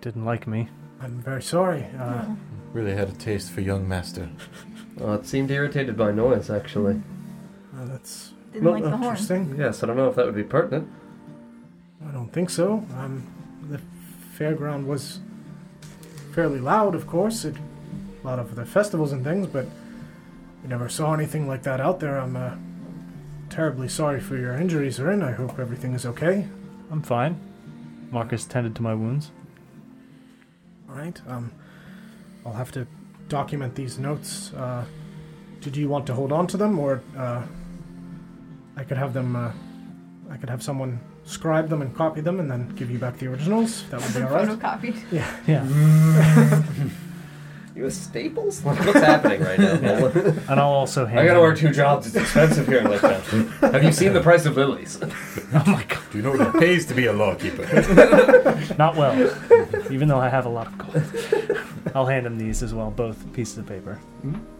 Didn't like me. I'm very sorry. Uh, Really had a taste for young master. Uh, it seemed irritated by noise, actually. uh, that's Didn't like the horn. interesting. Yes, I don't know if that would be pertinent. I don't think so. Um, the fairground was fairly loud, of course. It, a lot of the festivals and things, but we never saw anything like that out there. I'm uh, terribly sorry for your injuries, Rin. I hope everything is okay. I'm fine. Marcus tended to my wounds. All right. Um, I'll have to document these notes. Uh, did you want to hold on to them, or uh, I could have them? Uh, I could have someone scribe them and copy them, and then give you back the originals. That would be all right. Photocopied. Yeah. Yeah. You a Staples? Like, what's happening right now? Nolan? And I'll also hand. I gotta him- work two jobs. It's expensive here in Lake Town. Have you seen the price of lilies? Do you know what it pays to be a lawkeeper? Not well, even though I have a lot of gold. I'll hand him these as well, both pieces of paper.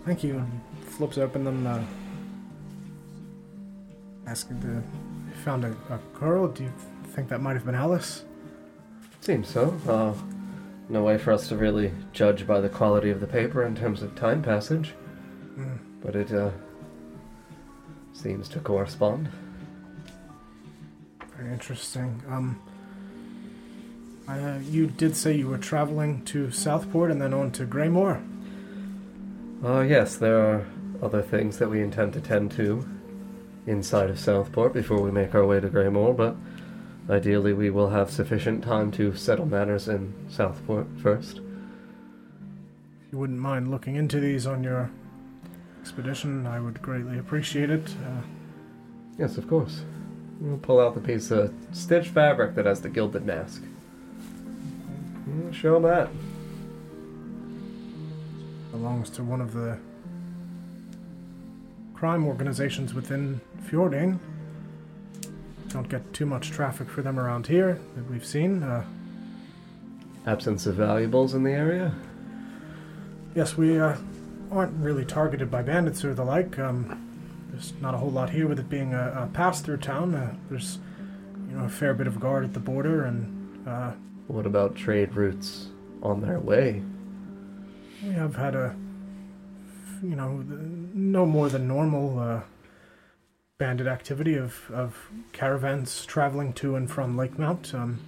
Thank you. Flips open them. Uh, asking to you found a, a girl. Do you think that might have been Alice? Seems so. Uh, no way for us to really judge by the quality of the paper in terms of time passage, Mm. but it uh, seems to correspond. Very interesting. Um, I, uh, you did say you were traveling to Southport and then on to Greymore. Uh, yes, there are other things that we intend to tend to inside of Southport before we make our way to Greymore, but ideally we will have sufficient time to settle matters in Southport first. If you wouldn't mind looking into these on your expedition, I would greatly appreciate it. Uh, Yes, of course. We'll pull out the piece of stitched fabric that has the gilded mask. Mm, Show 'em that. belongs to one of the crime organizations within Fjordane. Don't get too much traffic for them around here that we've seen. Uh, Absence of valuables in the area? yes, we uh, aren't really targeted by bandits or the like. Um, there's not a whole lot here with it being a, a pass-through town. Uh, there's, you know, a fair bit of guard at the border, and uh, What about trade routes on their way? We have had a, you know, th- no more than normal uh, bandit activity of, of caravans traveling to and from Lake Mount. Um,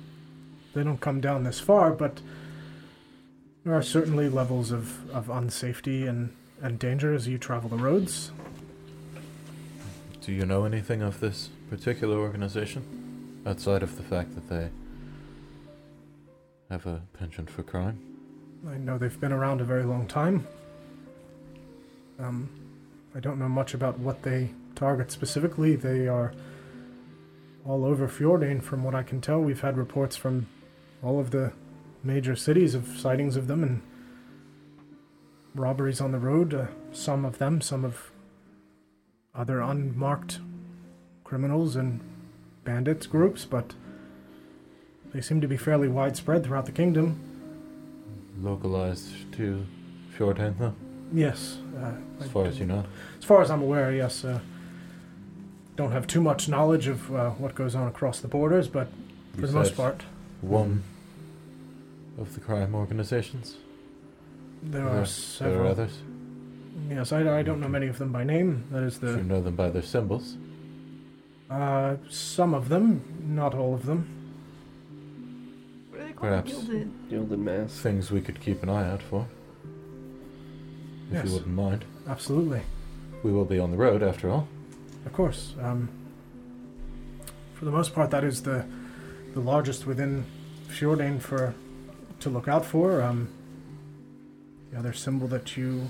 they don't come down this far, but there are certainly levels of, of unsafety and, and danger as you travel the roads. Do you know anything of this particular organization? Outside of the fact that they have a penchant for crime? I know they've been around a very long time. Um, I don't know much about what they target specifically. They are all over Fjordane, from what I can tell. We've had reports from all of the major cities of sightings of them and robberies on the road. Uh, some of them, some of other unmarked criminals and bandits groups, but they seem to be fairly widespread throughout the kingdom. Localized to Fjordane, though? Yes. Uh, I As far as you know? As far as I'm aware, yes. Uh, don't have too much knowledge of uh, what goes on across the borders, but for You the most said part, One of the crime organizations? there are several. There are others? Yes, I, I don't know many of them by name. That is Do you the know them by their symbols? uh, some of them, not all of them. Perhaps Gilded mask. things we could keep an eye out for. If Yes. you wouldn't mind. Absolutely, We will be on the road after all. of course. Um, for the most part, that is the the largest within Fjordane for to look out for. Um, the other symbol that you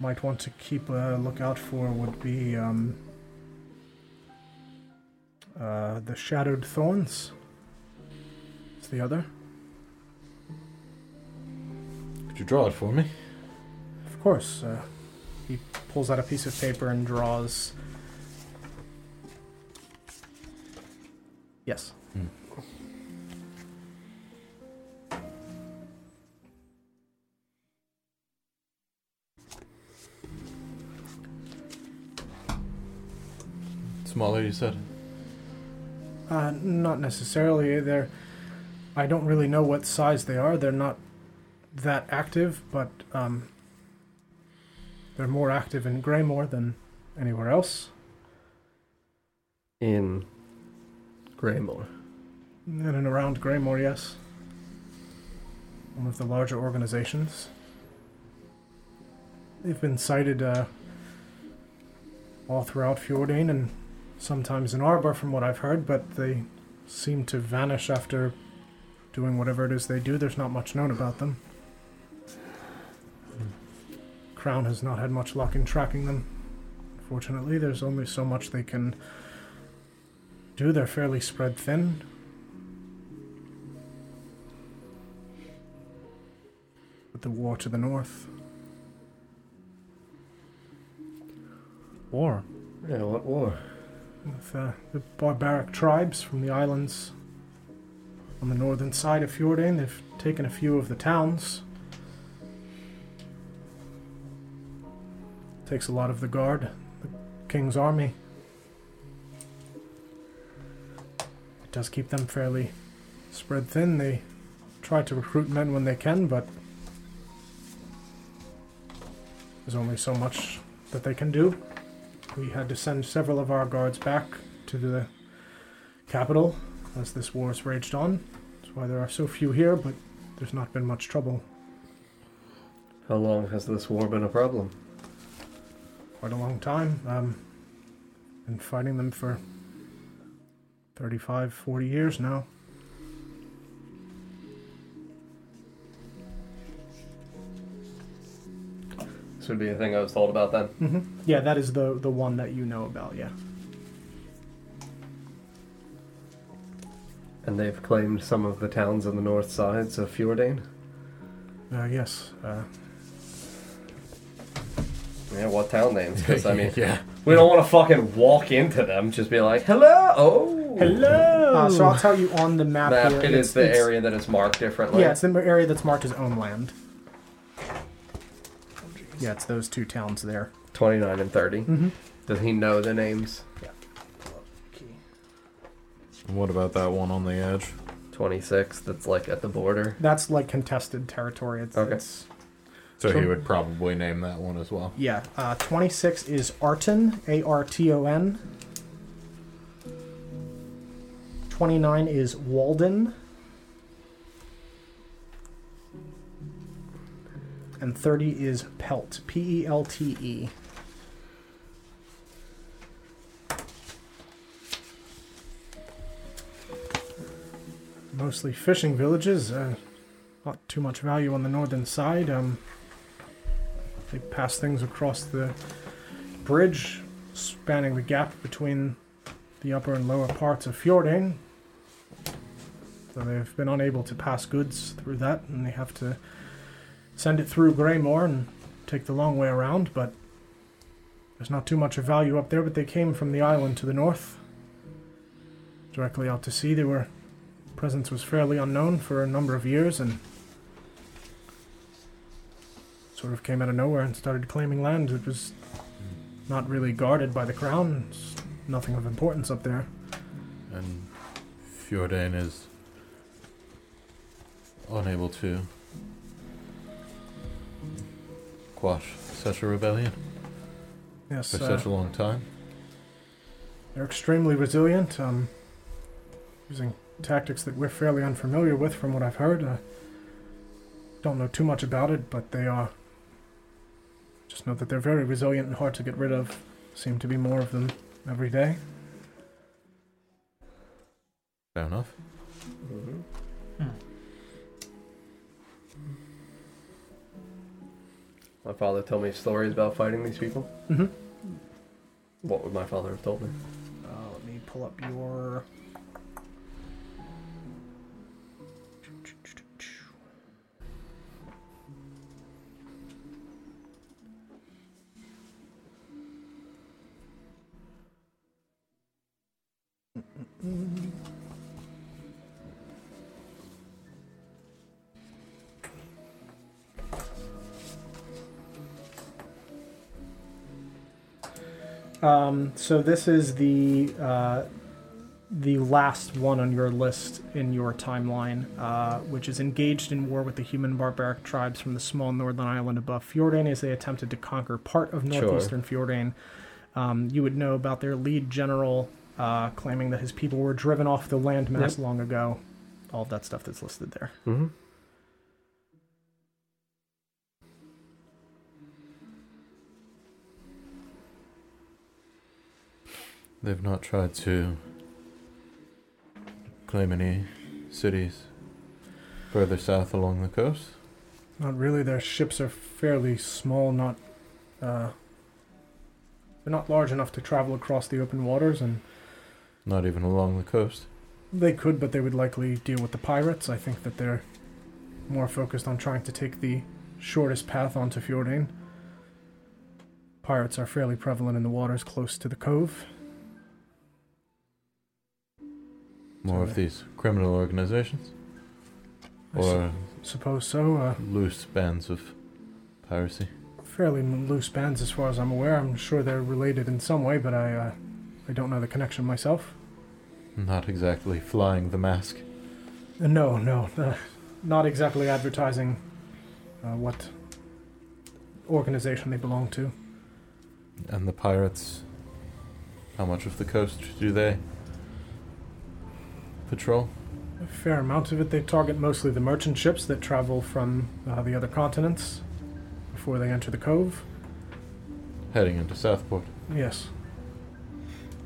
might want to keep a lookout for would be um, uh, the Shadowed Thorns. It's the other, Could you draw it for me? of course. Uh, he pulls out a piece of paper and draws. Yes. Hmm. Smaller, you said? Uh, not necessarily. They're. I don't really know what size they are. They're not that active, but um, they're more active in Greymore than anywhere else. In Greymore. In and around Greymore, yes. One of the larger organizations. They've been cited uh, all throughout Fjordane and sometimes in Arbor, from what I've heard, but they seem to vanish after doing whatever it is they do. There's not much known about them. Crown has not had much luck in tracking them. Fortunately, there's only so much they can do. They're fairly spread thin. with the war to the north. War. Yeah, what war? with uh, the barbaric tribes from the islands on the northern side of Fjordane. They've taken a few of the towns. Takes a lot of the guard, the king's army. It does keep them fairly spread thin. They try to recruit men when they can, but there's only so much that they can do. We had to send several of our guards back to the capital as this war has raged on. That's why there are so few here, but there's not been much trouble. How long has this war been a problem? quite a long time. Um, been fighting them for 35, 40 years now. This would be a thing I was told about then. hmm Yeah, that is the the one that you know about. Yeah. And they've claimed some of the towns on the north sides of Fjordane. Uh, yes. Uh, Yeah, what town names? Because I mean, Yeah. we don't want to fucking walk into them. Just be like, hello, oh, hello. Uh, so I'll tell you on the map. Map, here, it it's- is the it's- area that is marked differently. Yeah, it's the area that's marked as own land. Oh, Yeah, it's those two towns there. Twenty-nine and 30 Mhm. Does he know the names? Yeah. And what about that one on the edge? Twenty-six. That's like at the border. That's like contested territory. It's, Okay. it's So he would probably name that one as well. yeah. Uh, Twenty six is Arton, A R T O N. Twenty nine is Walden. And thirty is Pelt, P E L T E. mostly fishing villages. Uh, not too much value on the northern side. Um, they pass things across the bridge, spanning the gap between the upper and lower parts of Fjordane. So they've been unable to pass goods through that, and they have to send it through Greymore and take the long way around. But there's not too much of value up there. But they came from the island to the north, directly out to sea. They were presence was fairly unknown for a number of years and sort of came out of nowhere and started claiming land. It was not really guarded by the crown. It's nothing of importance up there. And Fjordain is unable to quash such a rebellion Yes, for uh, such a long time. They're extremely resilient, um, using tactics that we're fairly unfamiliar with, from what I've heard. Uh, don't know too much about it, but they are. Just know that they're very resilient and hard to get rid of. Seem to be more of them every day. Fair enough. My father told me stories about fighting these people. Mhm. What would my father have told me? Uh, let me pull up your. Um, so this is the uh, the last one on your list in your timeline, uh, which is engaged in war with the human barbaric tribes from the small northern island above Fjordan as they attempted to conquer part of Sure. northeastern Fjordan. Um, you would know about their lead general uh, claiming that his people were driven off the landmass Yep. long ago. All of that stuff that's listed there. Mm-hmm. They've not tried to claim any cities further south along the coast. Not really. Their ships are fairly small, not uh, they're not large enough to travel across the open waters, and Not even along the coast. they could, but they would likely deal with the pirates. I think that they're more focused on trying to take the shortest path onto Fjordane. Pirates are fairly prevalent in the waters close to the cove. More of these criminal organizations. I sup- Or suppose so. Uh, loose bands of piracy. fairly m- loose bands, as far as I'm aware. I'm sure they're related in some way, but I uh, I don't know the connection myself. Not exactly flying the mask. Uh, No, no, uh, not exactly advertising uh, what organization they belong to. And the pirates, how much of the coast do they patrol? A fair amount of it. They target mostly the merchant ships that travel from uh, the other continents. before they enter the cove. Heading into Southport. Yes.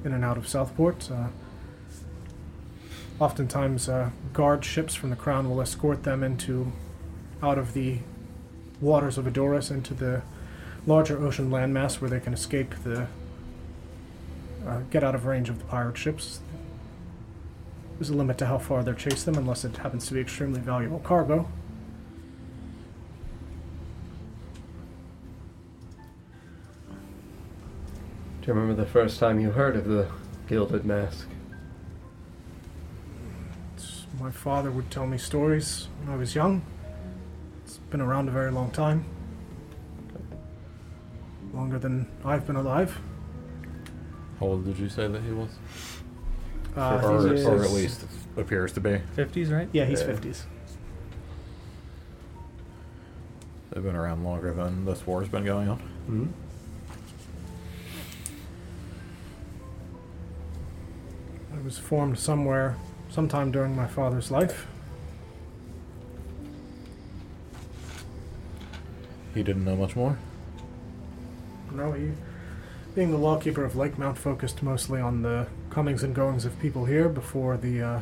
In and out of Southport. Uh, oftentimes, uh, guard ships from the crown will escort them into, out of the waters of Adoris into the larger ocean landmass where they can escape the, uh, get out of range of the pirate ships. There's a limit to how far they chase them unless it happens to be extremely valuable cargo. Do you remember the first time you heard of the Gilded Mask? It's- My father would tell me stories when I was young. It's been around a very long time. Longer than I've been alive. How old did you say that he was? Uh, or, he or is- at least appears to be. 50s, right? Yeah, he's 50s. They've been around longer than this war's been going on. Mm-hmm. It was formed somewhere, sometime during my father's life. He didn't know much more. No, he, being the lawkeeper of Lake Mount, focused mostly on the comings and goings of people here before the uh,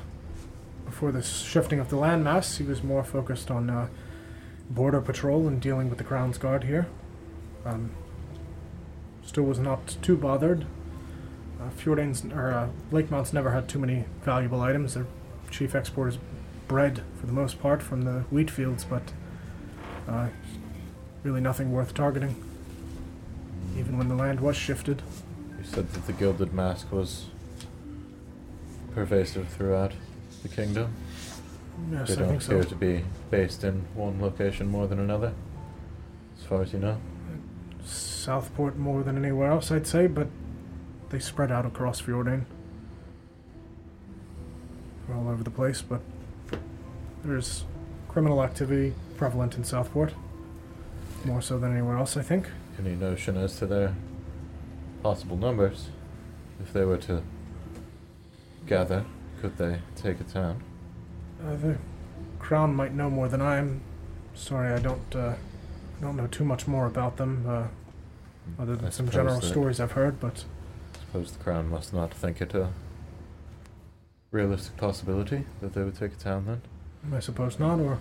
before the shifting of the landmass. He was more focused on uh, border patrol and dealing with the Crown's Guard here. Um, still was not too bothered. Uh, Fjordane's or uh, Lake Mount's never had too many valuable items. Their chief export is bread for the most part from the wheat fields, but uh, really nothing worth targeting even when the land was shifted. You said that the Gilded Mask was pervasive throughout the kingdom. Yes, they I don't think so. appear to be based in one location more than another, as far as you know. Southport more than anywhere else, I'd say, but they spread out across Fjordane. They're all over the place, but there's criminal activity prevalent in Southport. More so than anywhere else, I think. Any notion as to their possible numbers? If they were to gather, could they take a town? Uh, the Crown might know more than I am. Sorry, I don't. Uh, I don't know too much more about them, uh, other than I some suppose general that- stories I've heard. But Suppose the crown must not think it a realistic possibility that they would take a town then. I suppose not, or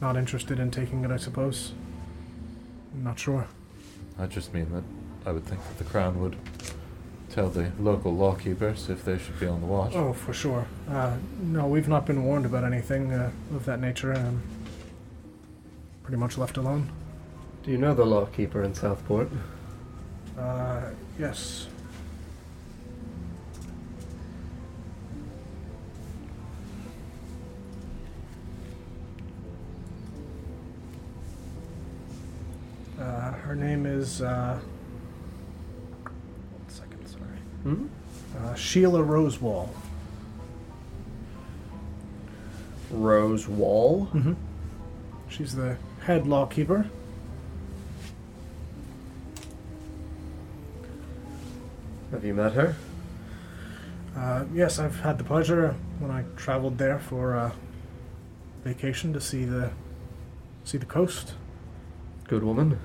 not interested in taking it. I suppose. I'm not sure. I just mean that I would think that the crown would tell the local lawkeepers if they should be on the watch. Oh, for sure. Uh, no, we've not been warned about anything uh, of that nature. Um, pretty much left alone. Do you know the lawkeeper in Southport? Uh, yes. Uh, her name is. Uh, one second, sorry. Hmm? Uh, Sheila Rosewall. Rose Wall? Mm-hmm. She's the head lawkeeper. Have you met her? Uh, yes, I've had the pleasure when I traveled there for uh, vacation to see the see the coast. Good woman.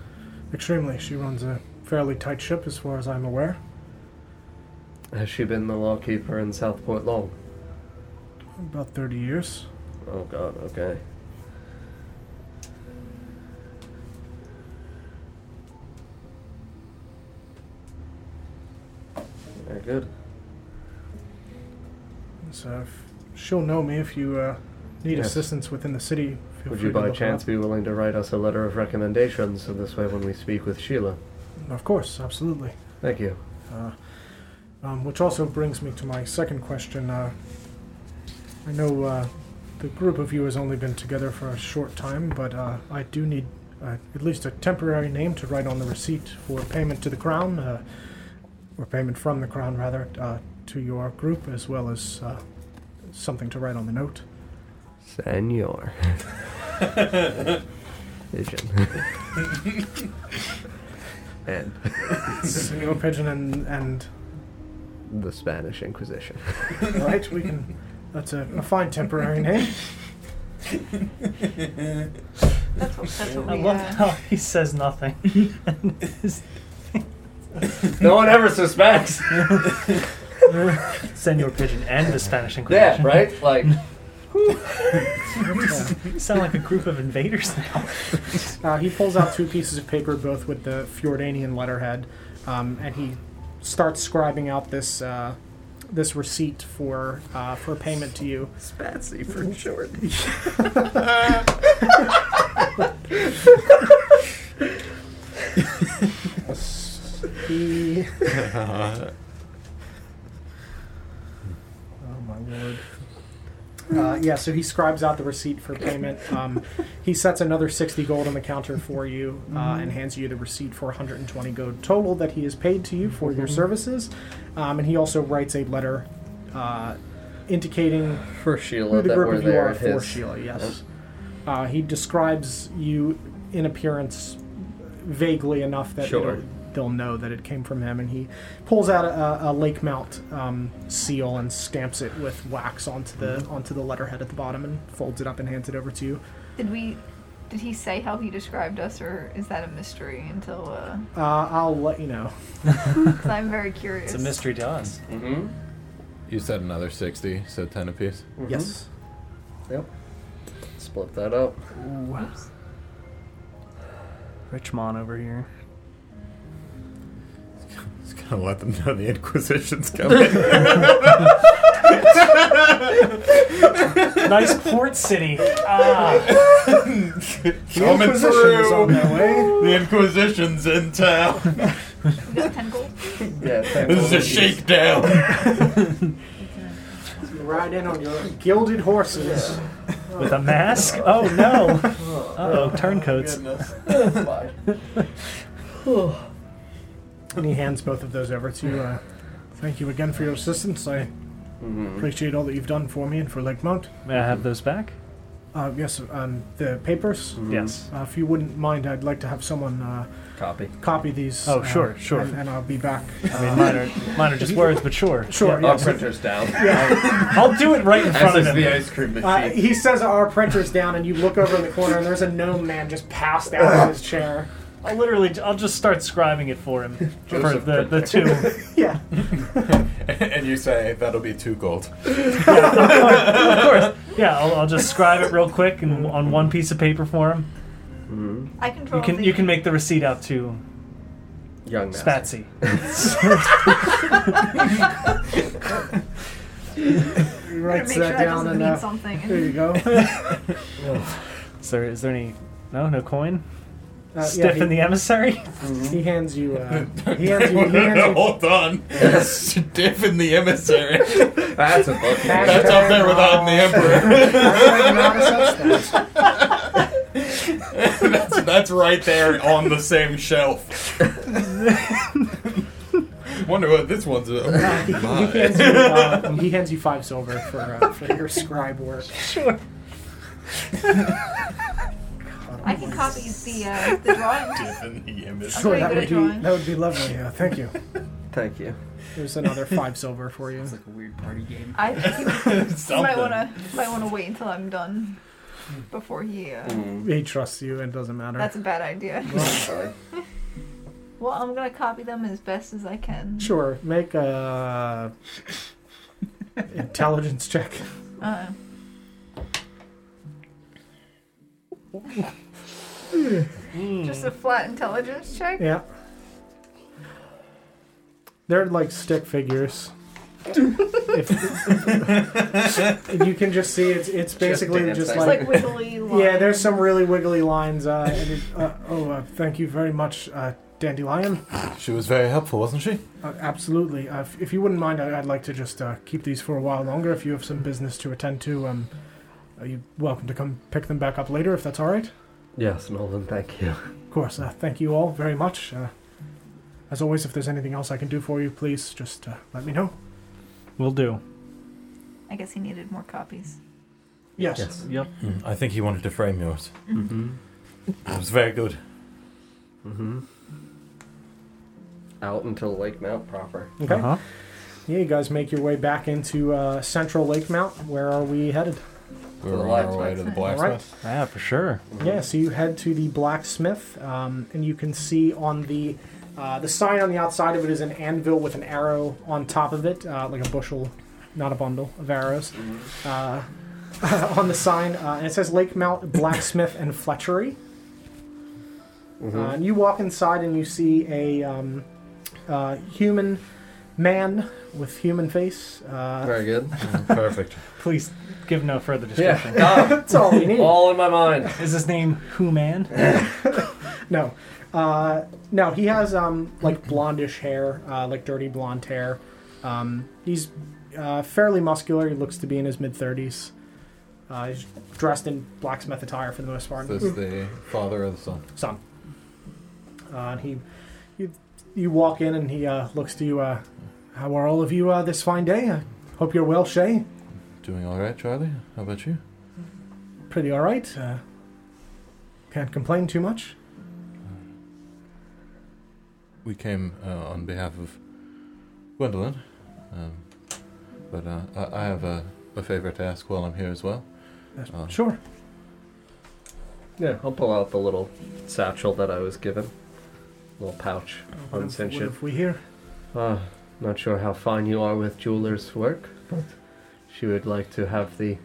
Extremely, she runs a fairly tight ship, as far as I'm aware. Has she been the lawkeeper in Southport long? About 30 years. Oh god, okay. Very good. So if she'll know me if you uh, need Yes. assistance within the city. Feel Would free you to by look her chance up. be willing to write us a letter of recommendation so this way when we speak with Sheila? Of course, absolutely. Thank you. Uh, um, which also brings me to my second question. Uh, I know uh, the group of you has only been together for a short time, but uh, I do need uh, at least a temporary name to write on the receipt for payment to the crown, uh, or payment from the crown rather, uh, to your group, as well as uh, something to write on the note. Senor. Pigeon. and Senor Pigeon and, and the Spanish Inquisition. right, we can. That's a, a fine temporary name. That's what, that's what I we love uh, how he says nothing. No one ever suspects. Send your pigeon and the Spanish Inquisition. Yeah, right? Like, You sound like a group of invaders now. Uh, he pulls out two pieces of paper, both with the Fjordanian letterhead, um, and he starts scribing out this uh, this receipt for uh, for payment to you. Spatsy for short. he... Uh, Oh my lord. Uh, yeah, so he scribes out the receipt for payment. Um, he sets another 60 gold on the counter for you uh, Mm-hmm. and hands you the receipt for 120 gold total that he has paid to you for Mm-hmm. your services. Um, and he also writes a letter uh, indicating For Sheila who the that group we're of you there are at for his. Sheila, yes. Uh, he describes you in appearance vaguely enough that Sure. it'll- they'll know that it came from him. And he pulls out a, a Lake Mount um, seal and stamps it with wax onto the Mm-hmm. onto the letterhead at the bottom and folds it up and hands it over to you. did we? Did he say how he described us, or is that a mystery until? Uh, Uh, I'll let you know. 'cause I'm very curious. It's a mystery to us. Mm-hmm. You said another 60, so 10 apiece. Yes. Yep. Split that up. Rich Mon over here. Just gonna let them know the Inquisition's coming. nice port city. Ah. coming Inquisition through. is on their way. The Inquisition's in town. You got ten gold? Yeah, this is a shakedown. You ride in on your gilded horses. With a mask? Oh no. Uh oh, turncoats. Mm-hmm. And he hands both of those over to you. Uh, thank you again for your assistance. I appreciate all that you've done for me and for Lake Mount. May I have those back? Uh, yes, um, the papers. Mm-hmm. Yes. Uh, if you wouldn't mind, I'd like to have someone uh, Copy. copy these. Oh, uh, sure, sure. And, and I'll be back. I mean, mine are, mine are just words, but sure. Sure, Yeah. yeah. Our printer's down. I'll do it right in front of As is the him. ice cream machine. Uh, he says our printer's down, and you look over in the corner, and there's a gnome man just passed out on his chair. I'll literally, I'll just start scribing it for him. For Joseph the, the two. Yeah. and you say that'll be two gold. Of course. Yeah, I'll, I'll just scribe it real quick and on one piece of paper for him. I control. You can the, you can make the receipt out to Young master. Spatsy. He Gotta writes make sure that that down, doesn't and mean uh, something. there you go. Is there is there any? No, no coin. Uh, Stiff yeah, in the emissary. he, he hands you. Uh, he hands you. He hands you Hold on. Stiff in the emissary. That's a book. That's up there with Odd and the Emperor. that's, that's right there on the same shelf. Wonder what this one's. Uh, he, he hands you uh, he hands you five silver for, uh, for your scribe work. Sure. I can copy the uh, the drawing. too. in the emissary. Sure, pretty good that would at be drawing. that would be lovely. Uh, thank you. Thank you. There's another five silver for you. It's like a weird party game. I you might Something. wanna might wanna wait until I'm done before he. Uh, Mm. He trusts you, and it doesn't matter. That's a bad idea. Sorry. Well, I'm gonna copy them as best as I can. Sure, make a intelligence check. Uh, just a flat intelligence check. Yeah. They're like stick figures. if, you can just see it's it's basically dance just, things. It's like, like wiggly. Lines. yeah, there's some really wiggly lines. Uh, and it, uh, oh, uh, thank you very much, uh, Dandelion. She was very helpful, wasn't she? Uh, absolutely. Uh, if, if you wouldn't mind, I, I'd like to just uh, keep these for a while longer. If you have some business to attend to, um, are you welcome to come pick them back up later if that's all right. Yes, Nolan, thank you. Of course. Uh, thank you all very much. Uh, as always, if there's anything else I can do for you, please just uh, let me know. Will do. I guess he needed more copies. Yes. Yes. Yep. Mm, I think he wanted to frame yours. Mm-hmm. It was very good. Mm-hmm. Out until Lake Mount proper. Mm-hmm. Okay. Uh-huh. Yeah, you guys make your way back into uh, Central Lake Mount. Where are we headed? We were on our way to the blacksmith. Yeah, for sure. Yeah, so you head to the blacksmith, um, and you can see on the uh, the sign on the outside of it is an anvil with an arrow on top of it, uh, like a bushel, not a bundle of arrows. Uh, on the sign, uh, and it says Lake Mount Blacksmith and Fletchery. Mm-hmm. Uh-huh. Uh, and you walk inside and you see a um, uh, human man with human face. Uh, Very good. Perfect. Please give no further Yeah, description. done. That's all we need. All in my mind. Is his name Who Man? No. Uh, no, he has um, like blondish hair, uh, like dirty blonde hair. Um, he's uh, fairly muscular. He looks to be in his mid 30s. Uh, he's dressed in blacksmith attire for the most part. Is this the father or the son? Son. Uh, and he, you, you walk in and he uh, looks to you. Uh, How are all of you uh, this fine day? I hope you're well, Shay. Doing all right, Charlie? How about you? Pretty all right. Uh, can't complain too much. We came uh, on behalf of Gwendolyn, um, but uh, I, I have a, a favor to ask while I'm here as well. Uh, sure. Yeah, I'll pull out the little satchel that uh, I was given. Little pouch. Oh, What have- Uncinch what it. have we here? Uh, not sure how fine you are with jeweler's work, but she would like to have the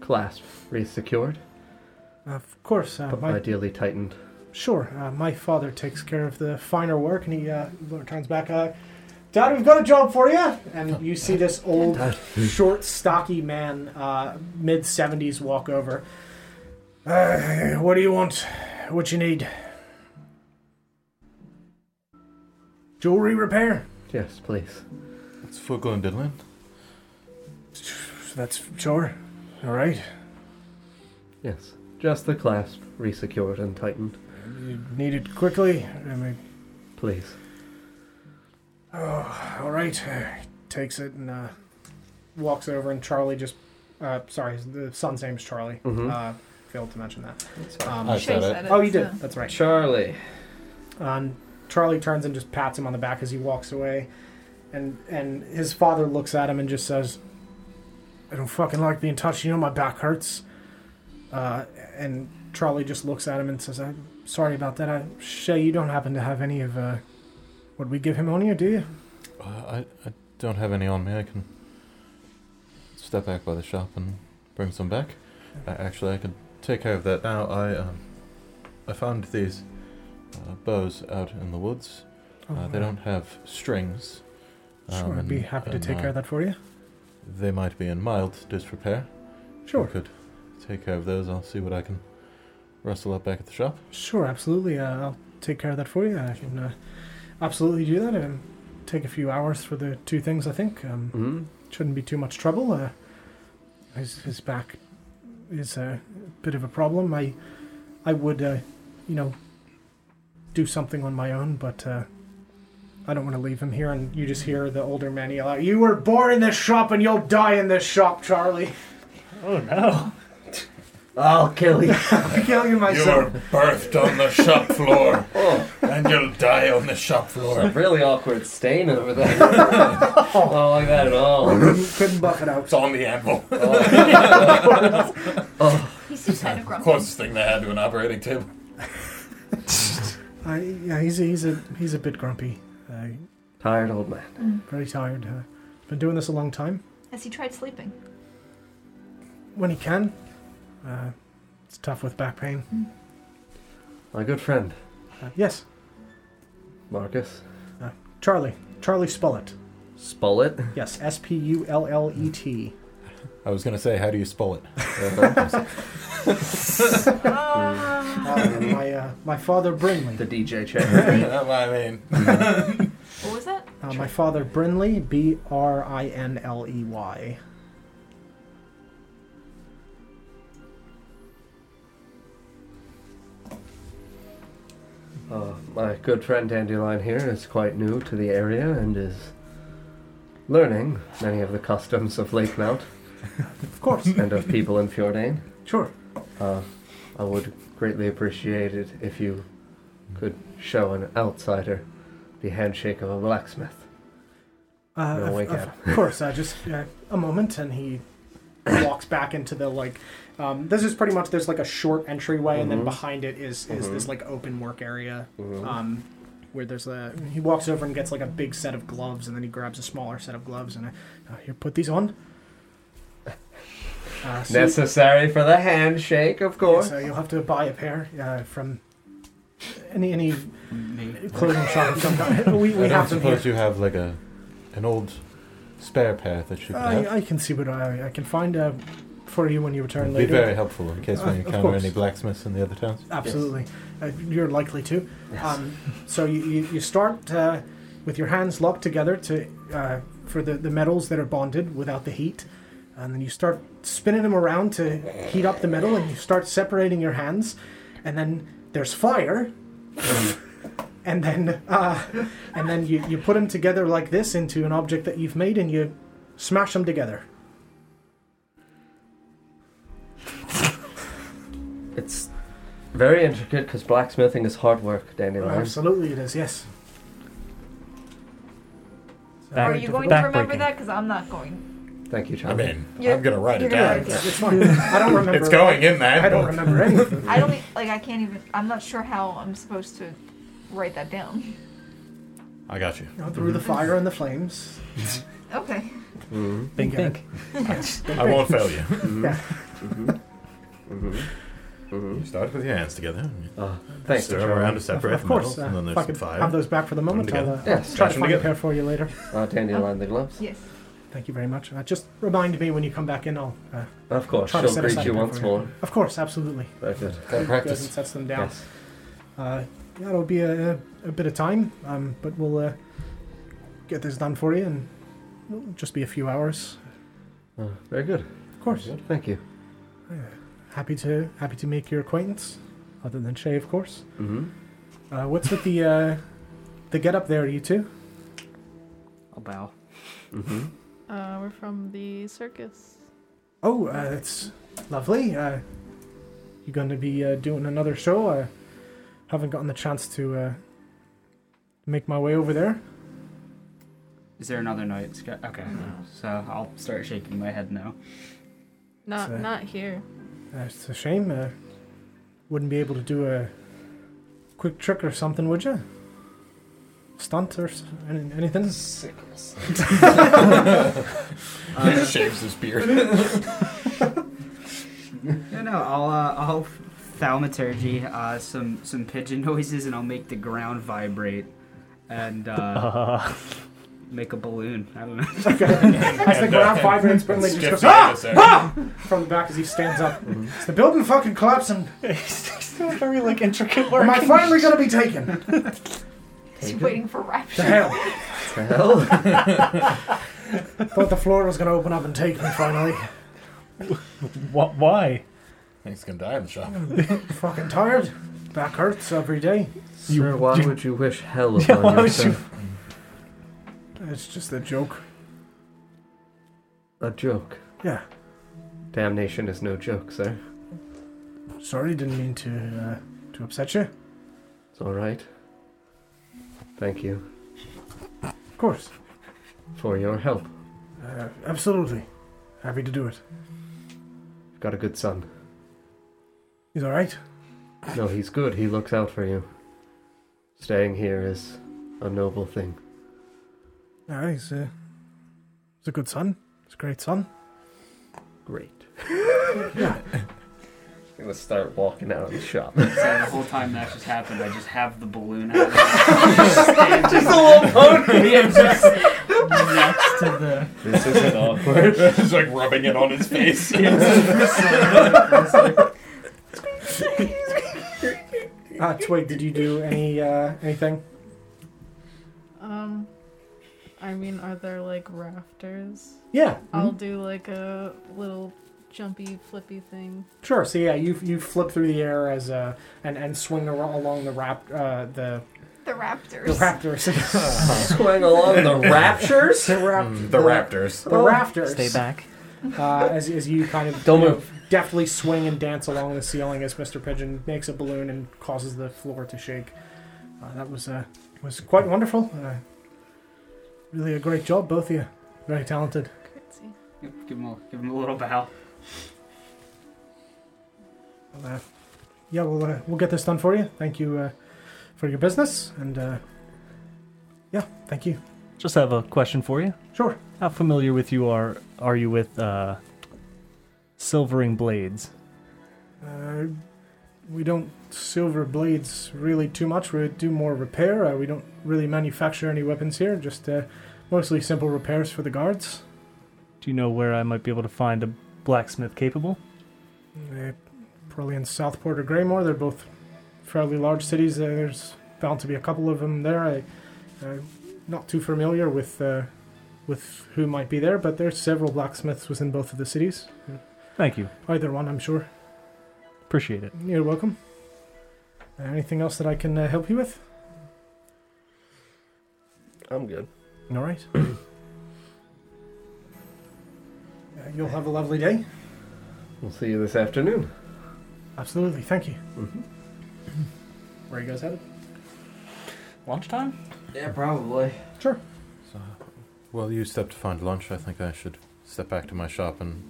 clasp resecured, Of course, uh, but my, ideally tightened. sure. Uh, my father takes care of the finer work, and he uh, returns back. Uh, Dad, we've got a job for you. And you see this old, short, stocky man, uh, mid seventies, walk over. Uh, what do you want? What you need? Jewelry repair. Yes, please. It's for Gwendolyn. That's sure. All right. Yes, just the clasp resecured and tightened, You need it quickly. I mean, please. Oh, all right. Takes it and uh, walks over, and Charlie just. Uh, sorry, the son's name's Charlie. Mhm. Uh, failed to mention that. I said Shay it. said it, Oh, you did. yeah. That's right. Charlie. Um, Charlie turns and just pats him on the back as he walks away, and and his father looks at him and just says, "I don't fucking like being touched. You know my back hurts." Uh, and Charlie just looks at him and says, "I'm sorry about that. I, Shay, you don't happen to have any of uh, what we give him on you, do you?" Uh, I, I don't have any on me. I can step back by the shop and bring some back. Uh, actually, I can take care of that now. I um, I found these uh, bows out in the woods. uh, they Oh. don't have strings. Sure, Um, I'd be happy uh, to take care of that for you. They might be in mild disrepair. Sure. You could take care of those. I'll see what I can rustle up back at the shop. Sure, absolutely. Uh, I'll take care of that for you. I can uh, absolutely do that. and take a few hours for the two things. I think um, Mm-hmm. shouldn't be too much trouble. Uh, his his back is a bit of a problem. I I would uh, you know do something on my own, but uh, I don't want to leave him here. And you just hear the older man yell out, "You were born in this shop, and you'll die in this shop, Charlie." Oh no. I'll kill you. kill you myself. birthed on the shop floor, Oh. and you'll die on the shop It's a really awkward stain over there. I don't like that at all. Couldn't buff it out. It's on the anvil. Oh. He seems kind of grumpy. Closest thing they had to an operating table. I, yeah, he's a, he's a he's a bit grumpy. Uh, Tired old man. Mm. Very tired. Uh, been doing this a long time. Has he tried sleeping? When he can, uh, it's tough with back pain. My good friend, Uh, yes, Marcus. uh, Charlie. Charlie Spullett. Spullet. Yes, S P U L L E T. I was gonna say, how do you spell it? Uh, my uh, my father Brinley. The DJ check. That's what I mean. What was that? Uh, my father Brinley, B R I N L E Y. Uh, my good friend Dandelion here is quite new to the area and is learning many of the customs of Lake Mount Of course. and of people in Fjordane. Sure. Uh, I would greatly appreciate it if you could show an outsider the handshake of a blacksmith. Uh, You'll of, wake of up. course, uh, just uh, a moment, and he walks back into the like. Um, this is pretty much there's like a short entryway, and then Mhm. behind it is is this Mhm. like open work area. Mhm. Um, where there's a he walks over and gets like a big set of gloves, and then he grabs a smaller set of gloves and uh, here put these on. Uh, so- Necessary for the handshake, of course. so you'll have to buy a pair uh, from any any Me. clothing shop. of some kind. We, I we don't have them here. suppose you have like a an old spare pair that you could have. I, I can see what I, I can find uh, for you when you return It'd be later. very helpful in case Uh, we of encounter course. any blacksmiths in the other towns. Absolutely. Uh, you're likely to. Um, so you, you, you start uh, with your hands locked together to uh, for the, the metals that are bonded without the heat. And then you start spinning them around to heat up the metal and you start separating your hands. And then there's fire. and then uh, and then you, you put them together like this into an object that you've made and you smash them together. It's very intricate because blacksmithing is hard work, Dandelion. Oh, Absolutely it is, yes. Are you going to remember that? Because I'm not going. Thank you, I Charlie. mean, You're- I'm gonna write you're it gonna down. write it down. It's fine. I don't remember. It's going in there. I don't but- remember anything. I don't e- like. I can't even. I'm not sure how I'm supposed to write that down. I got you. No, through the fire and the flames. Okay. Mm-hmm. Think, Okay. think. Think, I won't think. fail you. Mm-hmm. Yeah. You start with your hands together. and you Ah, thanks, Stir them Charlie. around to separate Of the course. metals, Uh, and then if there's I some could fire. have those back for the Put 'em moment, I'll, together. uh, I'll try to find a pair for you later. Uh, Dandelion the gloves. Yes. Thank you very much. Uh, just remind me when you come back in. I'll. Uh, Of course, try to she'll set greet aside you a pair once for you. more. Of course, absolutely. Very good. He goes and sets them down. Yes. Uh, yeah, it'll be a, a bit of time, um, but we'll uh, get this done for you, and it'll just be a few hours. Uh, very good. Of course. Thank you. Uh, happy to happy to make your acquaintance, other than Shay, of course. Mm-hmm. Uh, what's with the uh, the get up there, you two? I'll bow. Mm-hmm. Uh, we're from the circus. Oh, uh, that's lovely. Uh, you going to be uh, doing another show? I haven't gotten the chance to uh, make my way over there. Is there another night? Sky- Okay, so I'll start shaking my head now. Not So- not here. Uh, it's a shame. Uh, wouldn't be able to do a quick trick or something, would you? Stunt or s- any, anything? Sickles. Uh, shaves his beard. No, no, I'll uh, I'll thaumaturgy uh, some some pigeon noises and I'll make the ground vibrate and uh, make a balloon. I don't know. As the ground vibrates, Brinley just goes, ah! ah! From the back as he stands up. The building fucking collapsing. very like intricate Am I finally going to be taken? He's waiting for rapture. The hell. The hell? Thought the floor was going to open up and take me finally. What? Why? He's gonna die in the shop. Fucking tired. Back hurts every day. Sir, why would you wish hell Yeah, upon why would yourself? It's just a joke. A joke. Yeah. Damnation is no joke, sir. Sorry, didn't mean to uh, to upset you. Of It's all right. Thank you course. for your help. Uh, absolutely. Happy to do it. You've got a good son. He's all right. No, he's good. He looks out for you. Staying here is a noble thing. Yeah, he's, uh, he's a good son. He's a great son. Great. Yeah. I'm gonna start walking out of the shop. So the whole time that just happened, I just have the balloon. Out just, just a little pony. Yeah, just next to the. This isn't awkward. He's like rubbing it on his face. Ah, Twig, did you do any uh, anything? Um, I mean, are there like rafters? Yeah. I'll Mm-hmm. do like a little jumpy flippy thing. Sure. So yeah, you you flip through the air as uh, and and swing ar- along the rap uh, the The the raptors. raptors. Swing along the raptures? Oh, the rap- Hmm. The raptors. The rafters. Stay back. Uh, as, as you kind of Don't you know, move. deftly swing and dance along the ceiling as Mr. Pigeon makes a balloon and causes the floor to shake. Uh, that was uh, was quite wonderful. Uh, really a great job, both of you. Very talented. Curtsy. Give him a, give him a little bow. Well, uh, yeah, we'll uh, we'll get this done for you. Thank you uh, for your business, and uh, yeah, thank you. Just have a question for you. Sure. How familiar with you are are you with uh, silvering blades? Uh, we don't silver blades really too much. We do more repair. Uh, we don't really manufacture any weapons here. Just uh, mostly simple repairs for the guards. Do you know where I might be able to find a blacksmith capable? Uh, probably in Southport or Graymore. They're both fairly large cities. Uh, there's bound to be a couple of them there. I, I'm not too familiar with uh, with who might be there, but there's several blacksmiths within both of the cities. Thank you. Either one, I'm sure. Appreciate it. You're welcome. Uh, anything else that I can uh, help you with? I'm good. All right. uh, you'll have a lovely day. We'll see you this afternoon. Absolutely. Thank you. Mm-hmm. Where are you guys headed? Lunchtime? Yeah, probably. Sure. So, well, you step to find lunch. I think I should step back to my shop and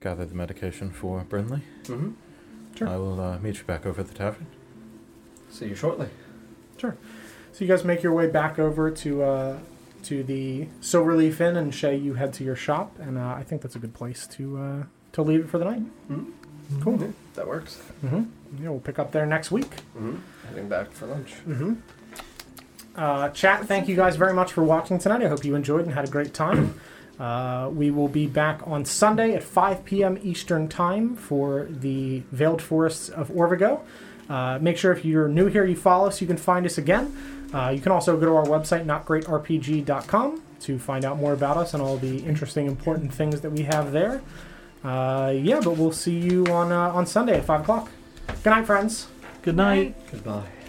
gather the medication for Brinley. Mm-hmm. Sure. I will uh, meet you back over at the tavern. See you shortly. Sure. So you guys make your way back over to uh, to the Silverleaf Inn, and Shay, you head to your shop, and uh, I think that's a good place to uh, to leave it for the night. Mm-hmm. Cool. That works. Mm-hmm. Yeah, we'll pick up there next week. Mm-hmm. Heading back for lunch. Mm-hmm. Uh, chat, thank you guys very much for watching tonight. I hope you enjoyed and had a great time. Uh, we will be back on Sunday at 5 p.m. Eastern Time for the Veiled Forests of Orvigo. Uh, make sure if you're new here, you follow us. You can find us again. Uh, you can also go to our website, notgreatrpg.com, to find out more about us and all the interesting, important things that we have there. Uh, yeah, but we'll see you on uh, on Sunday at five o'clock. Good night, friends. Good night. Goodbye.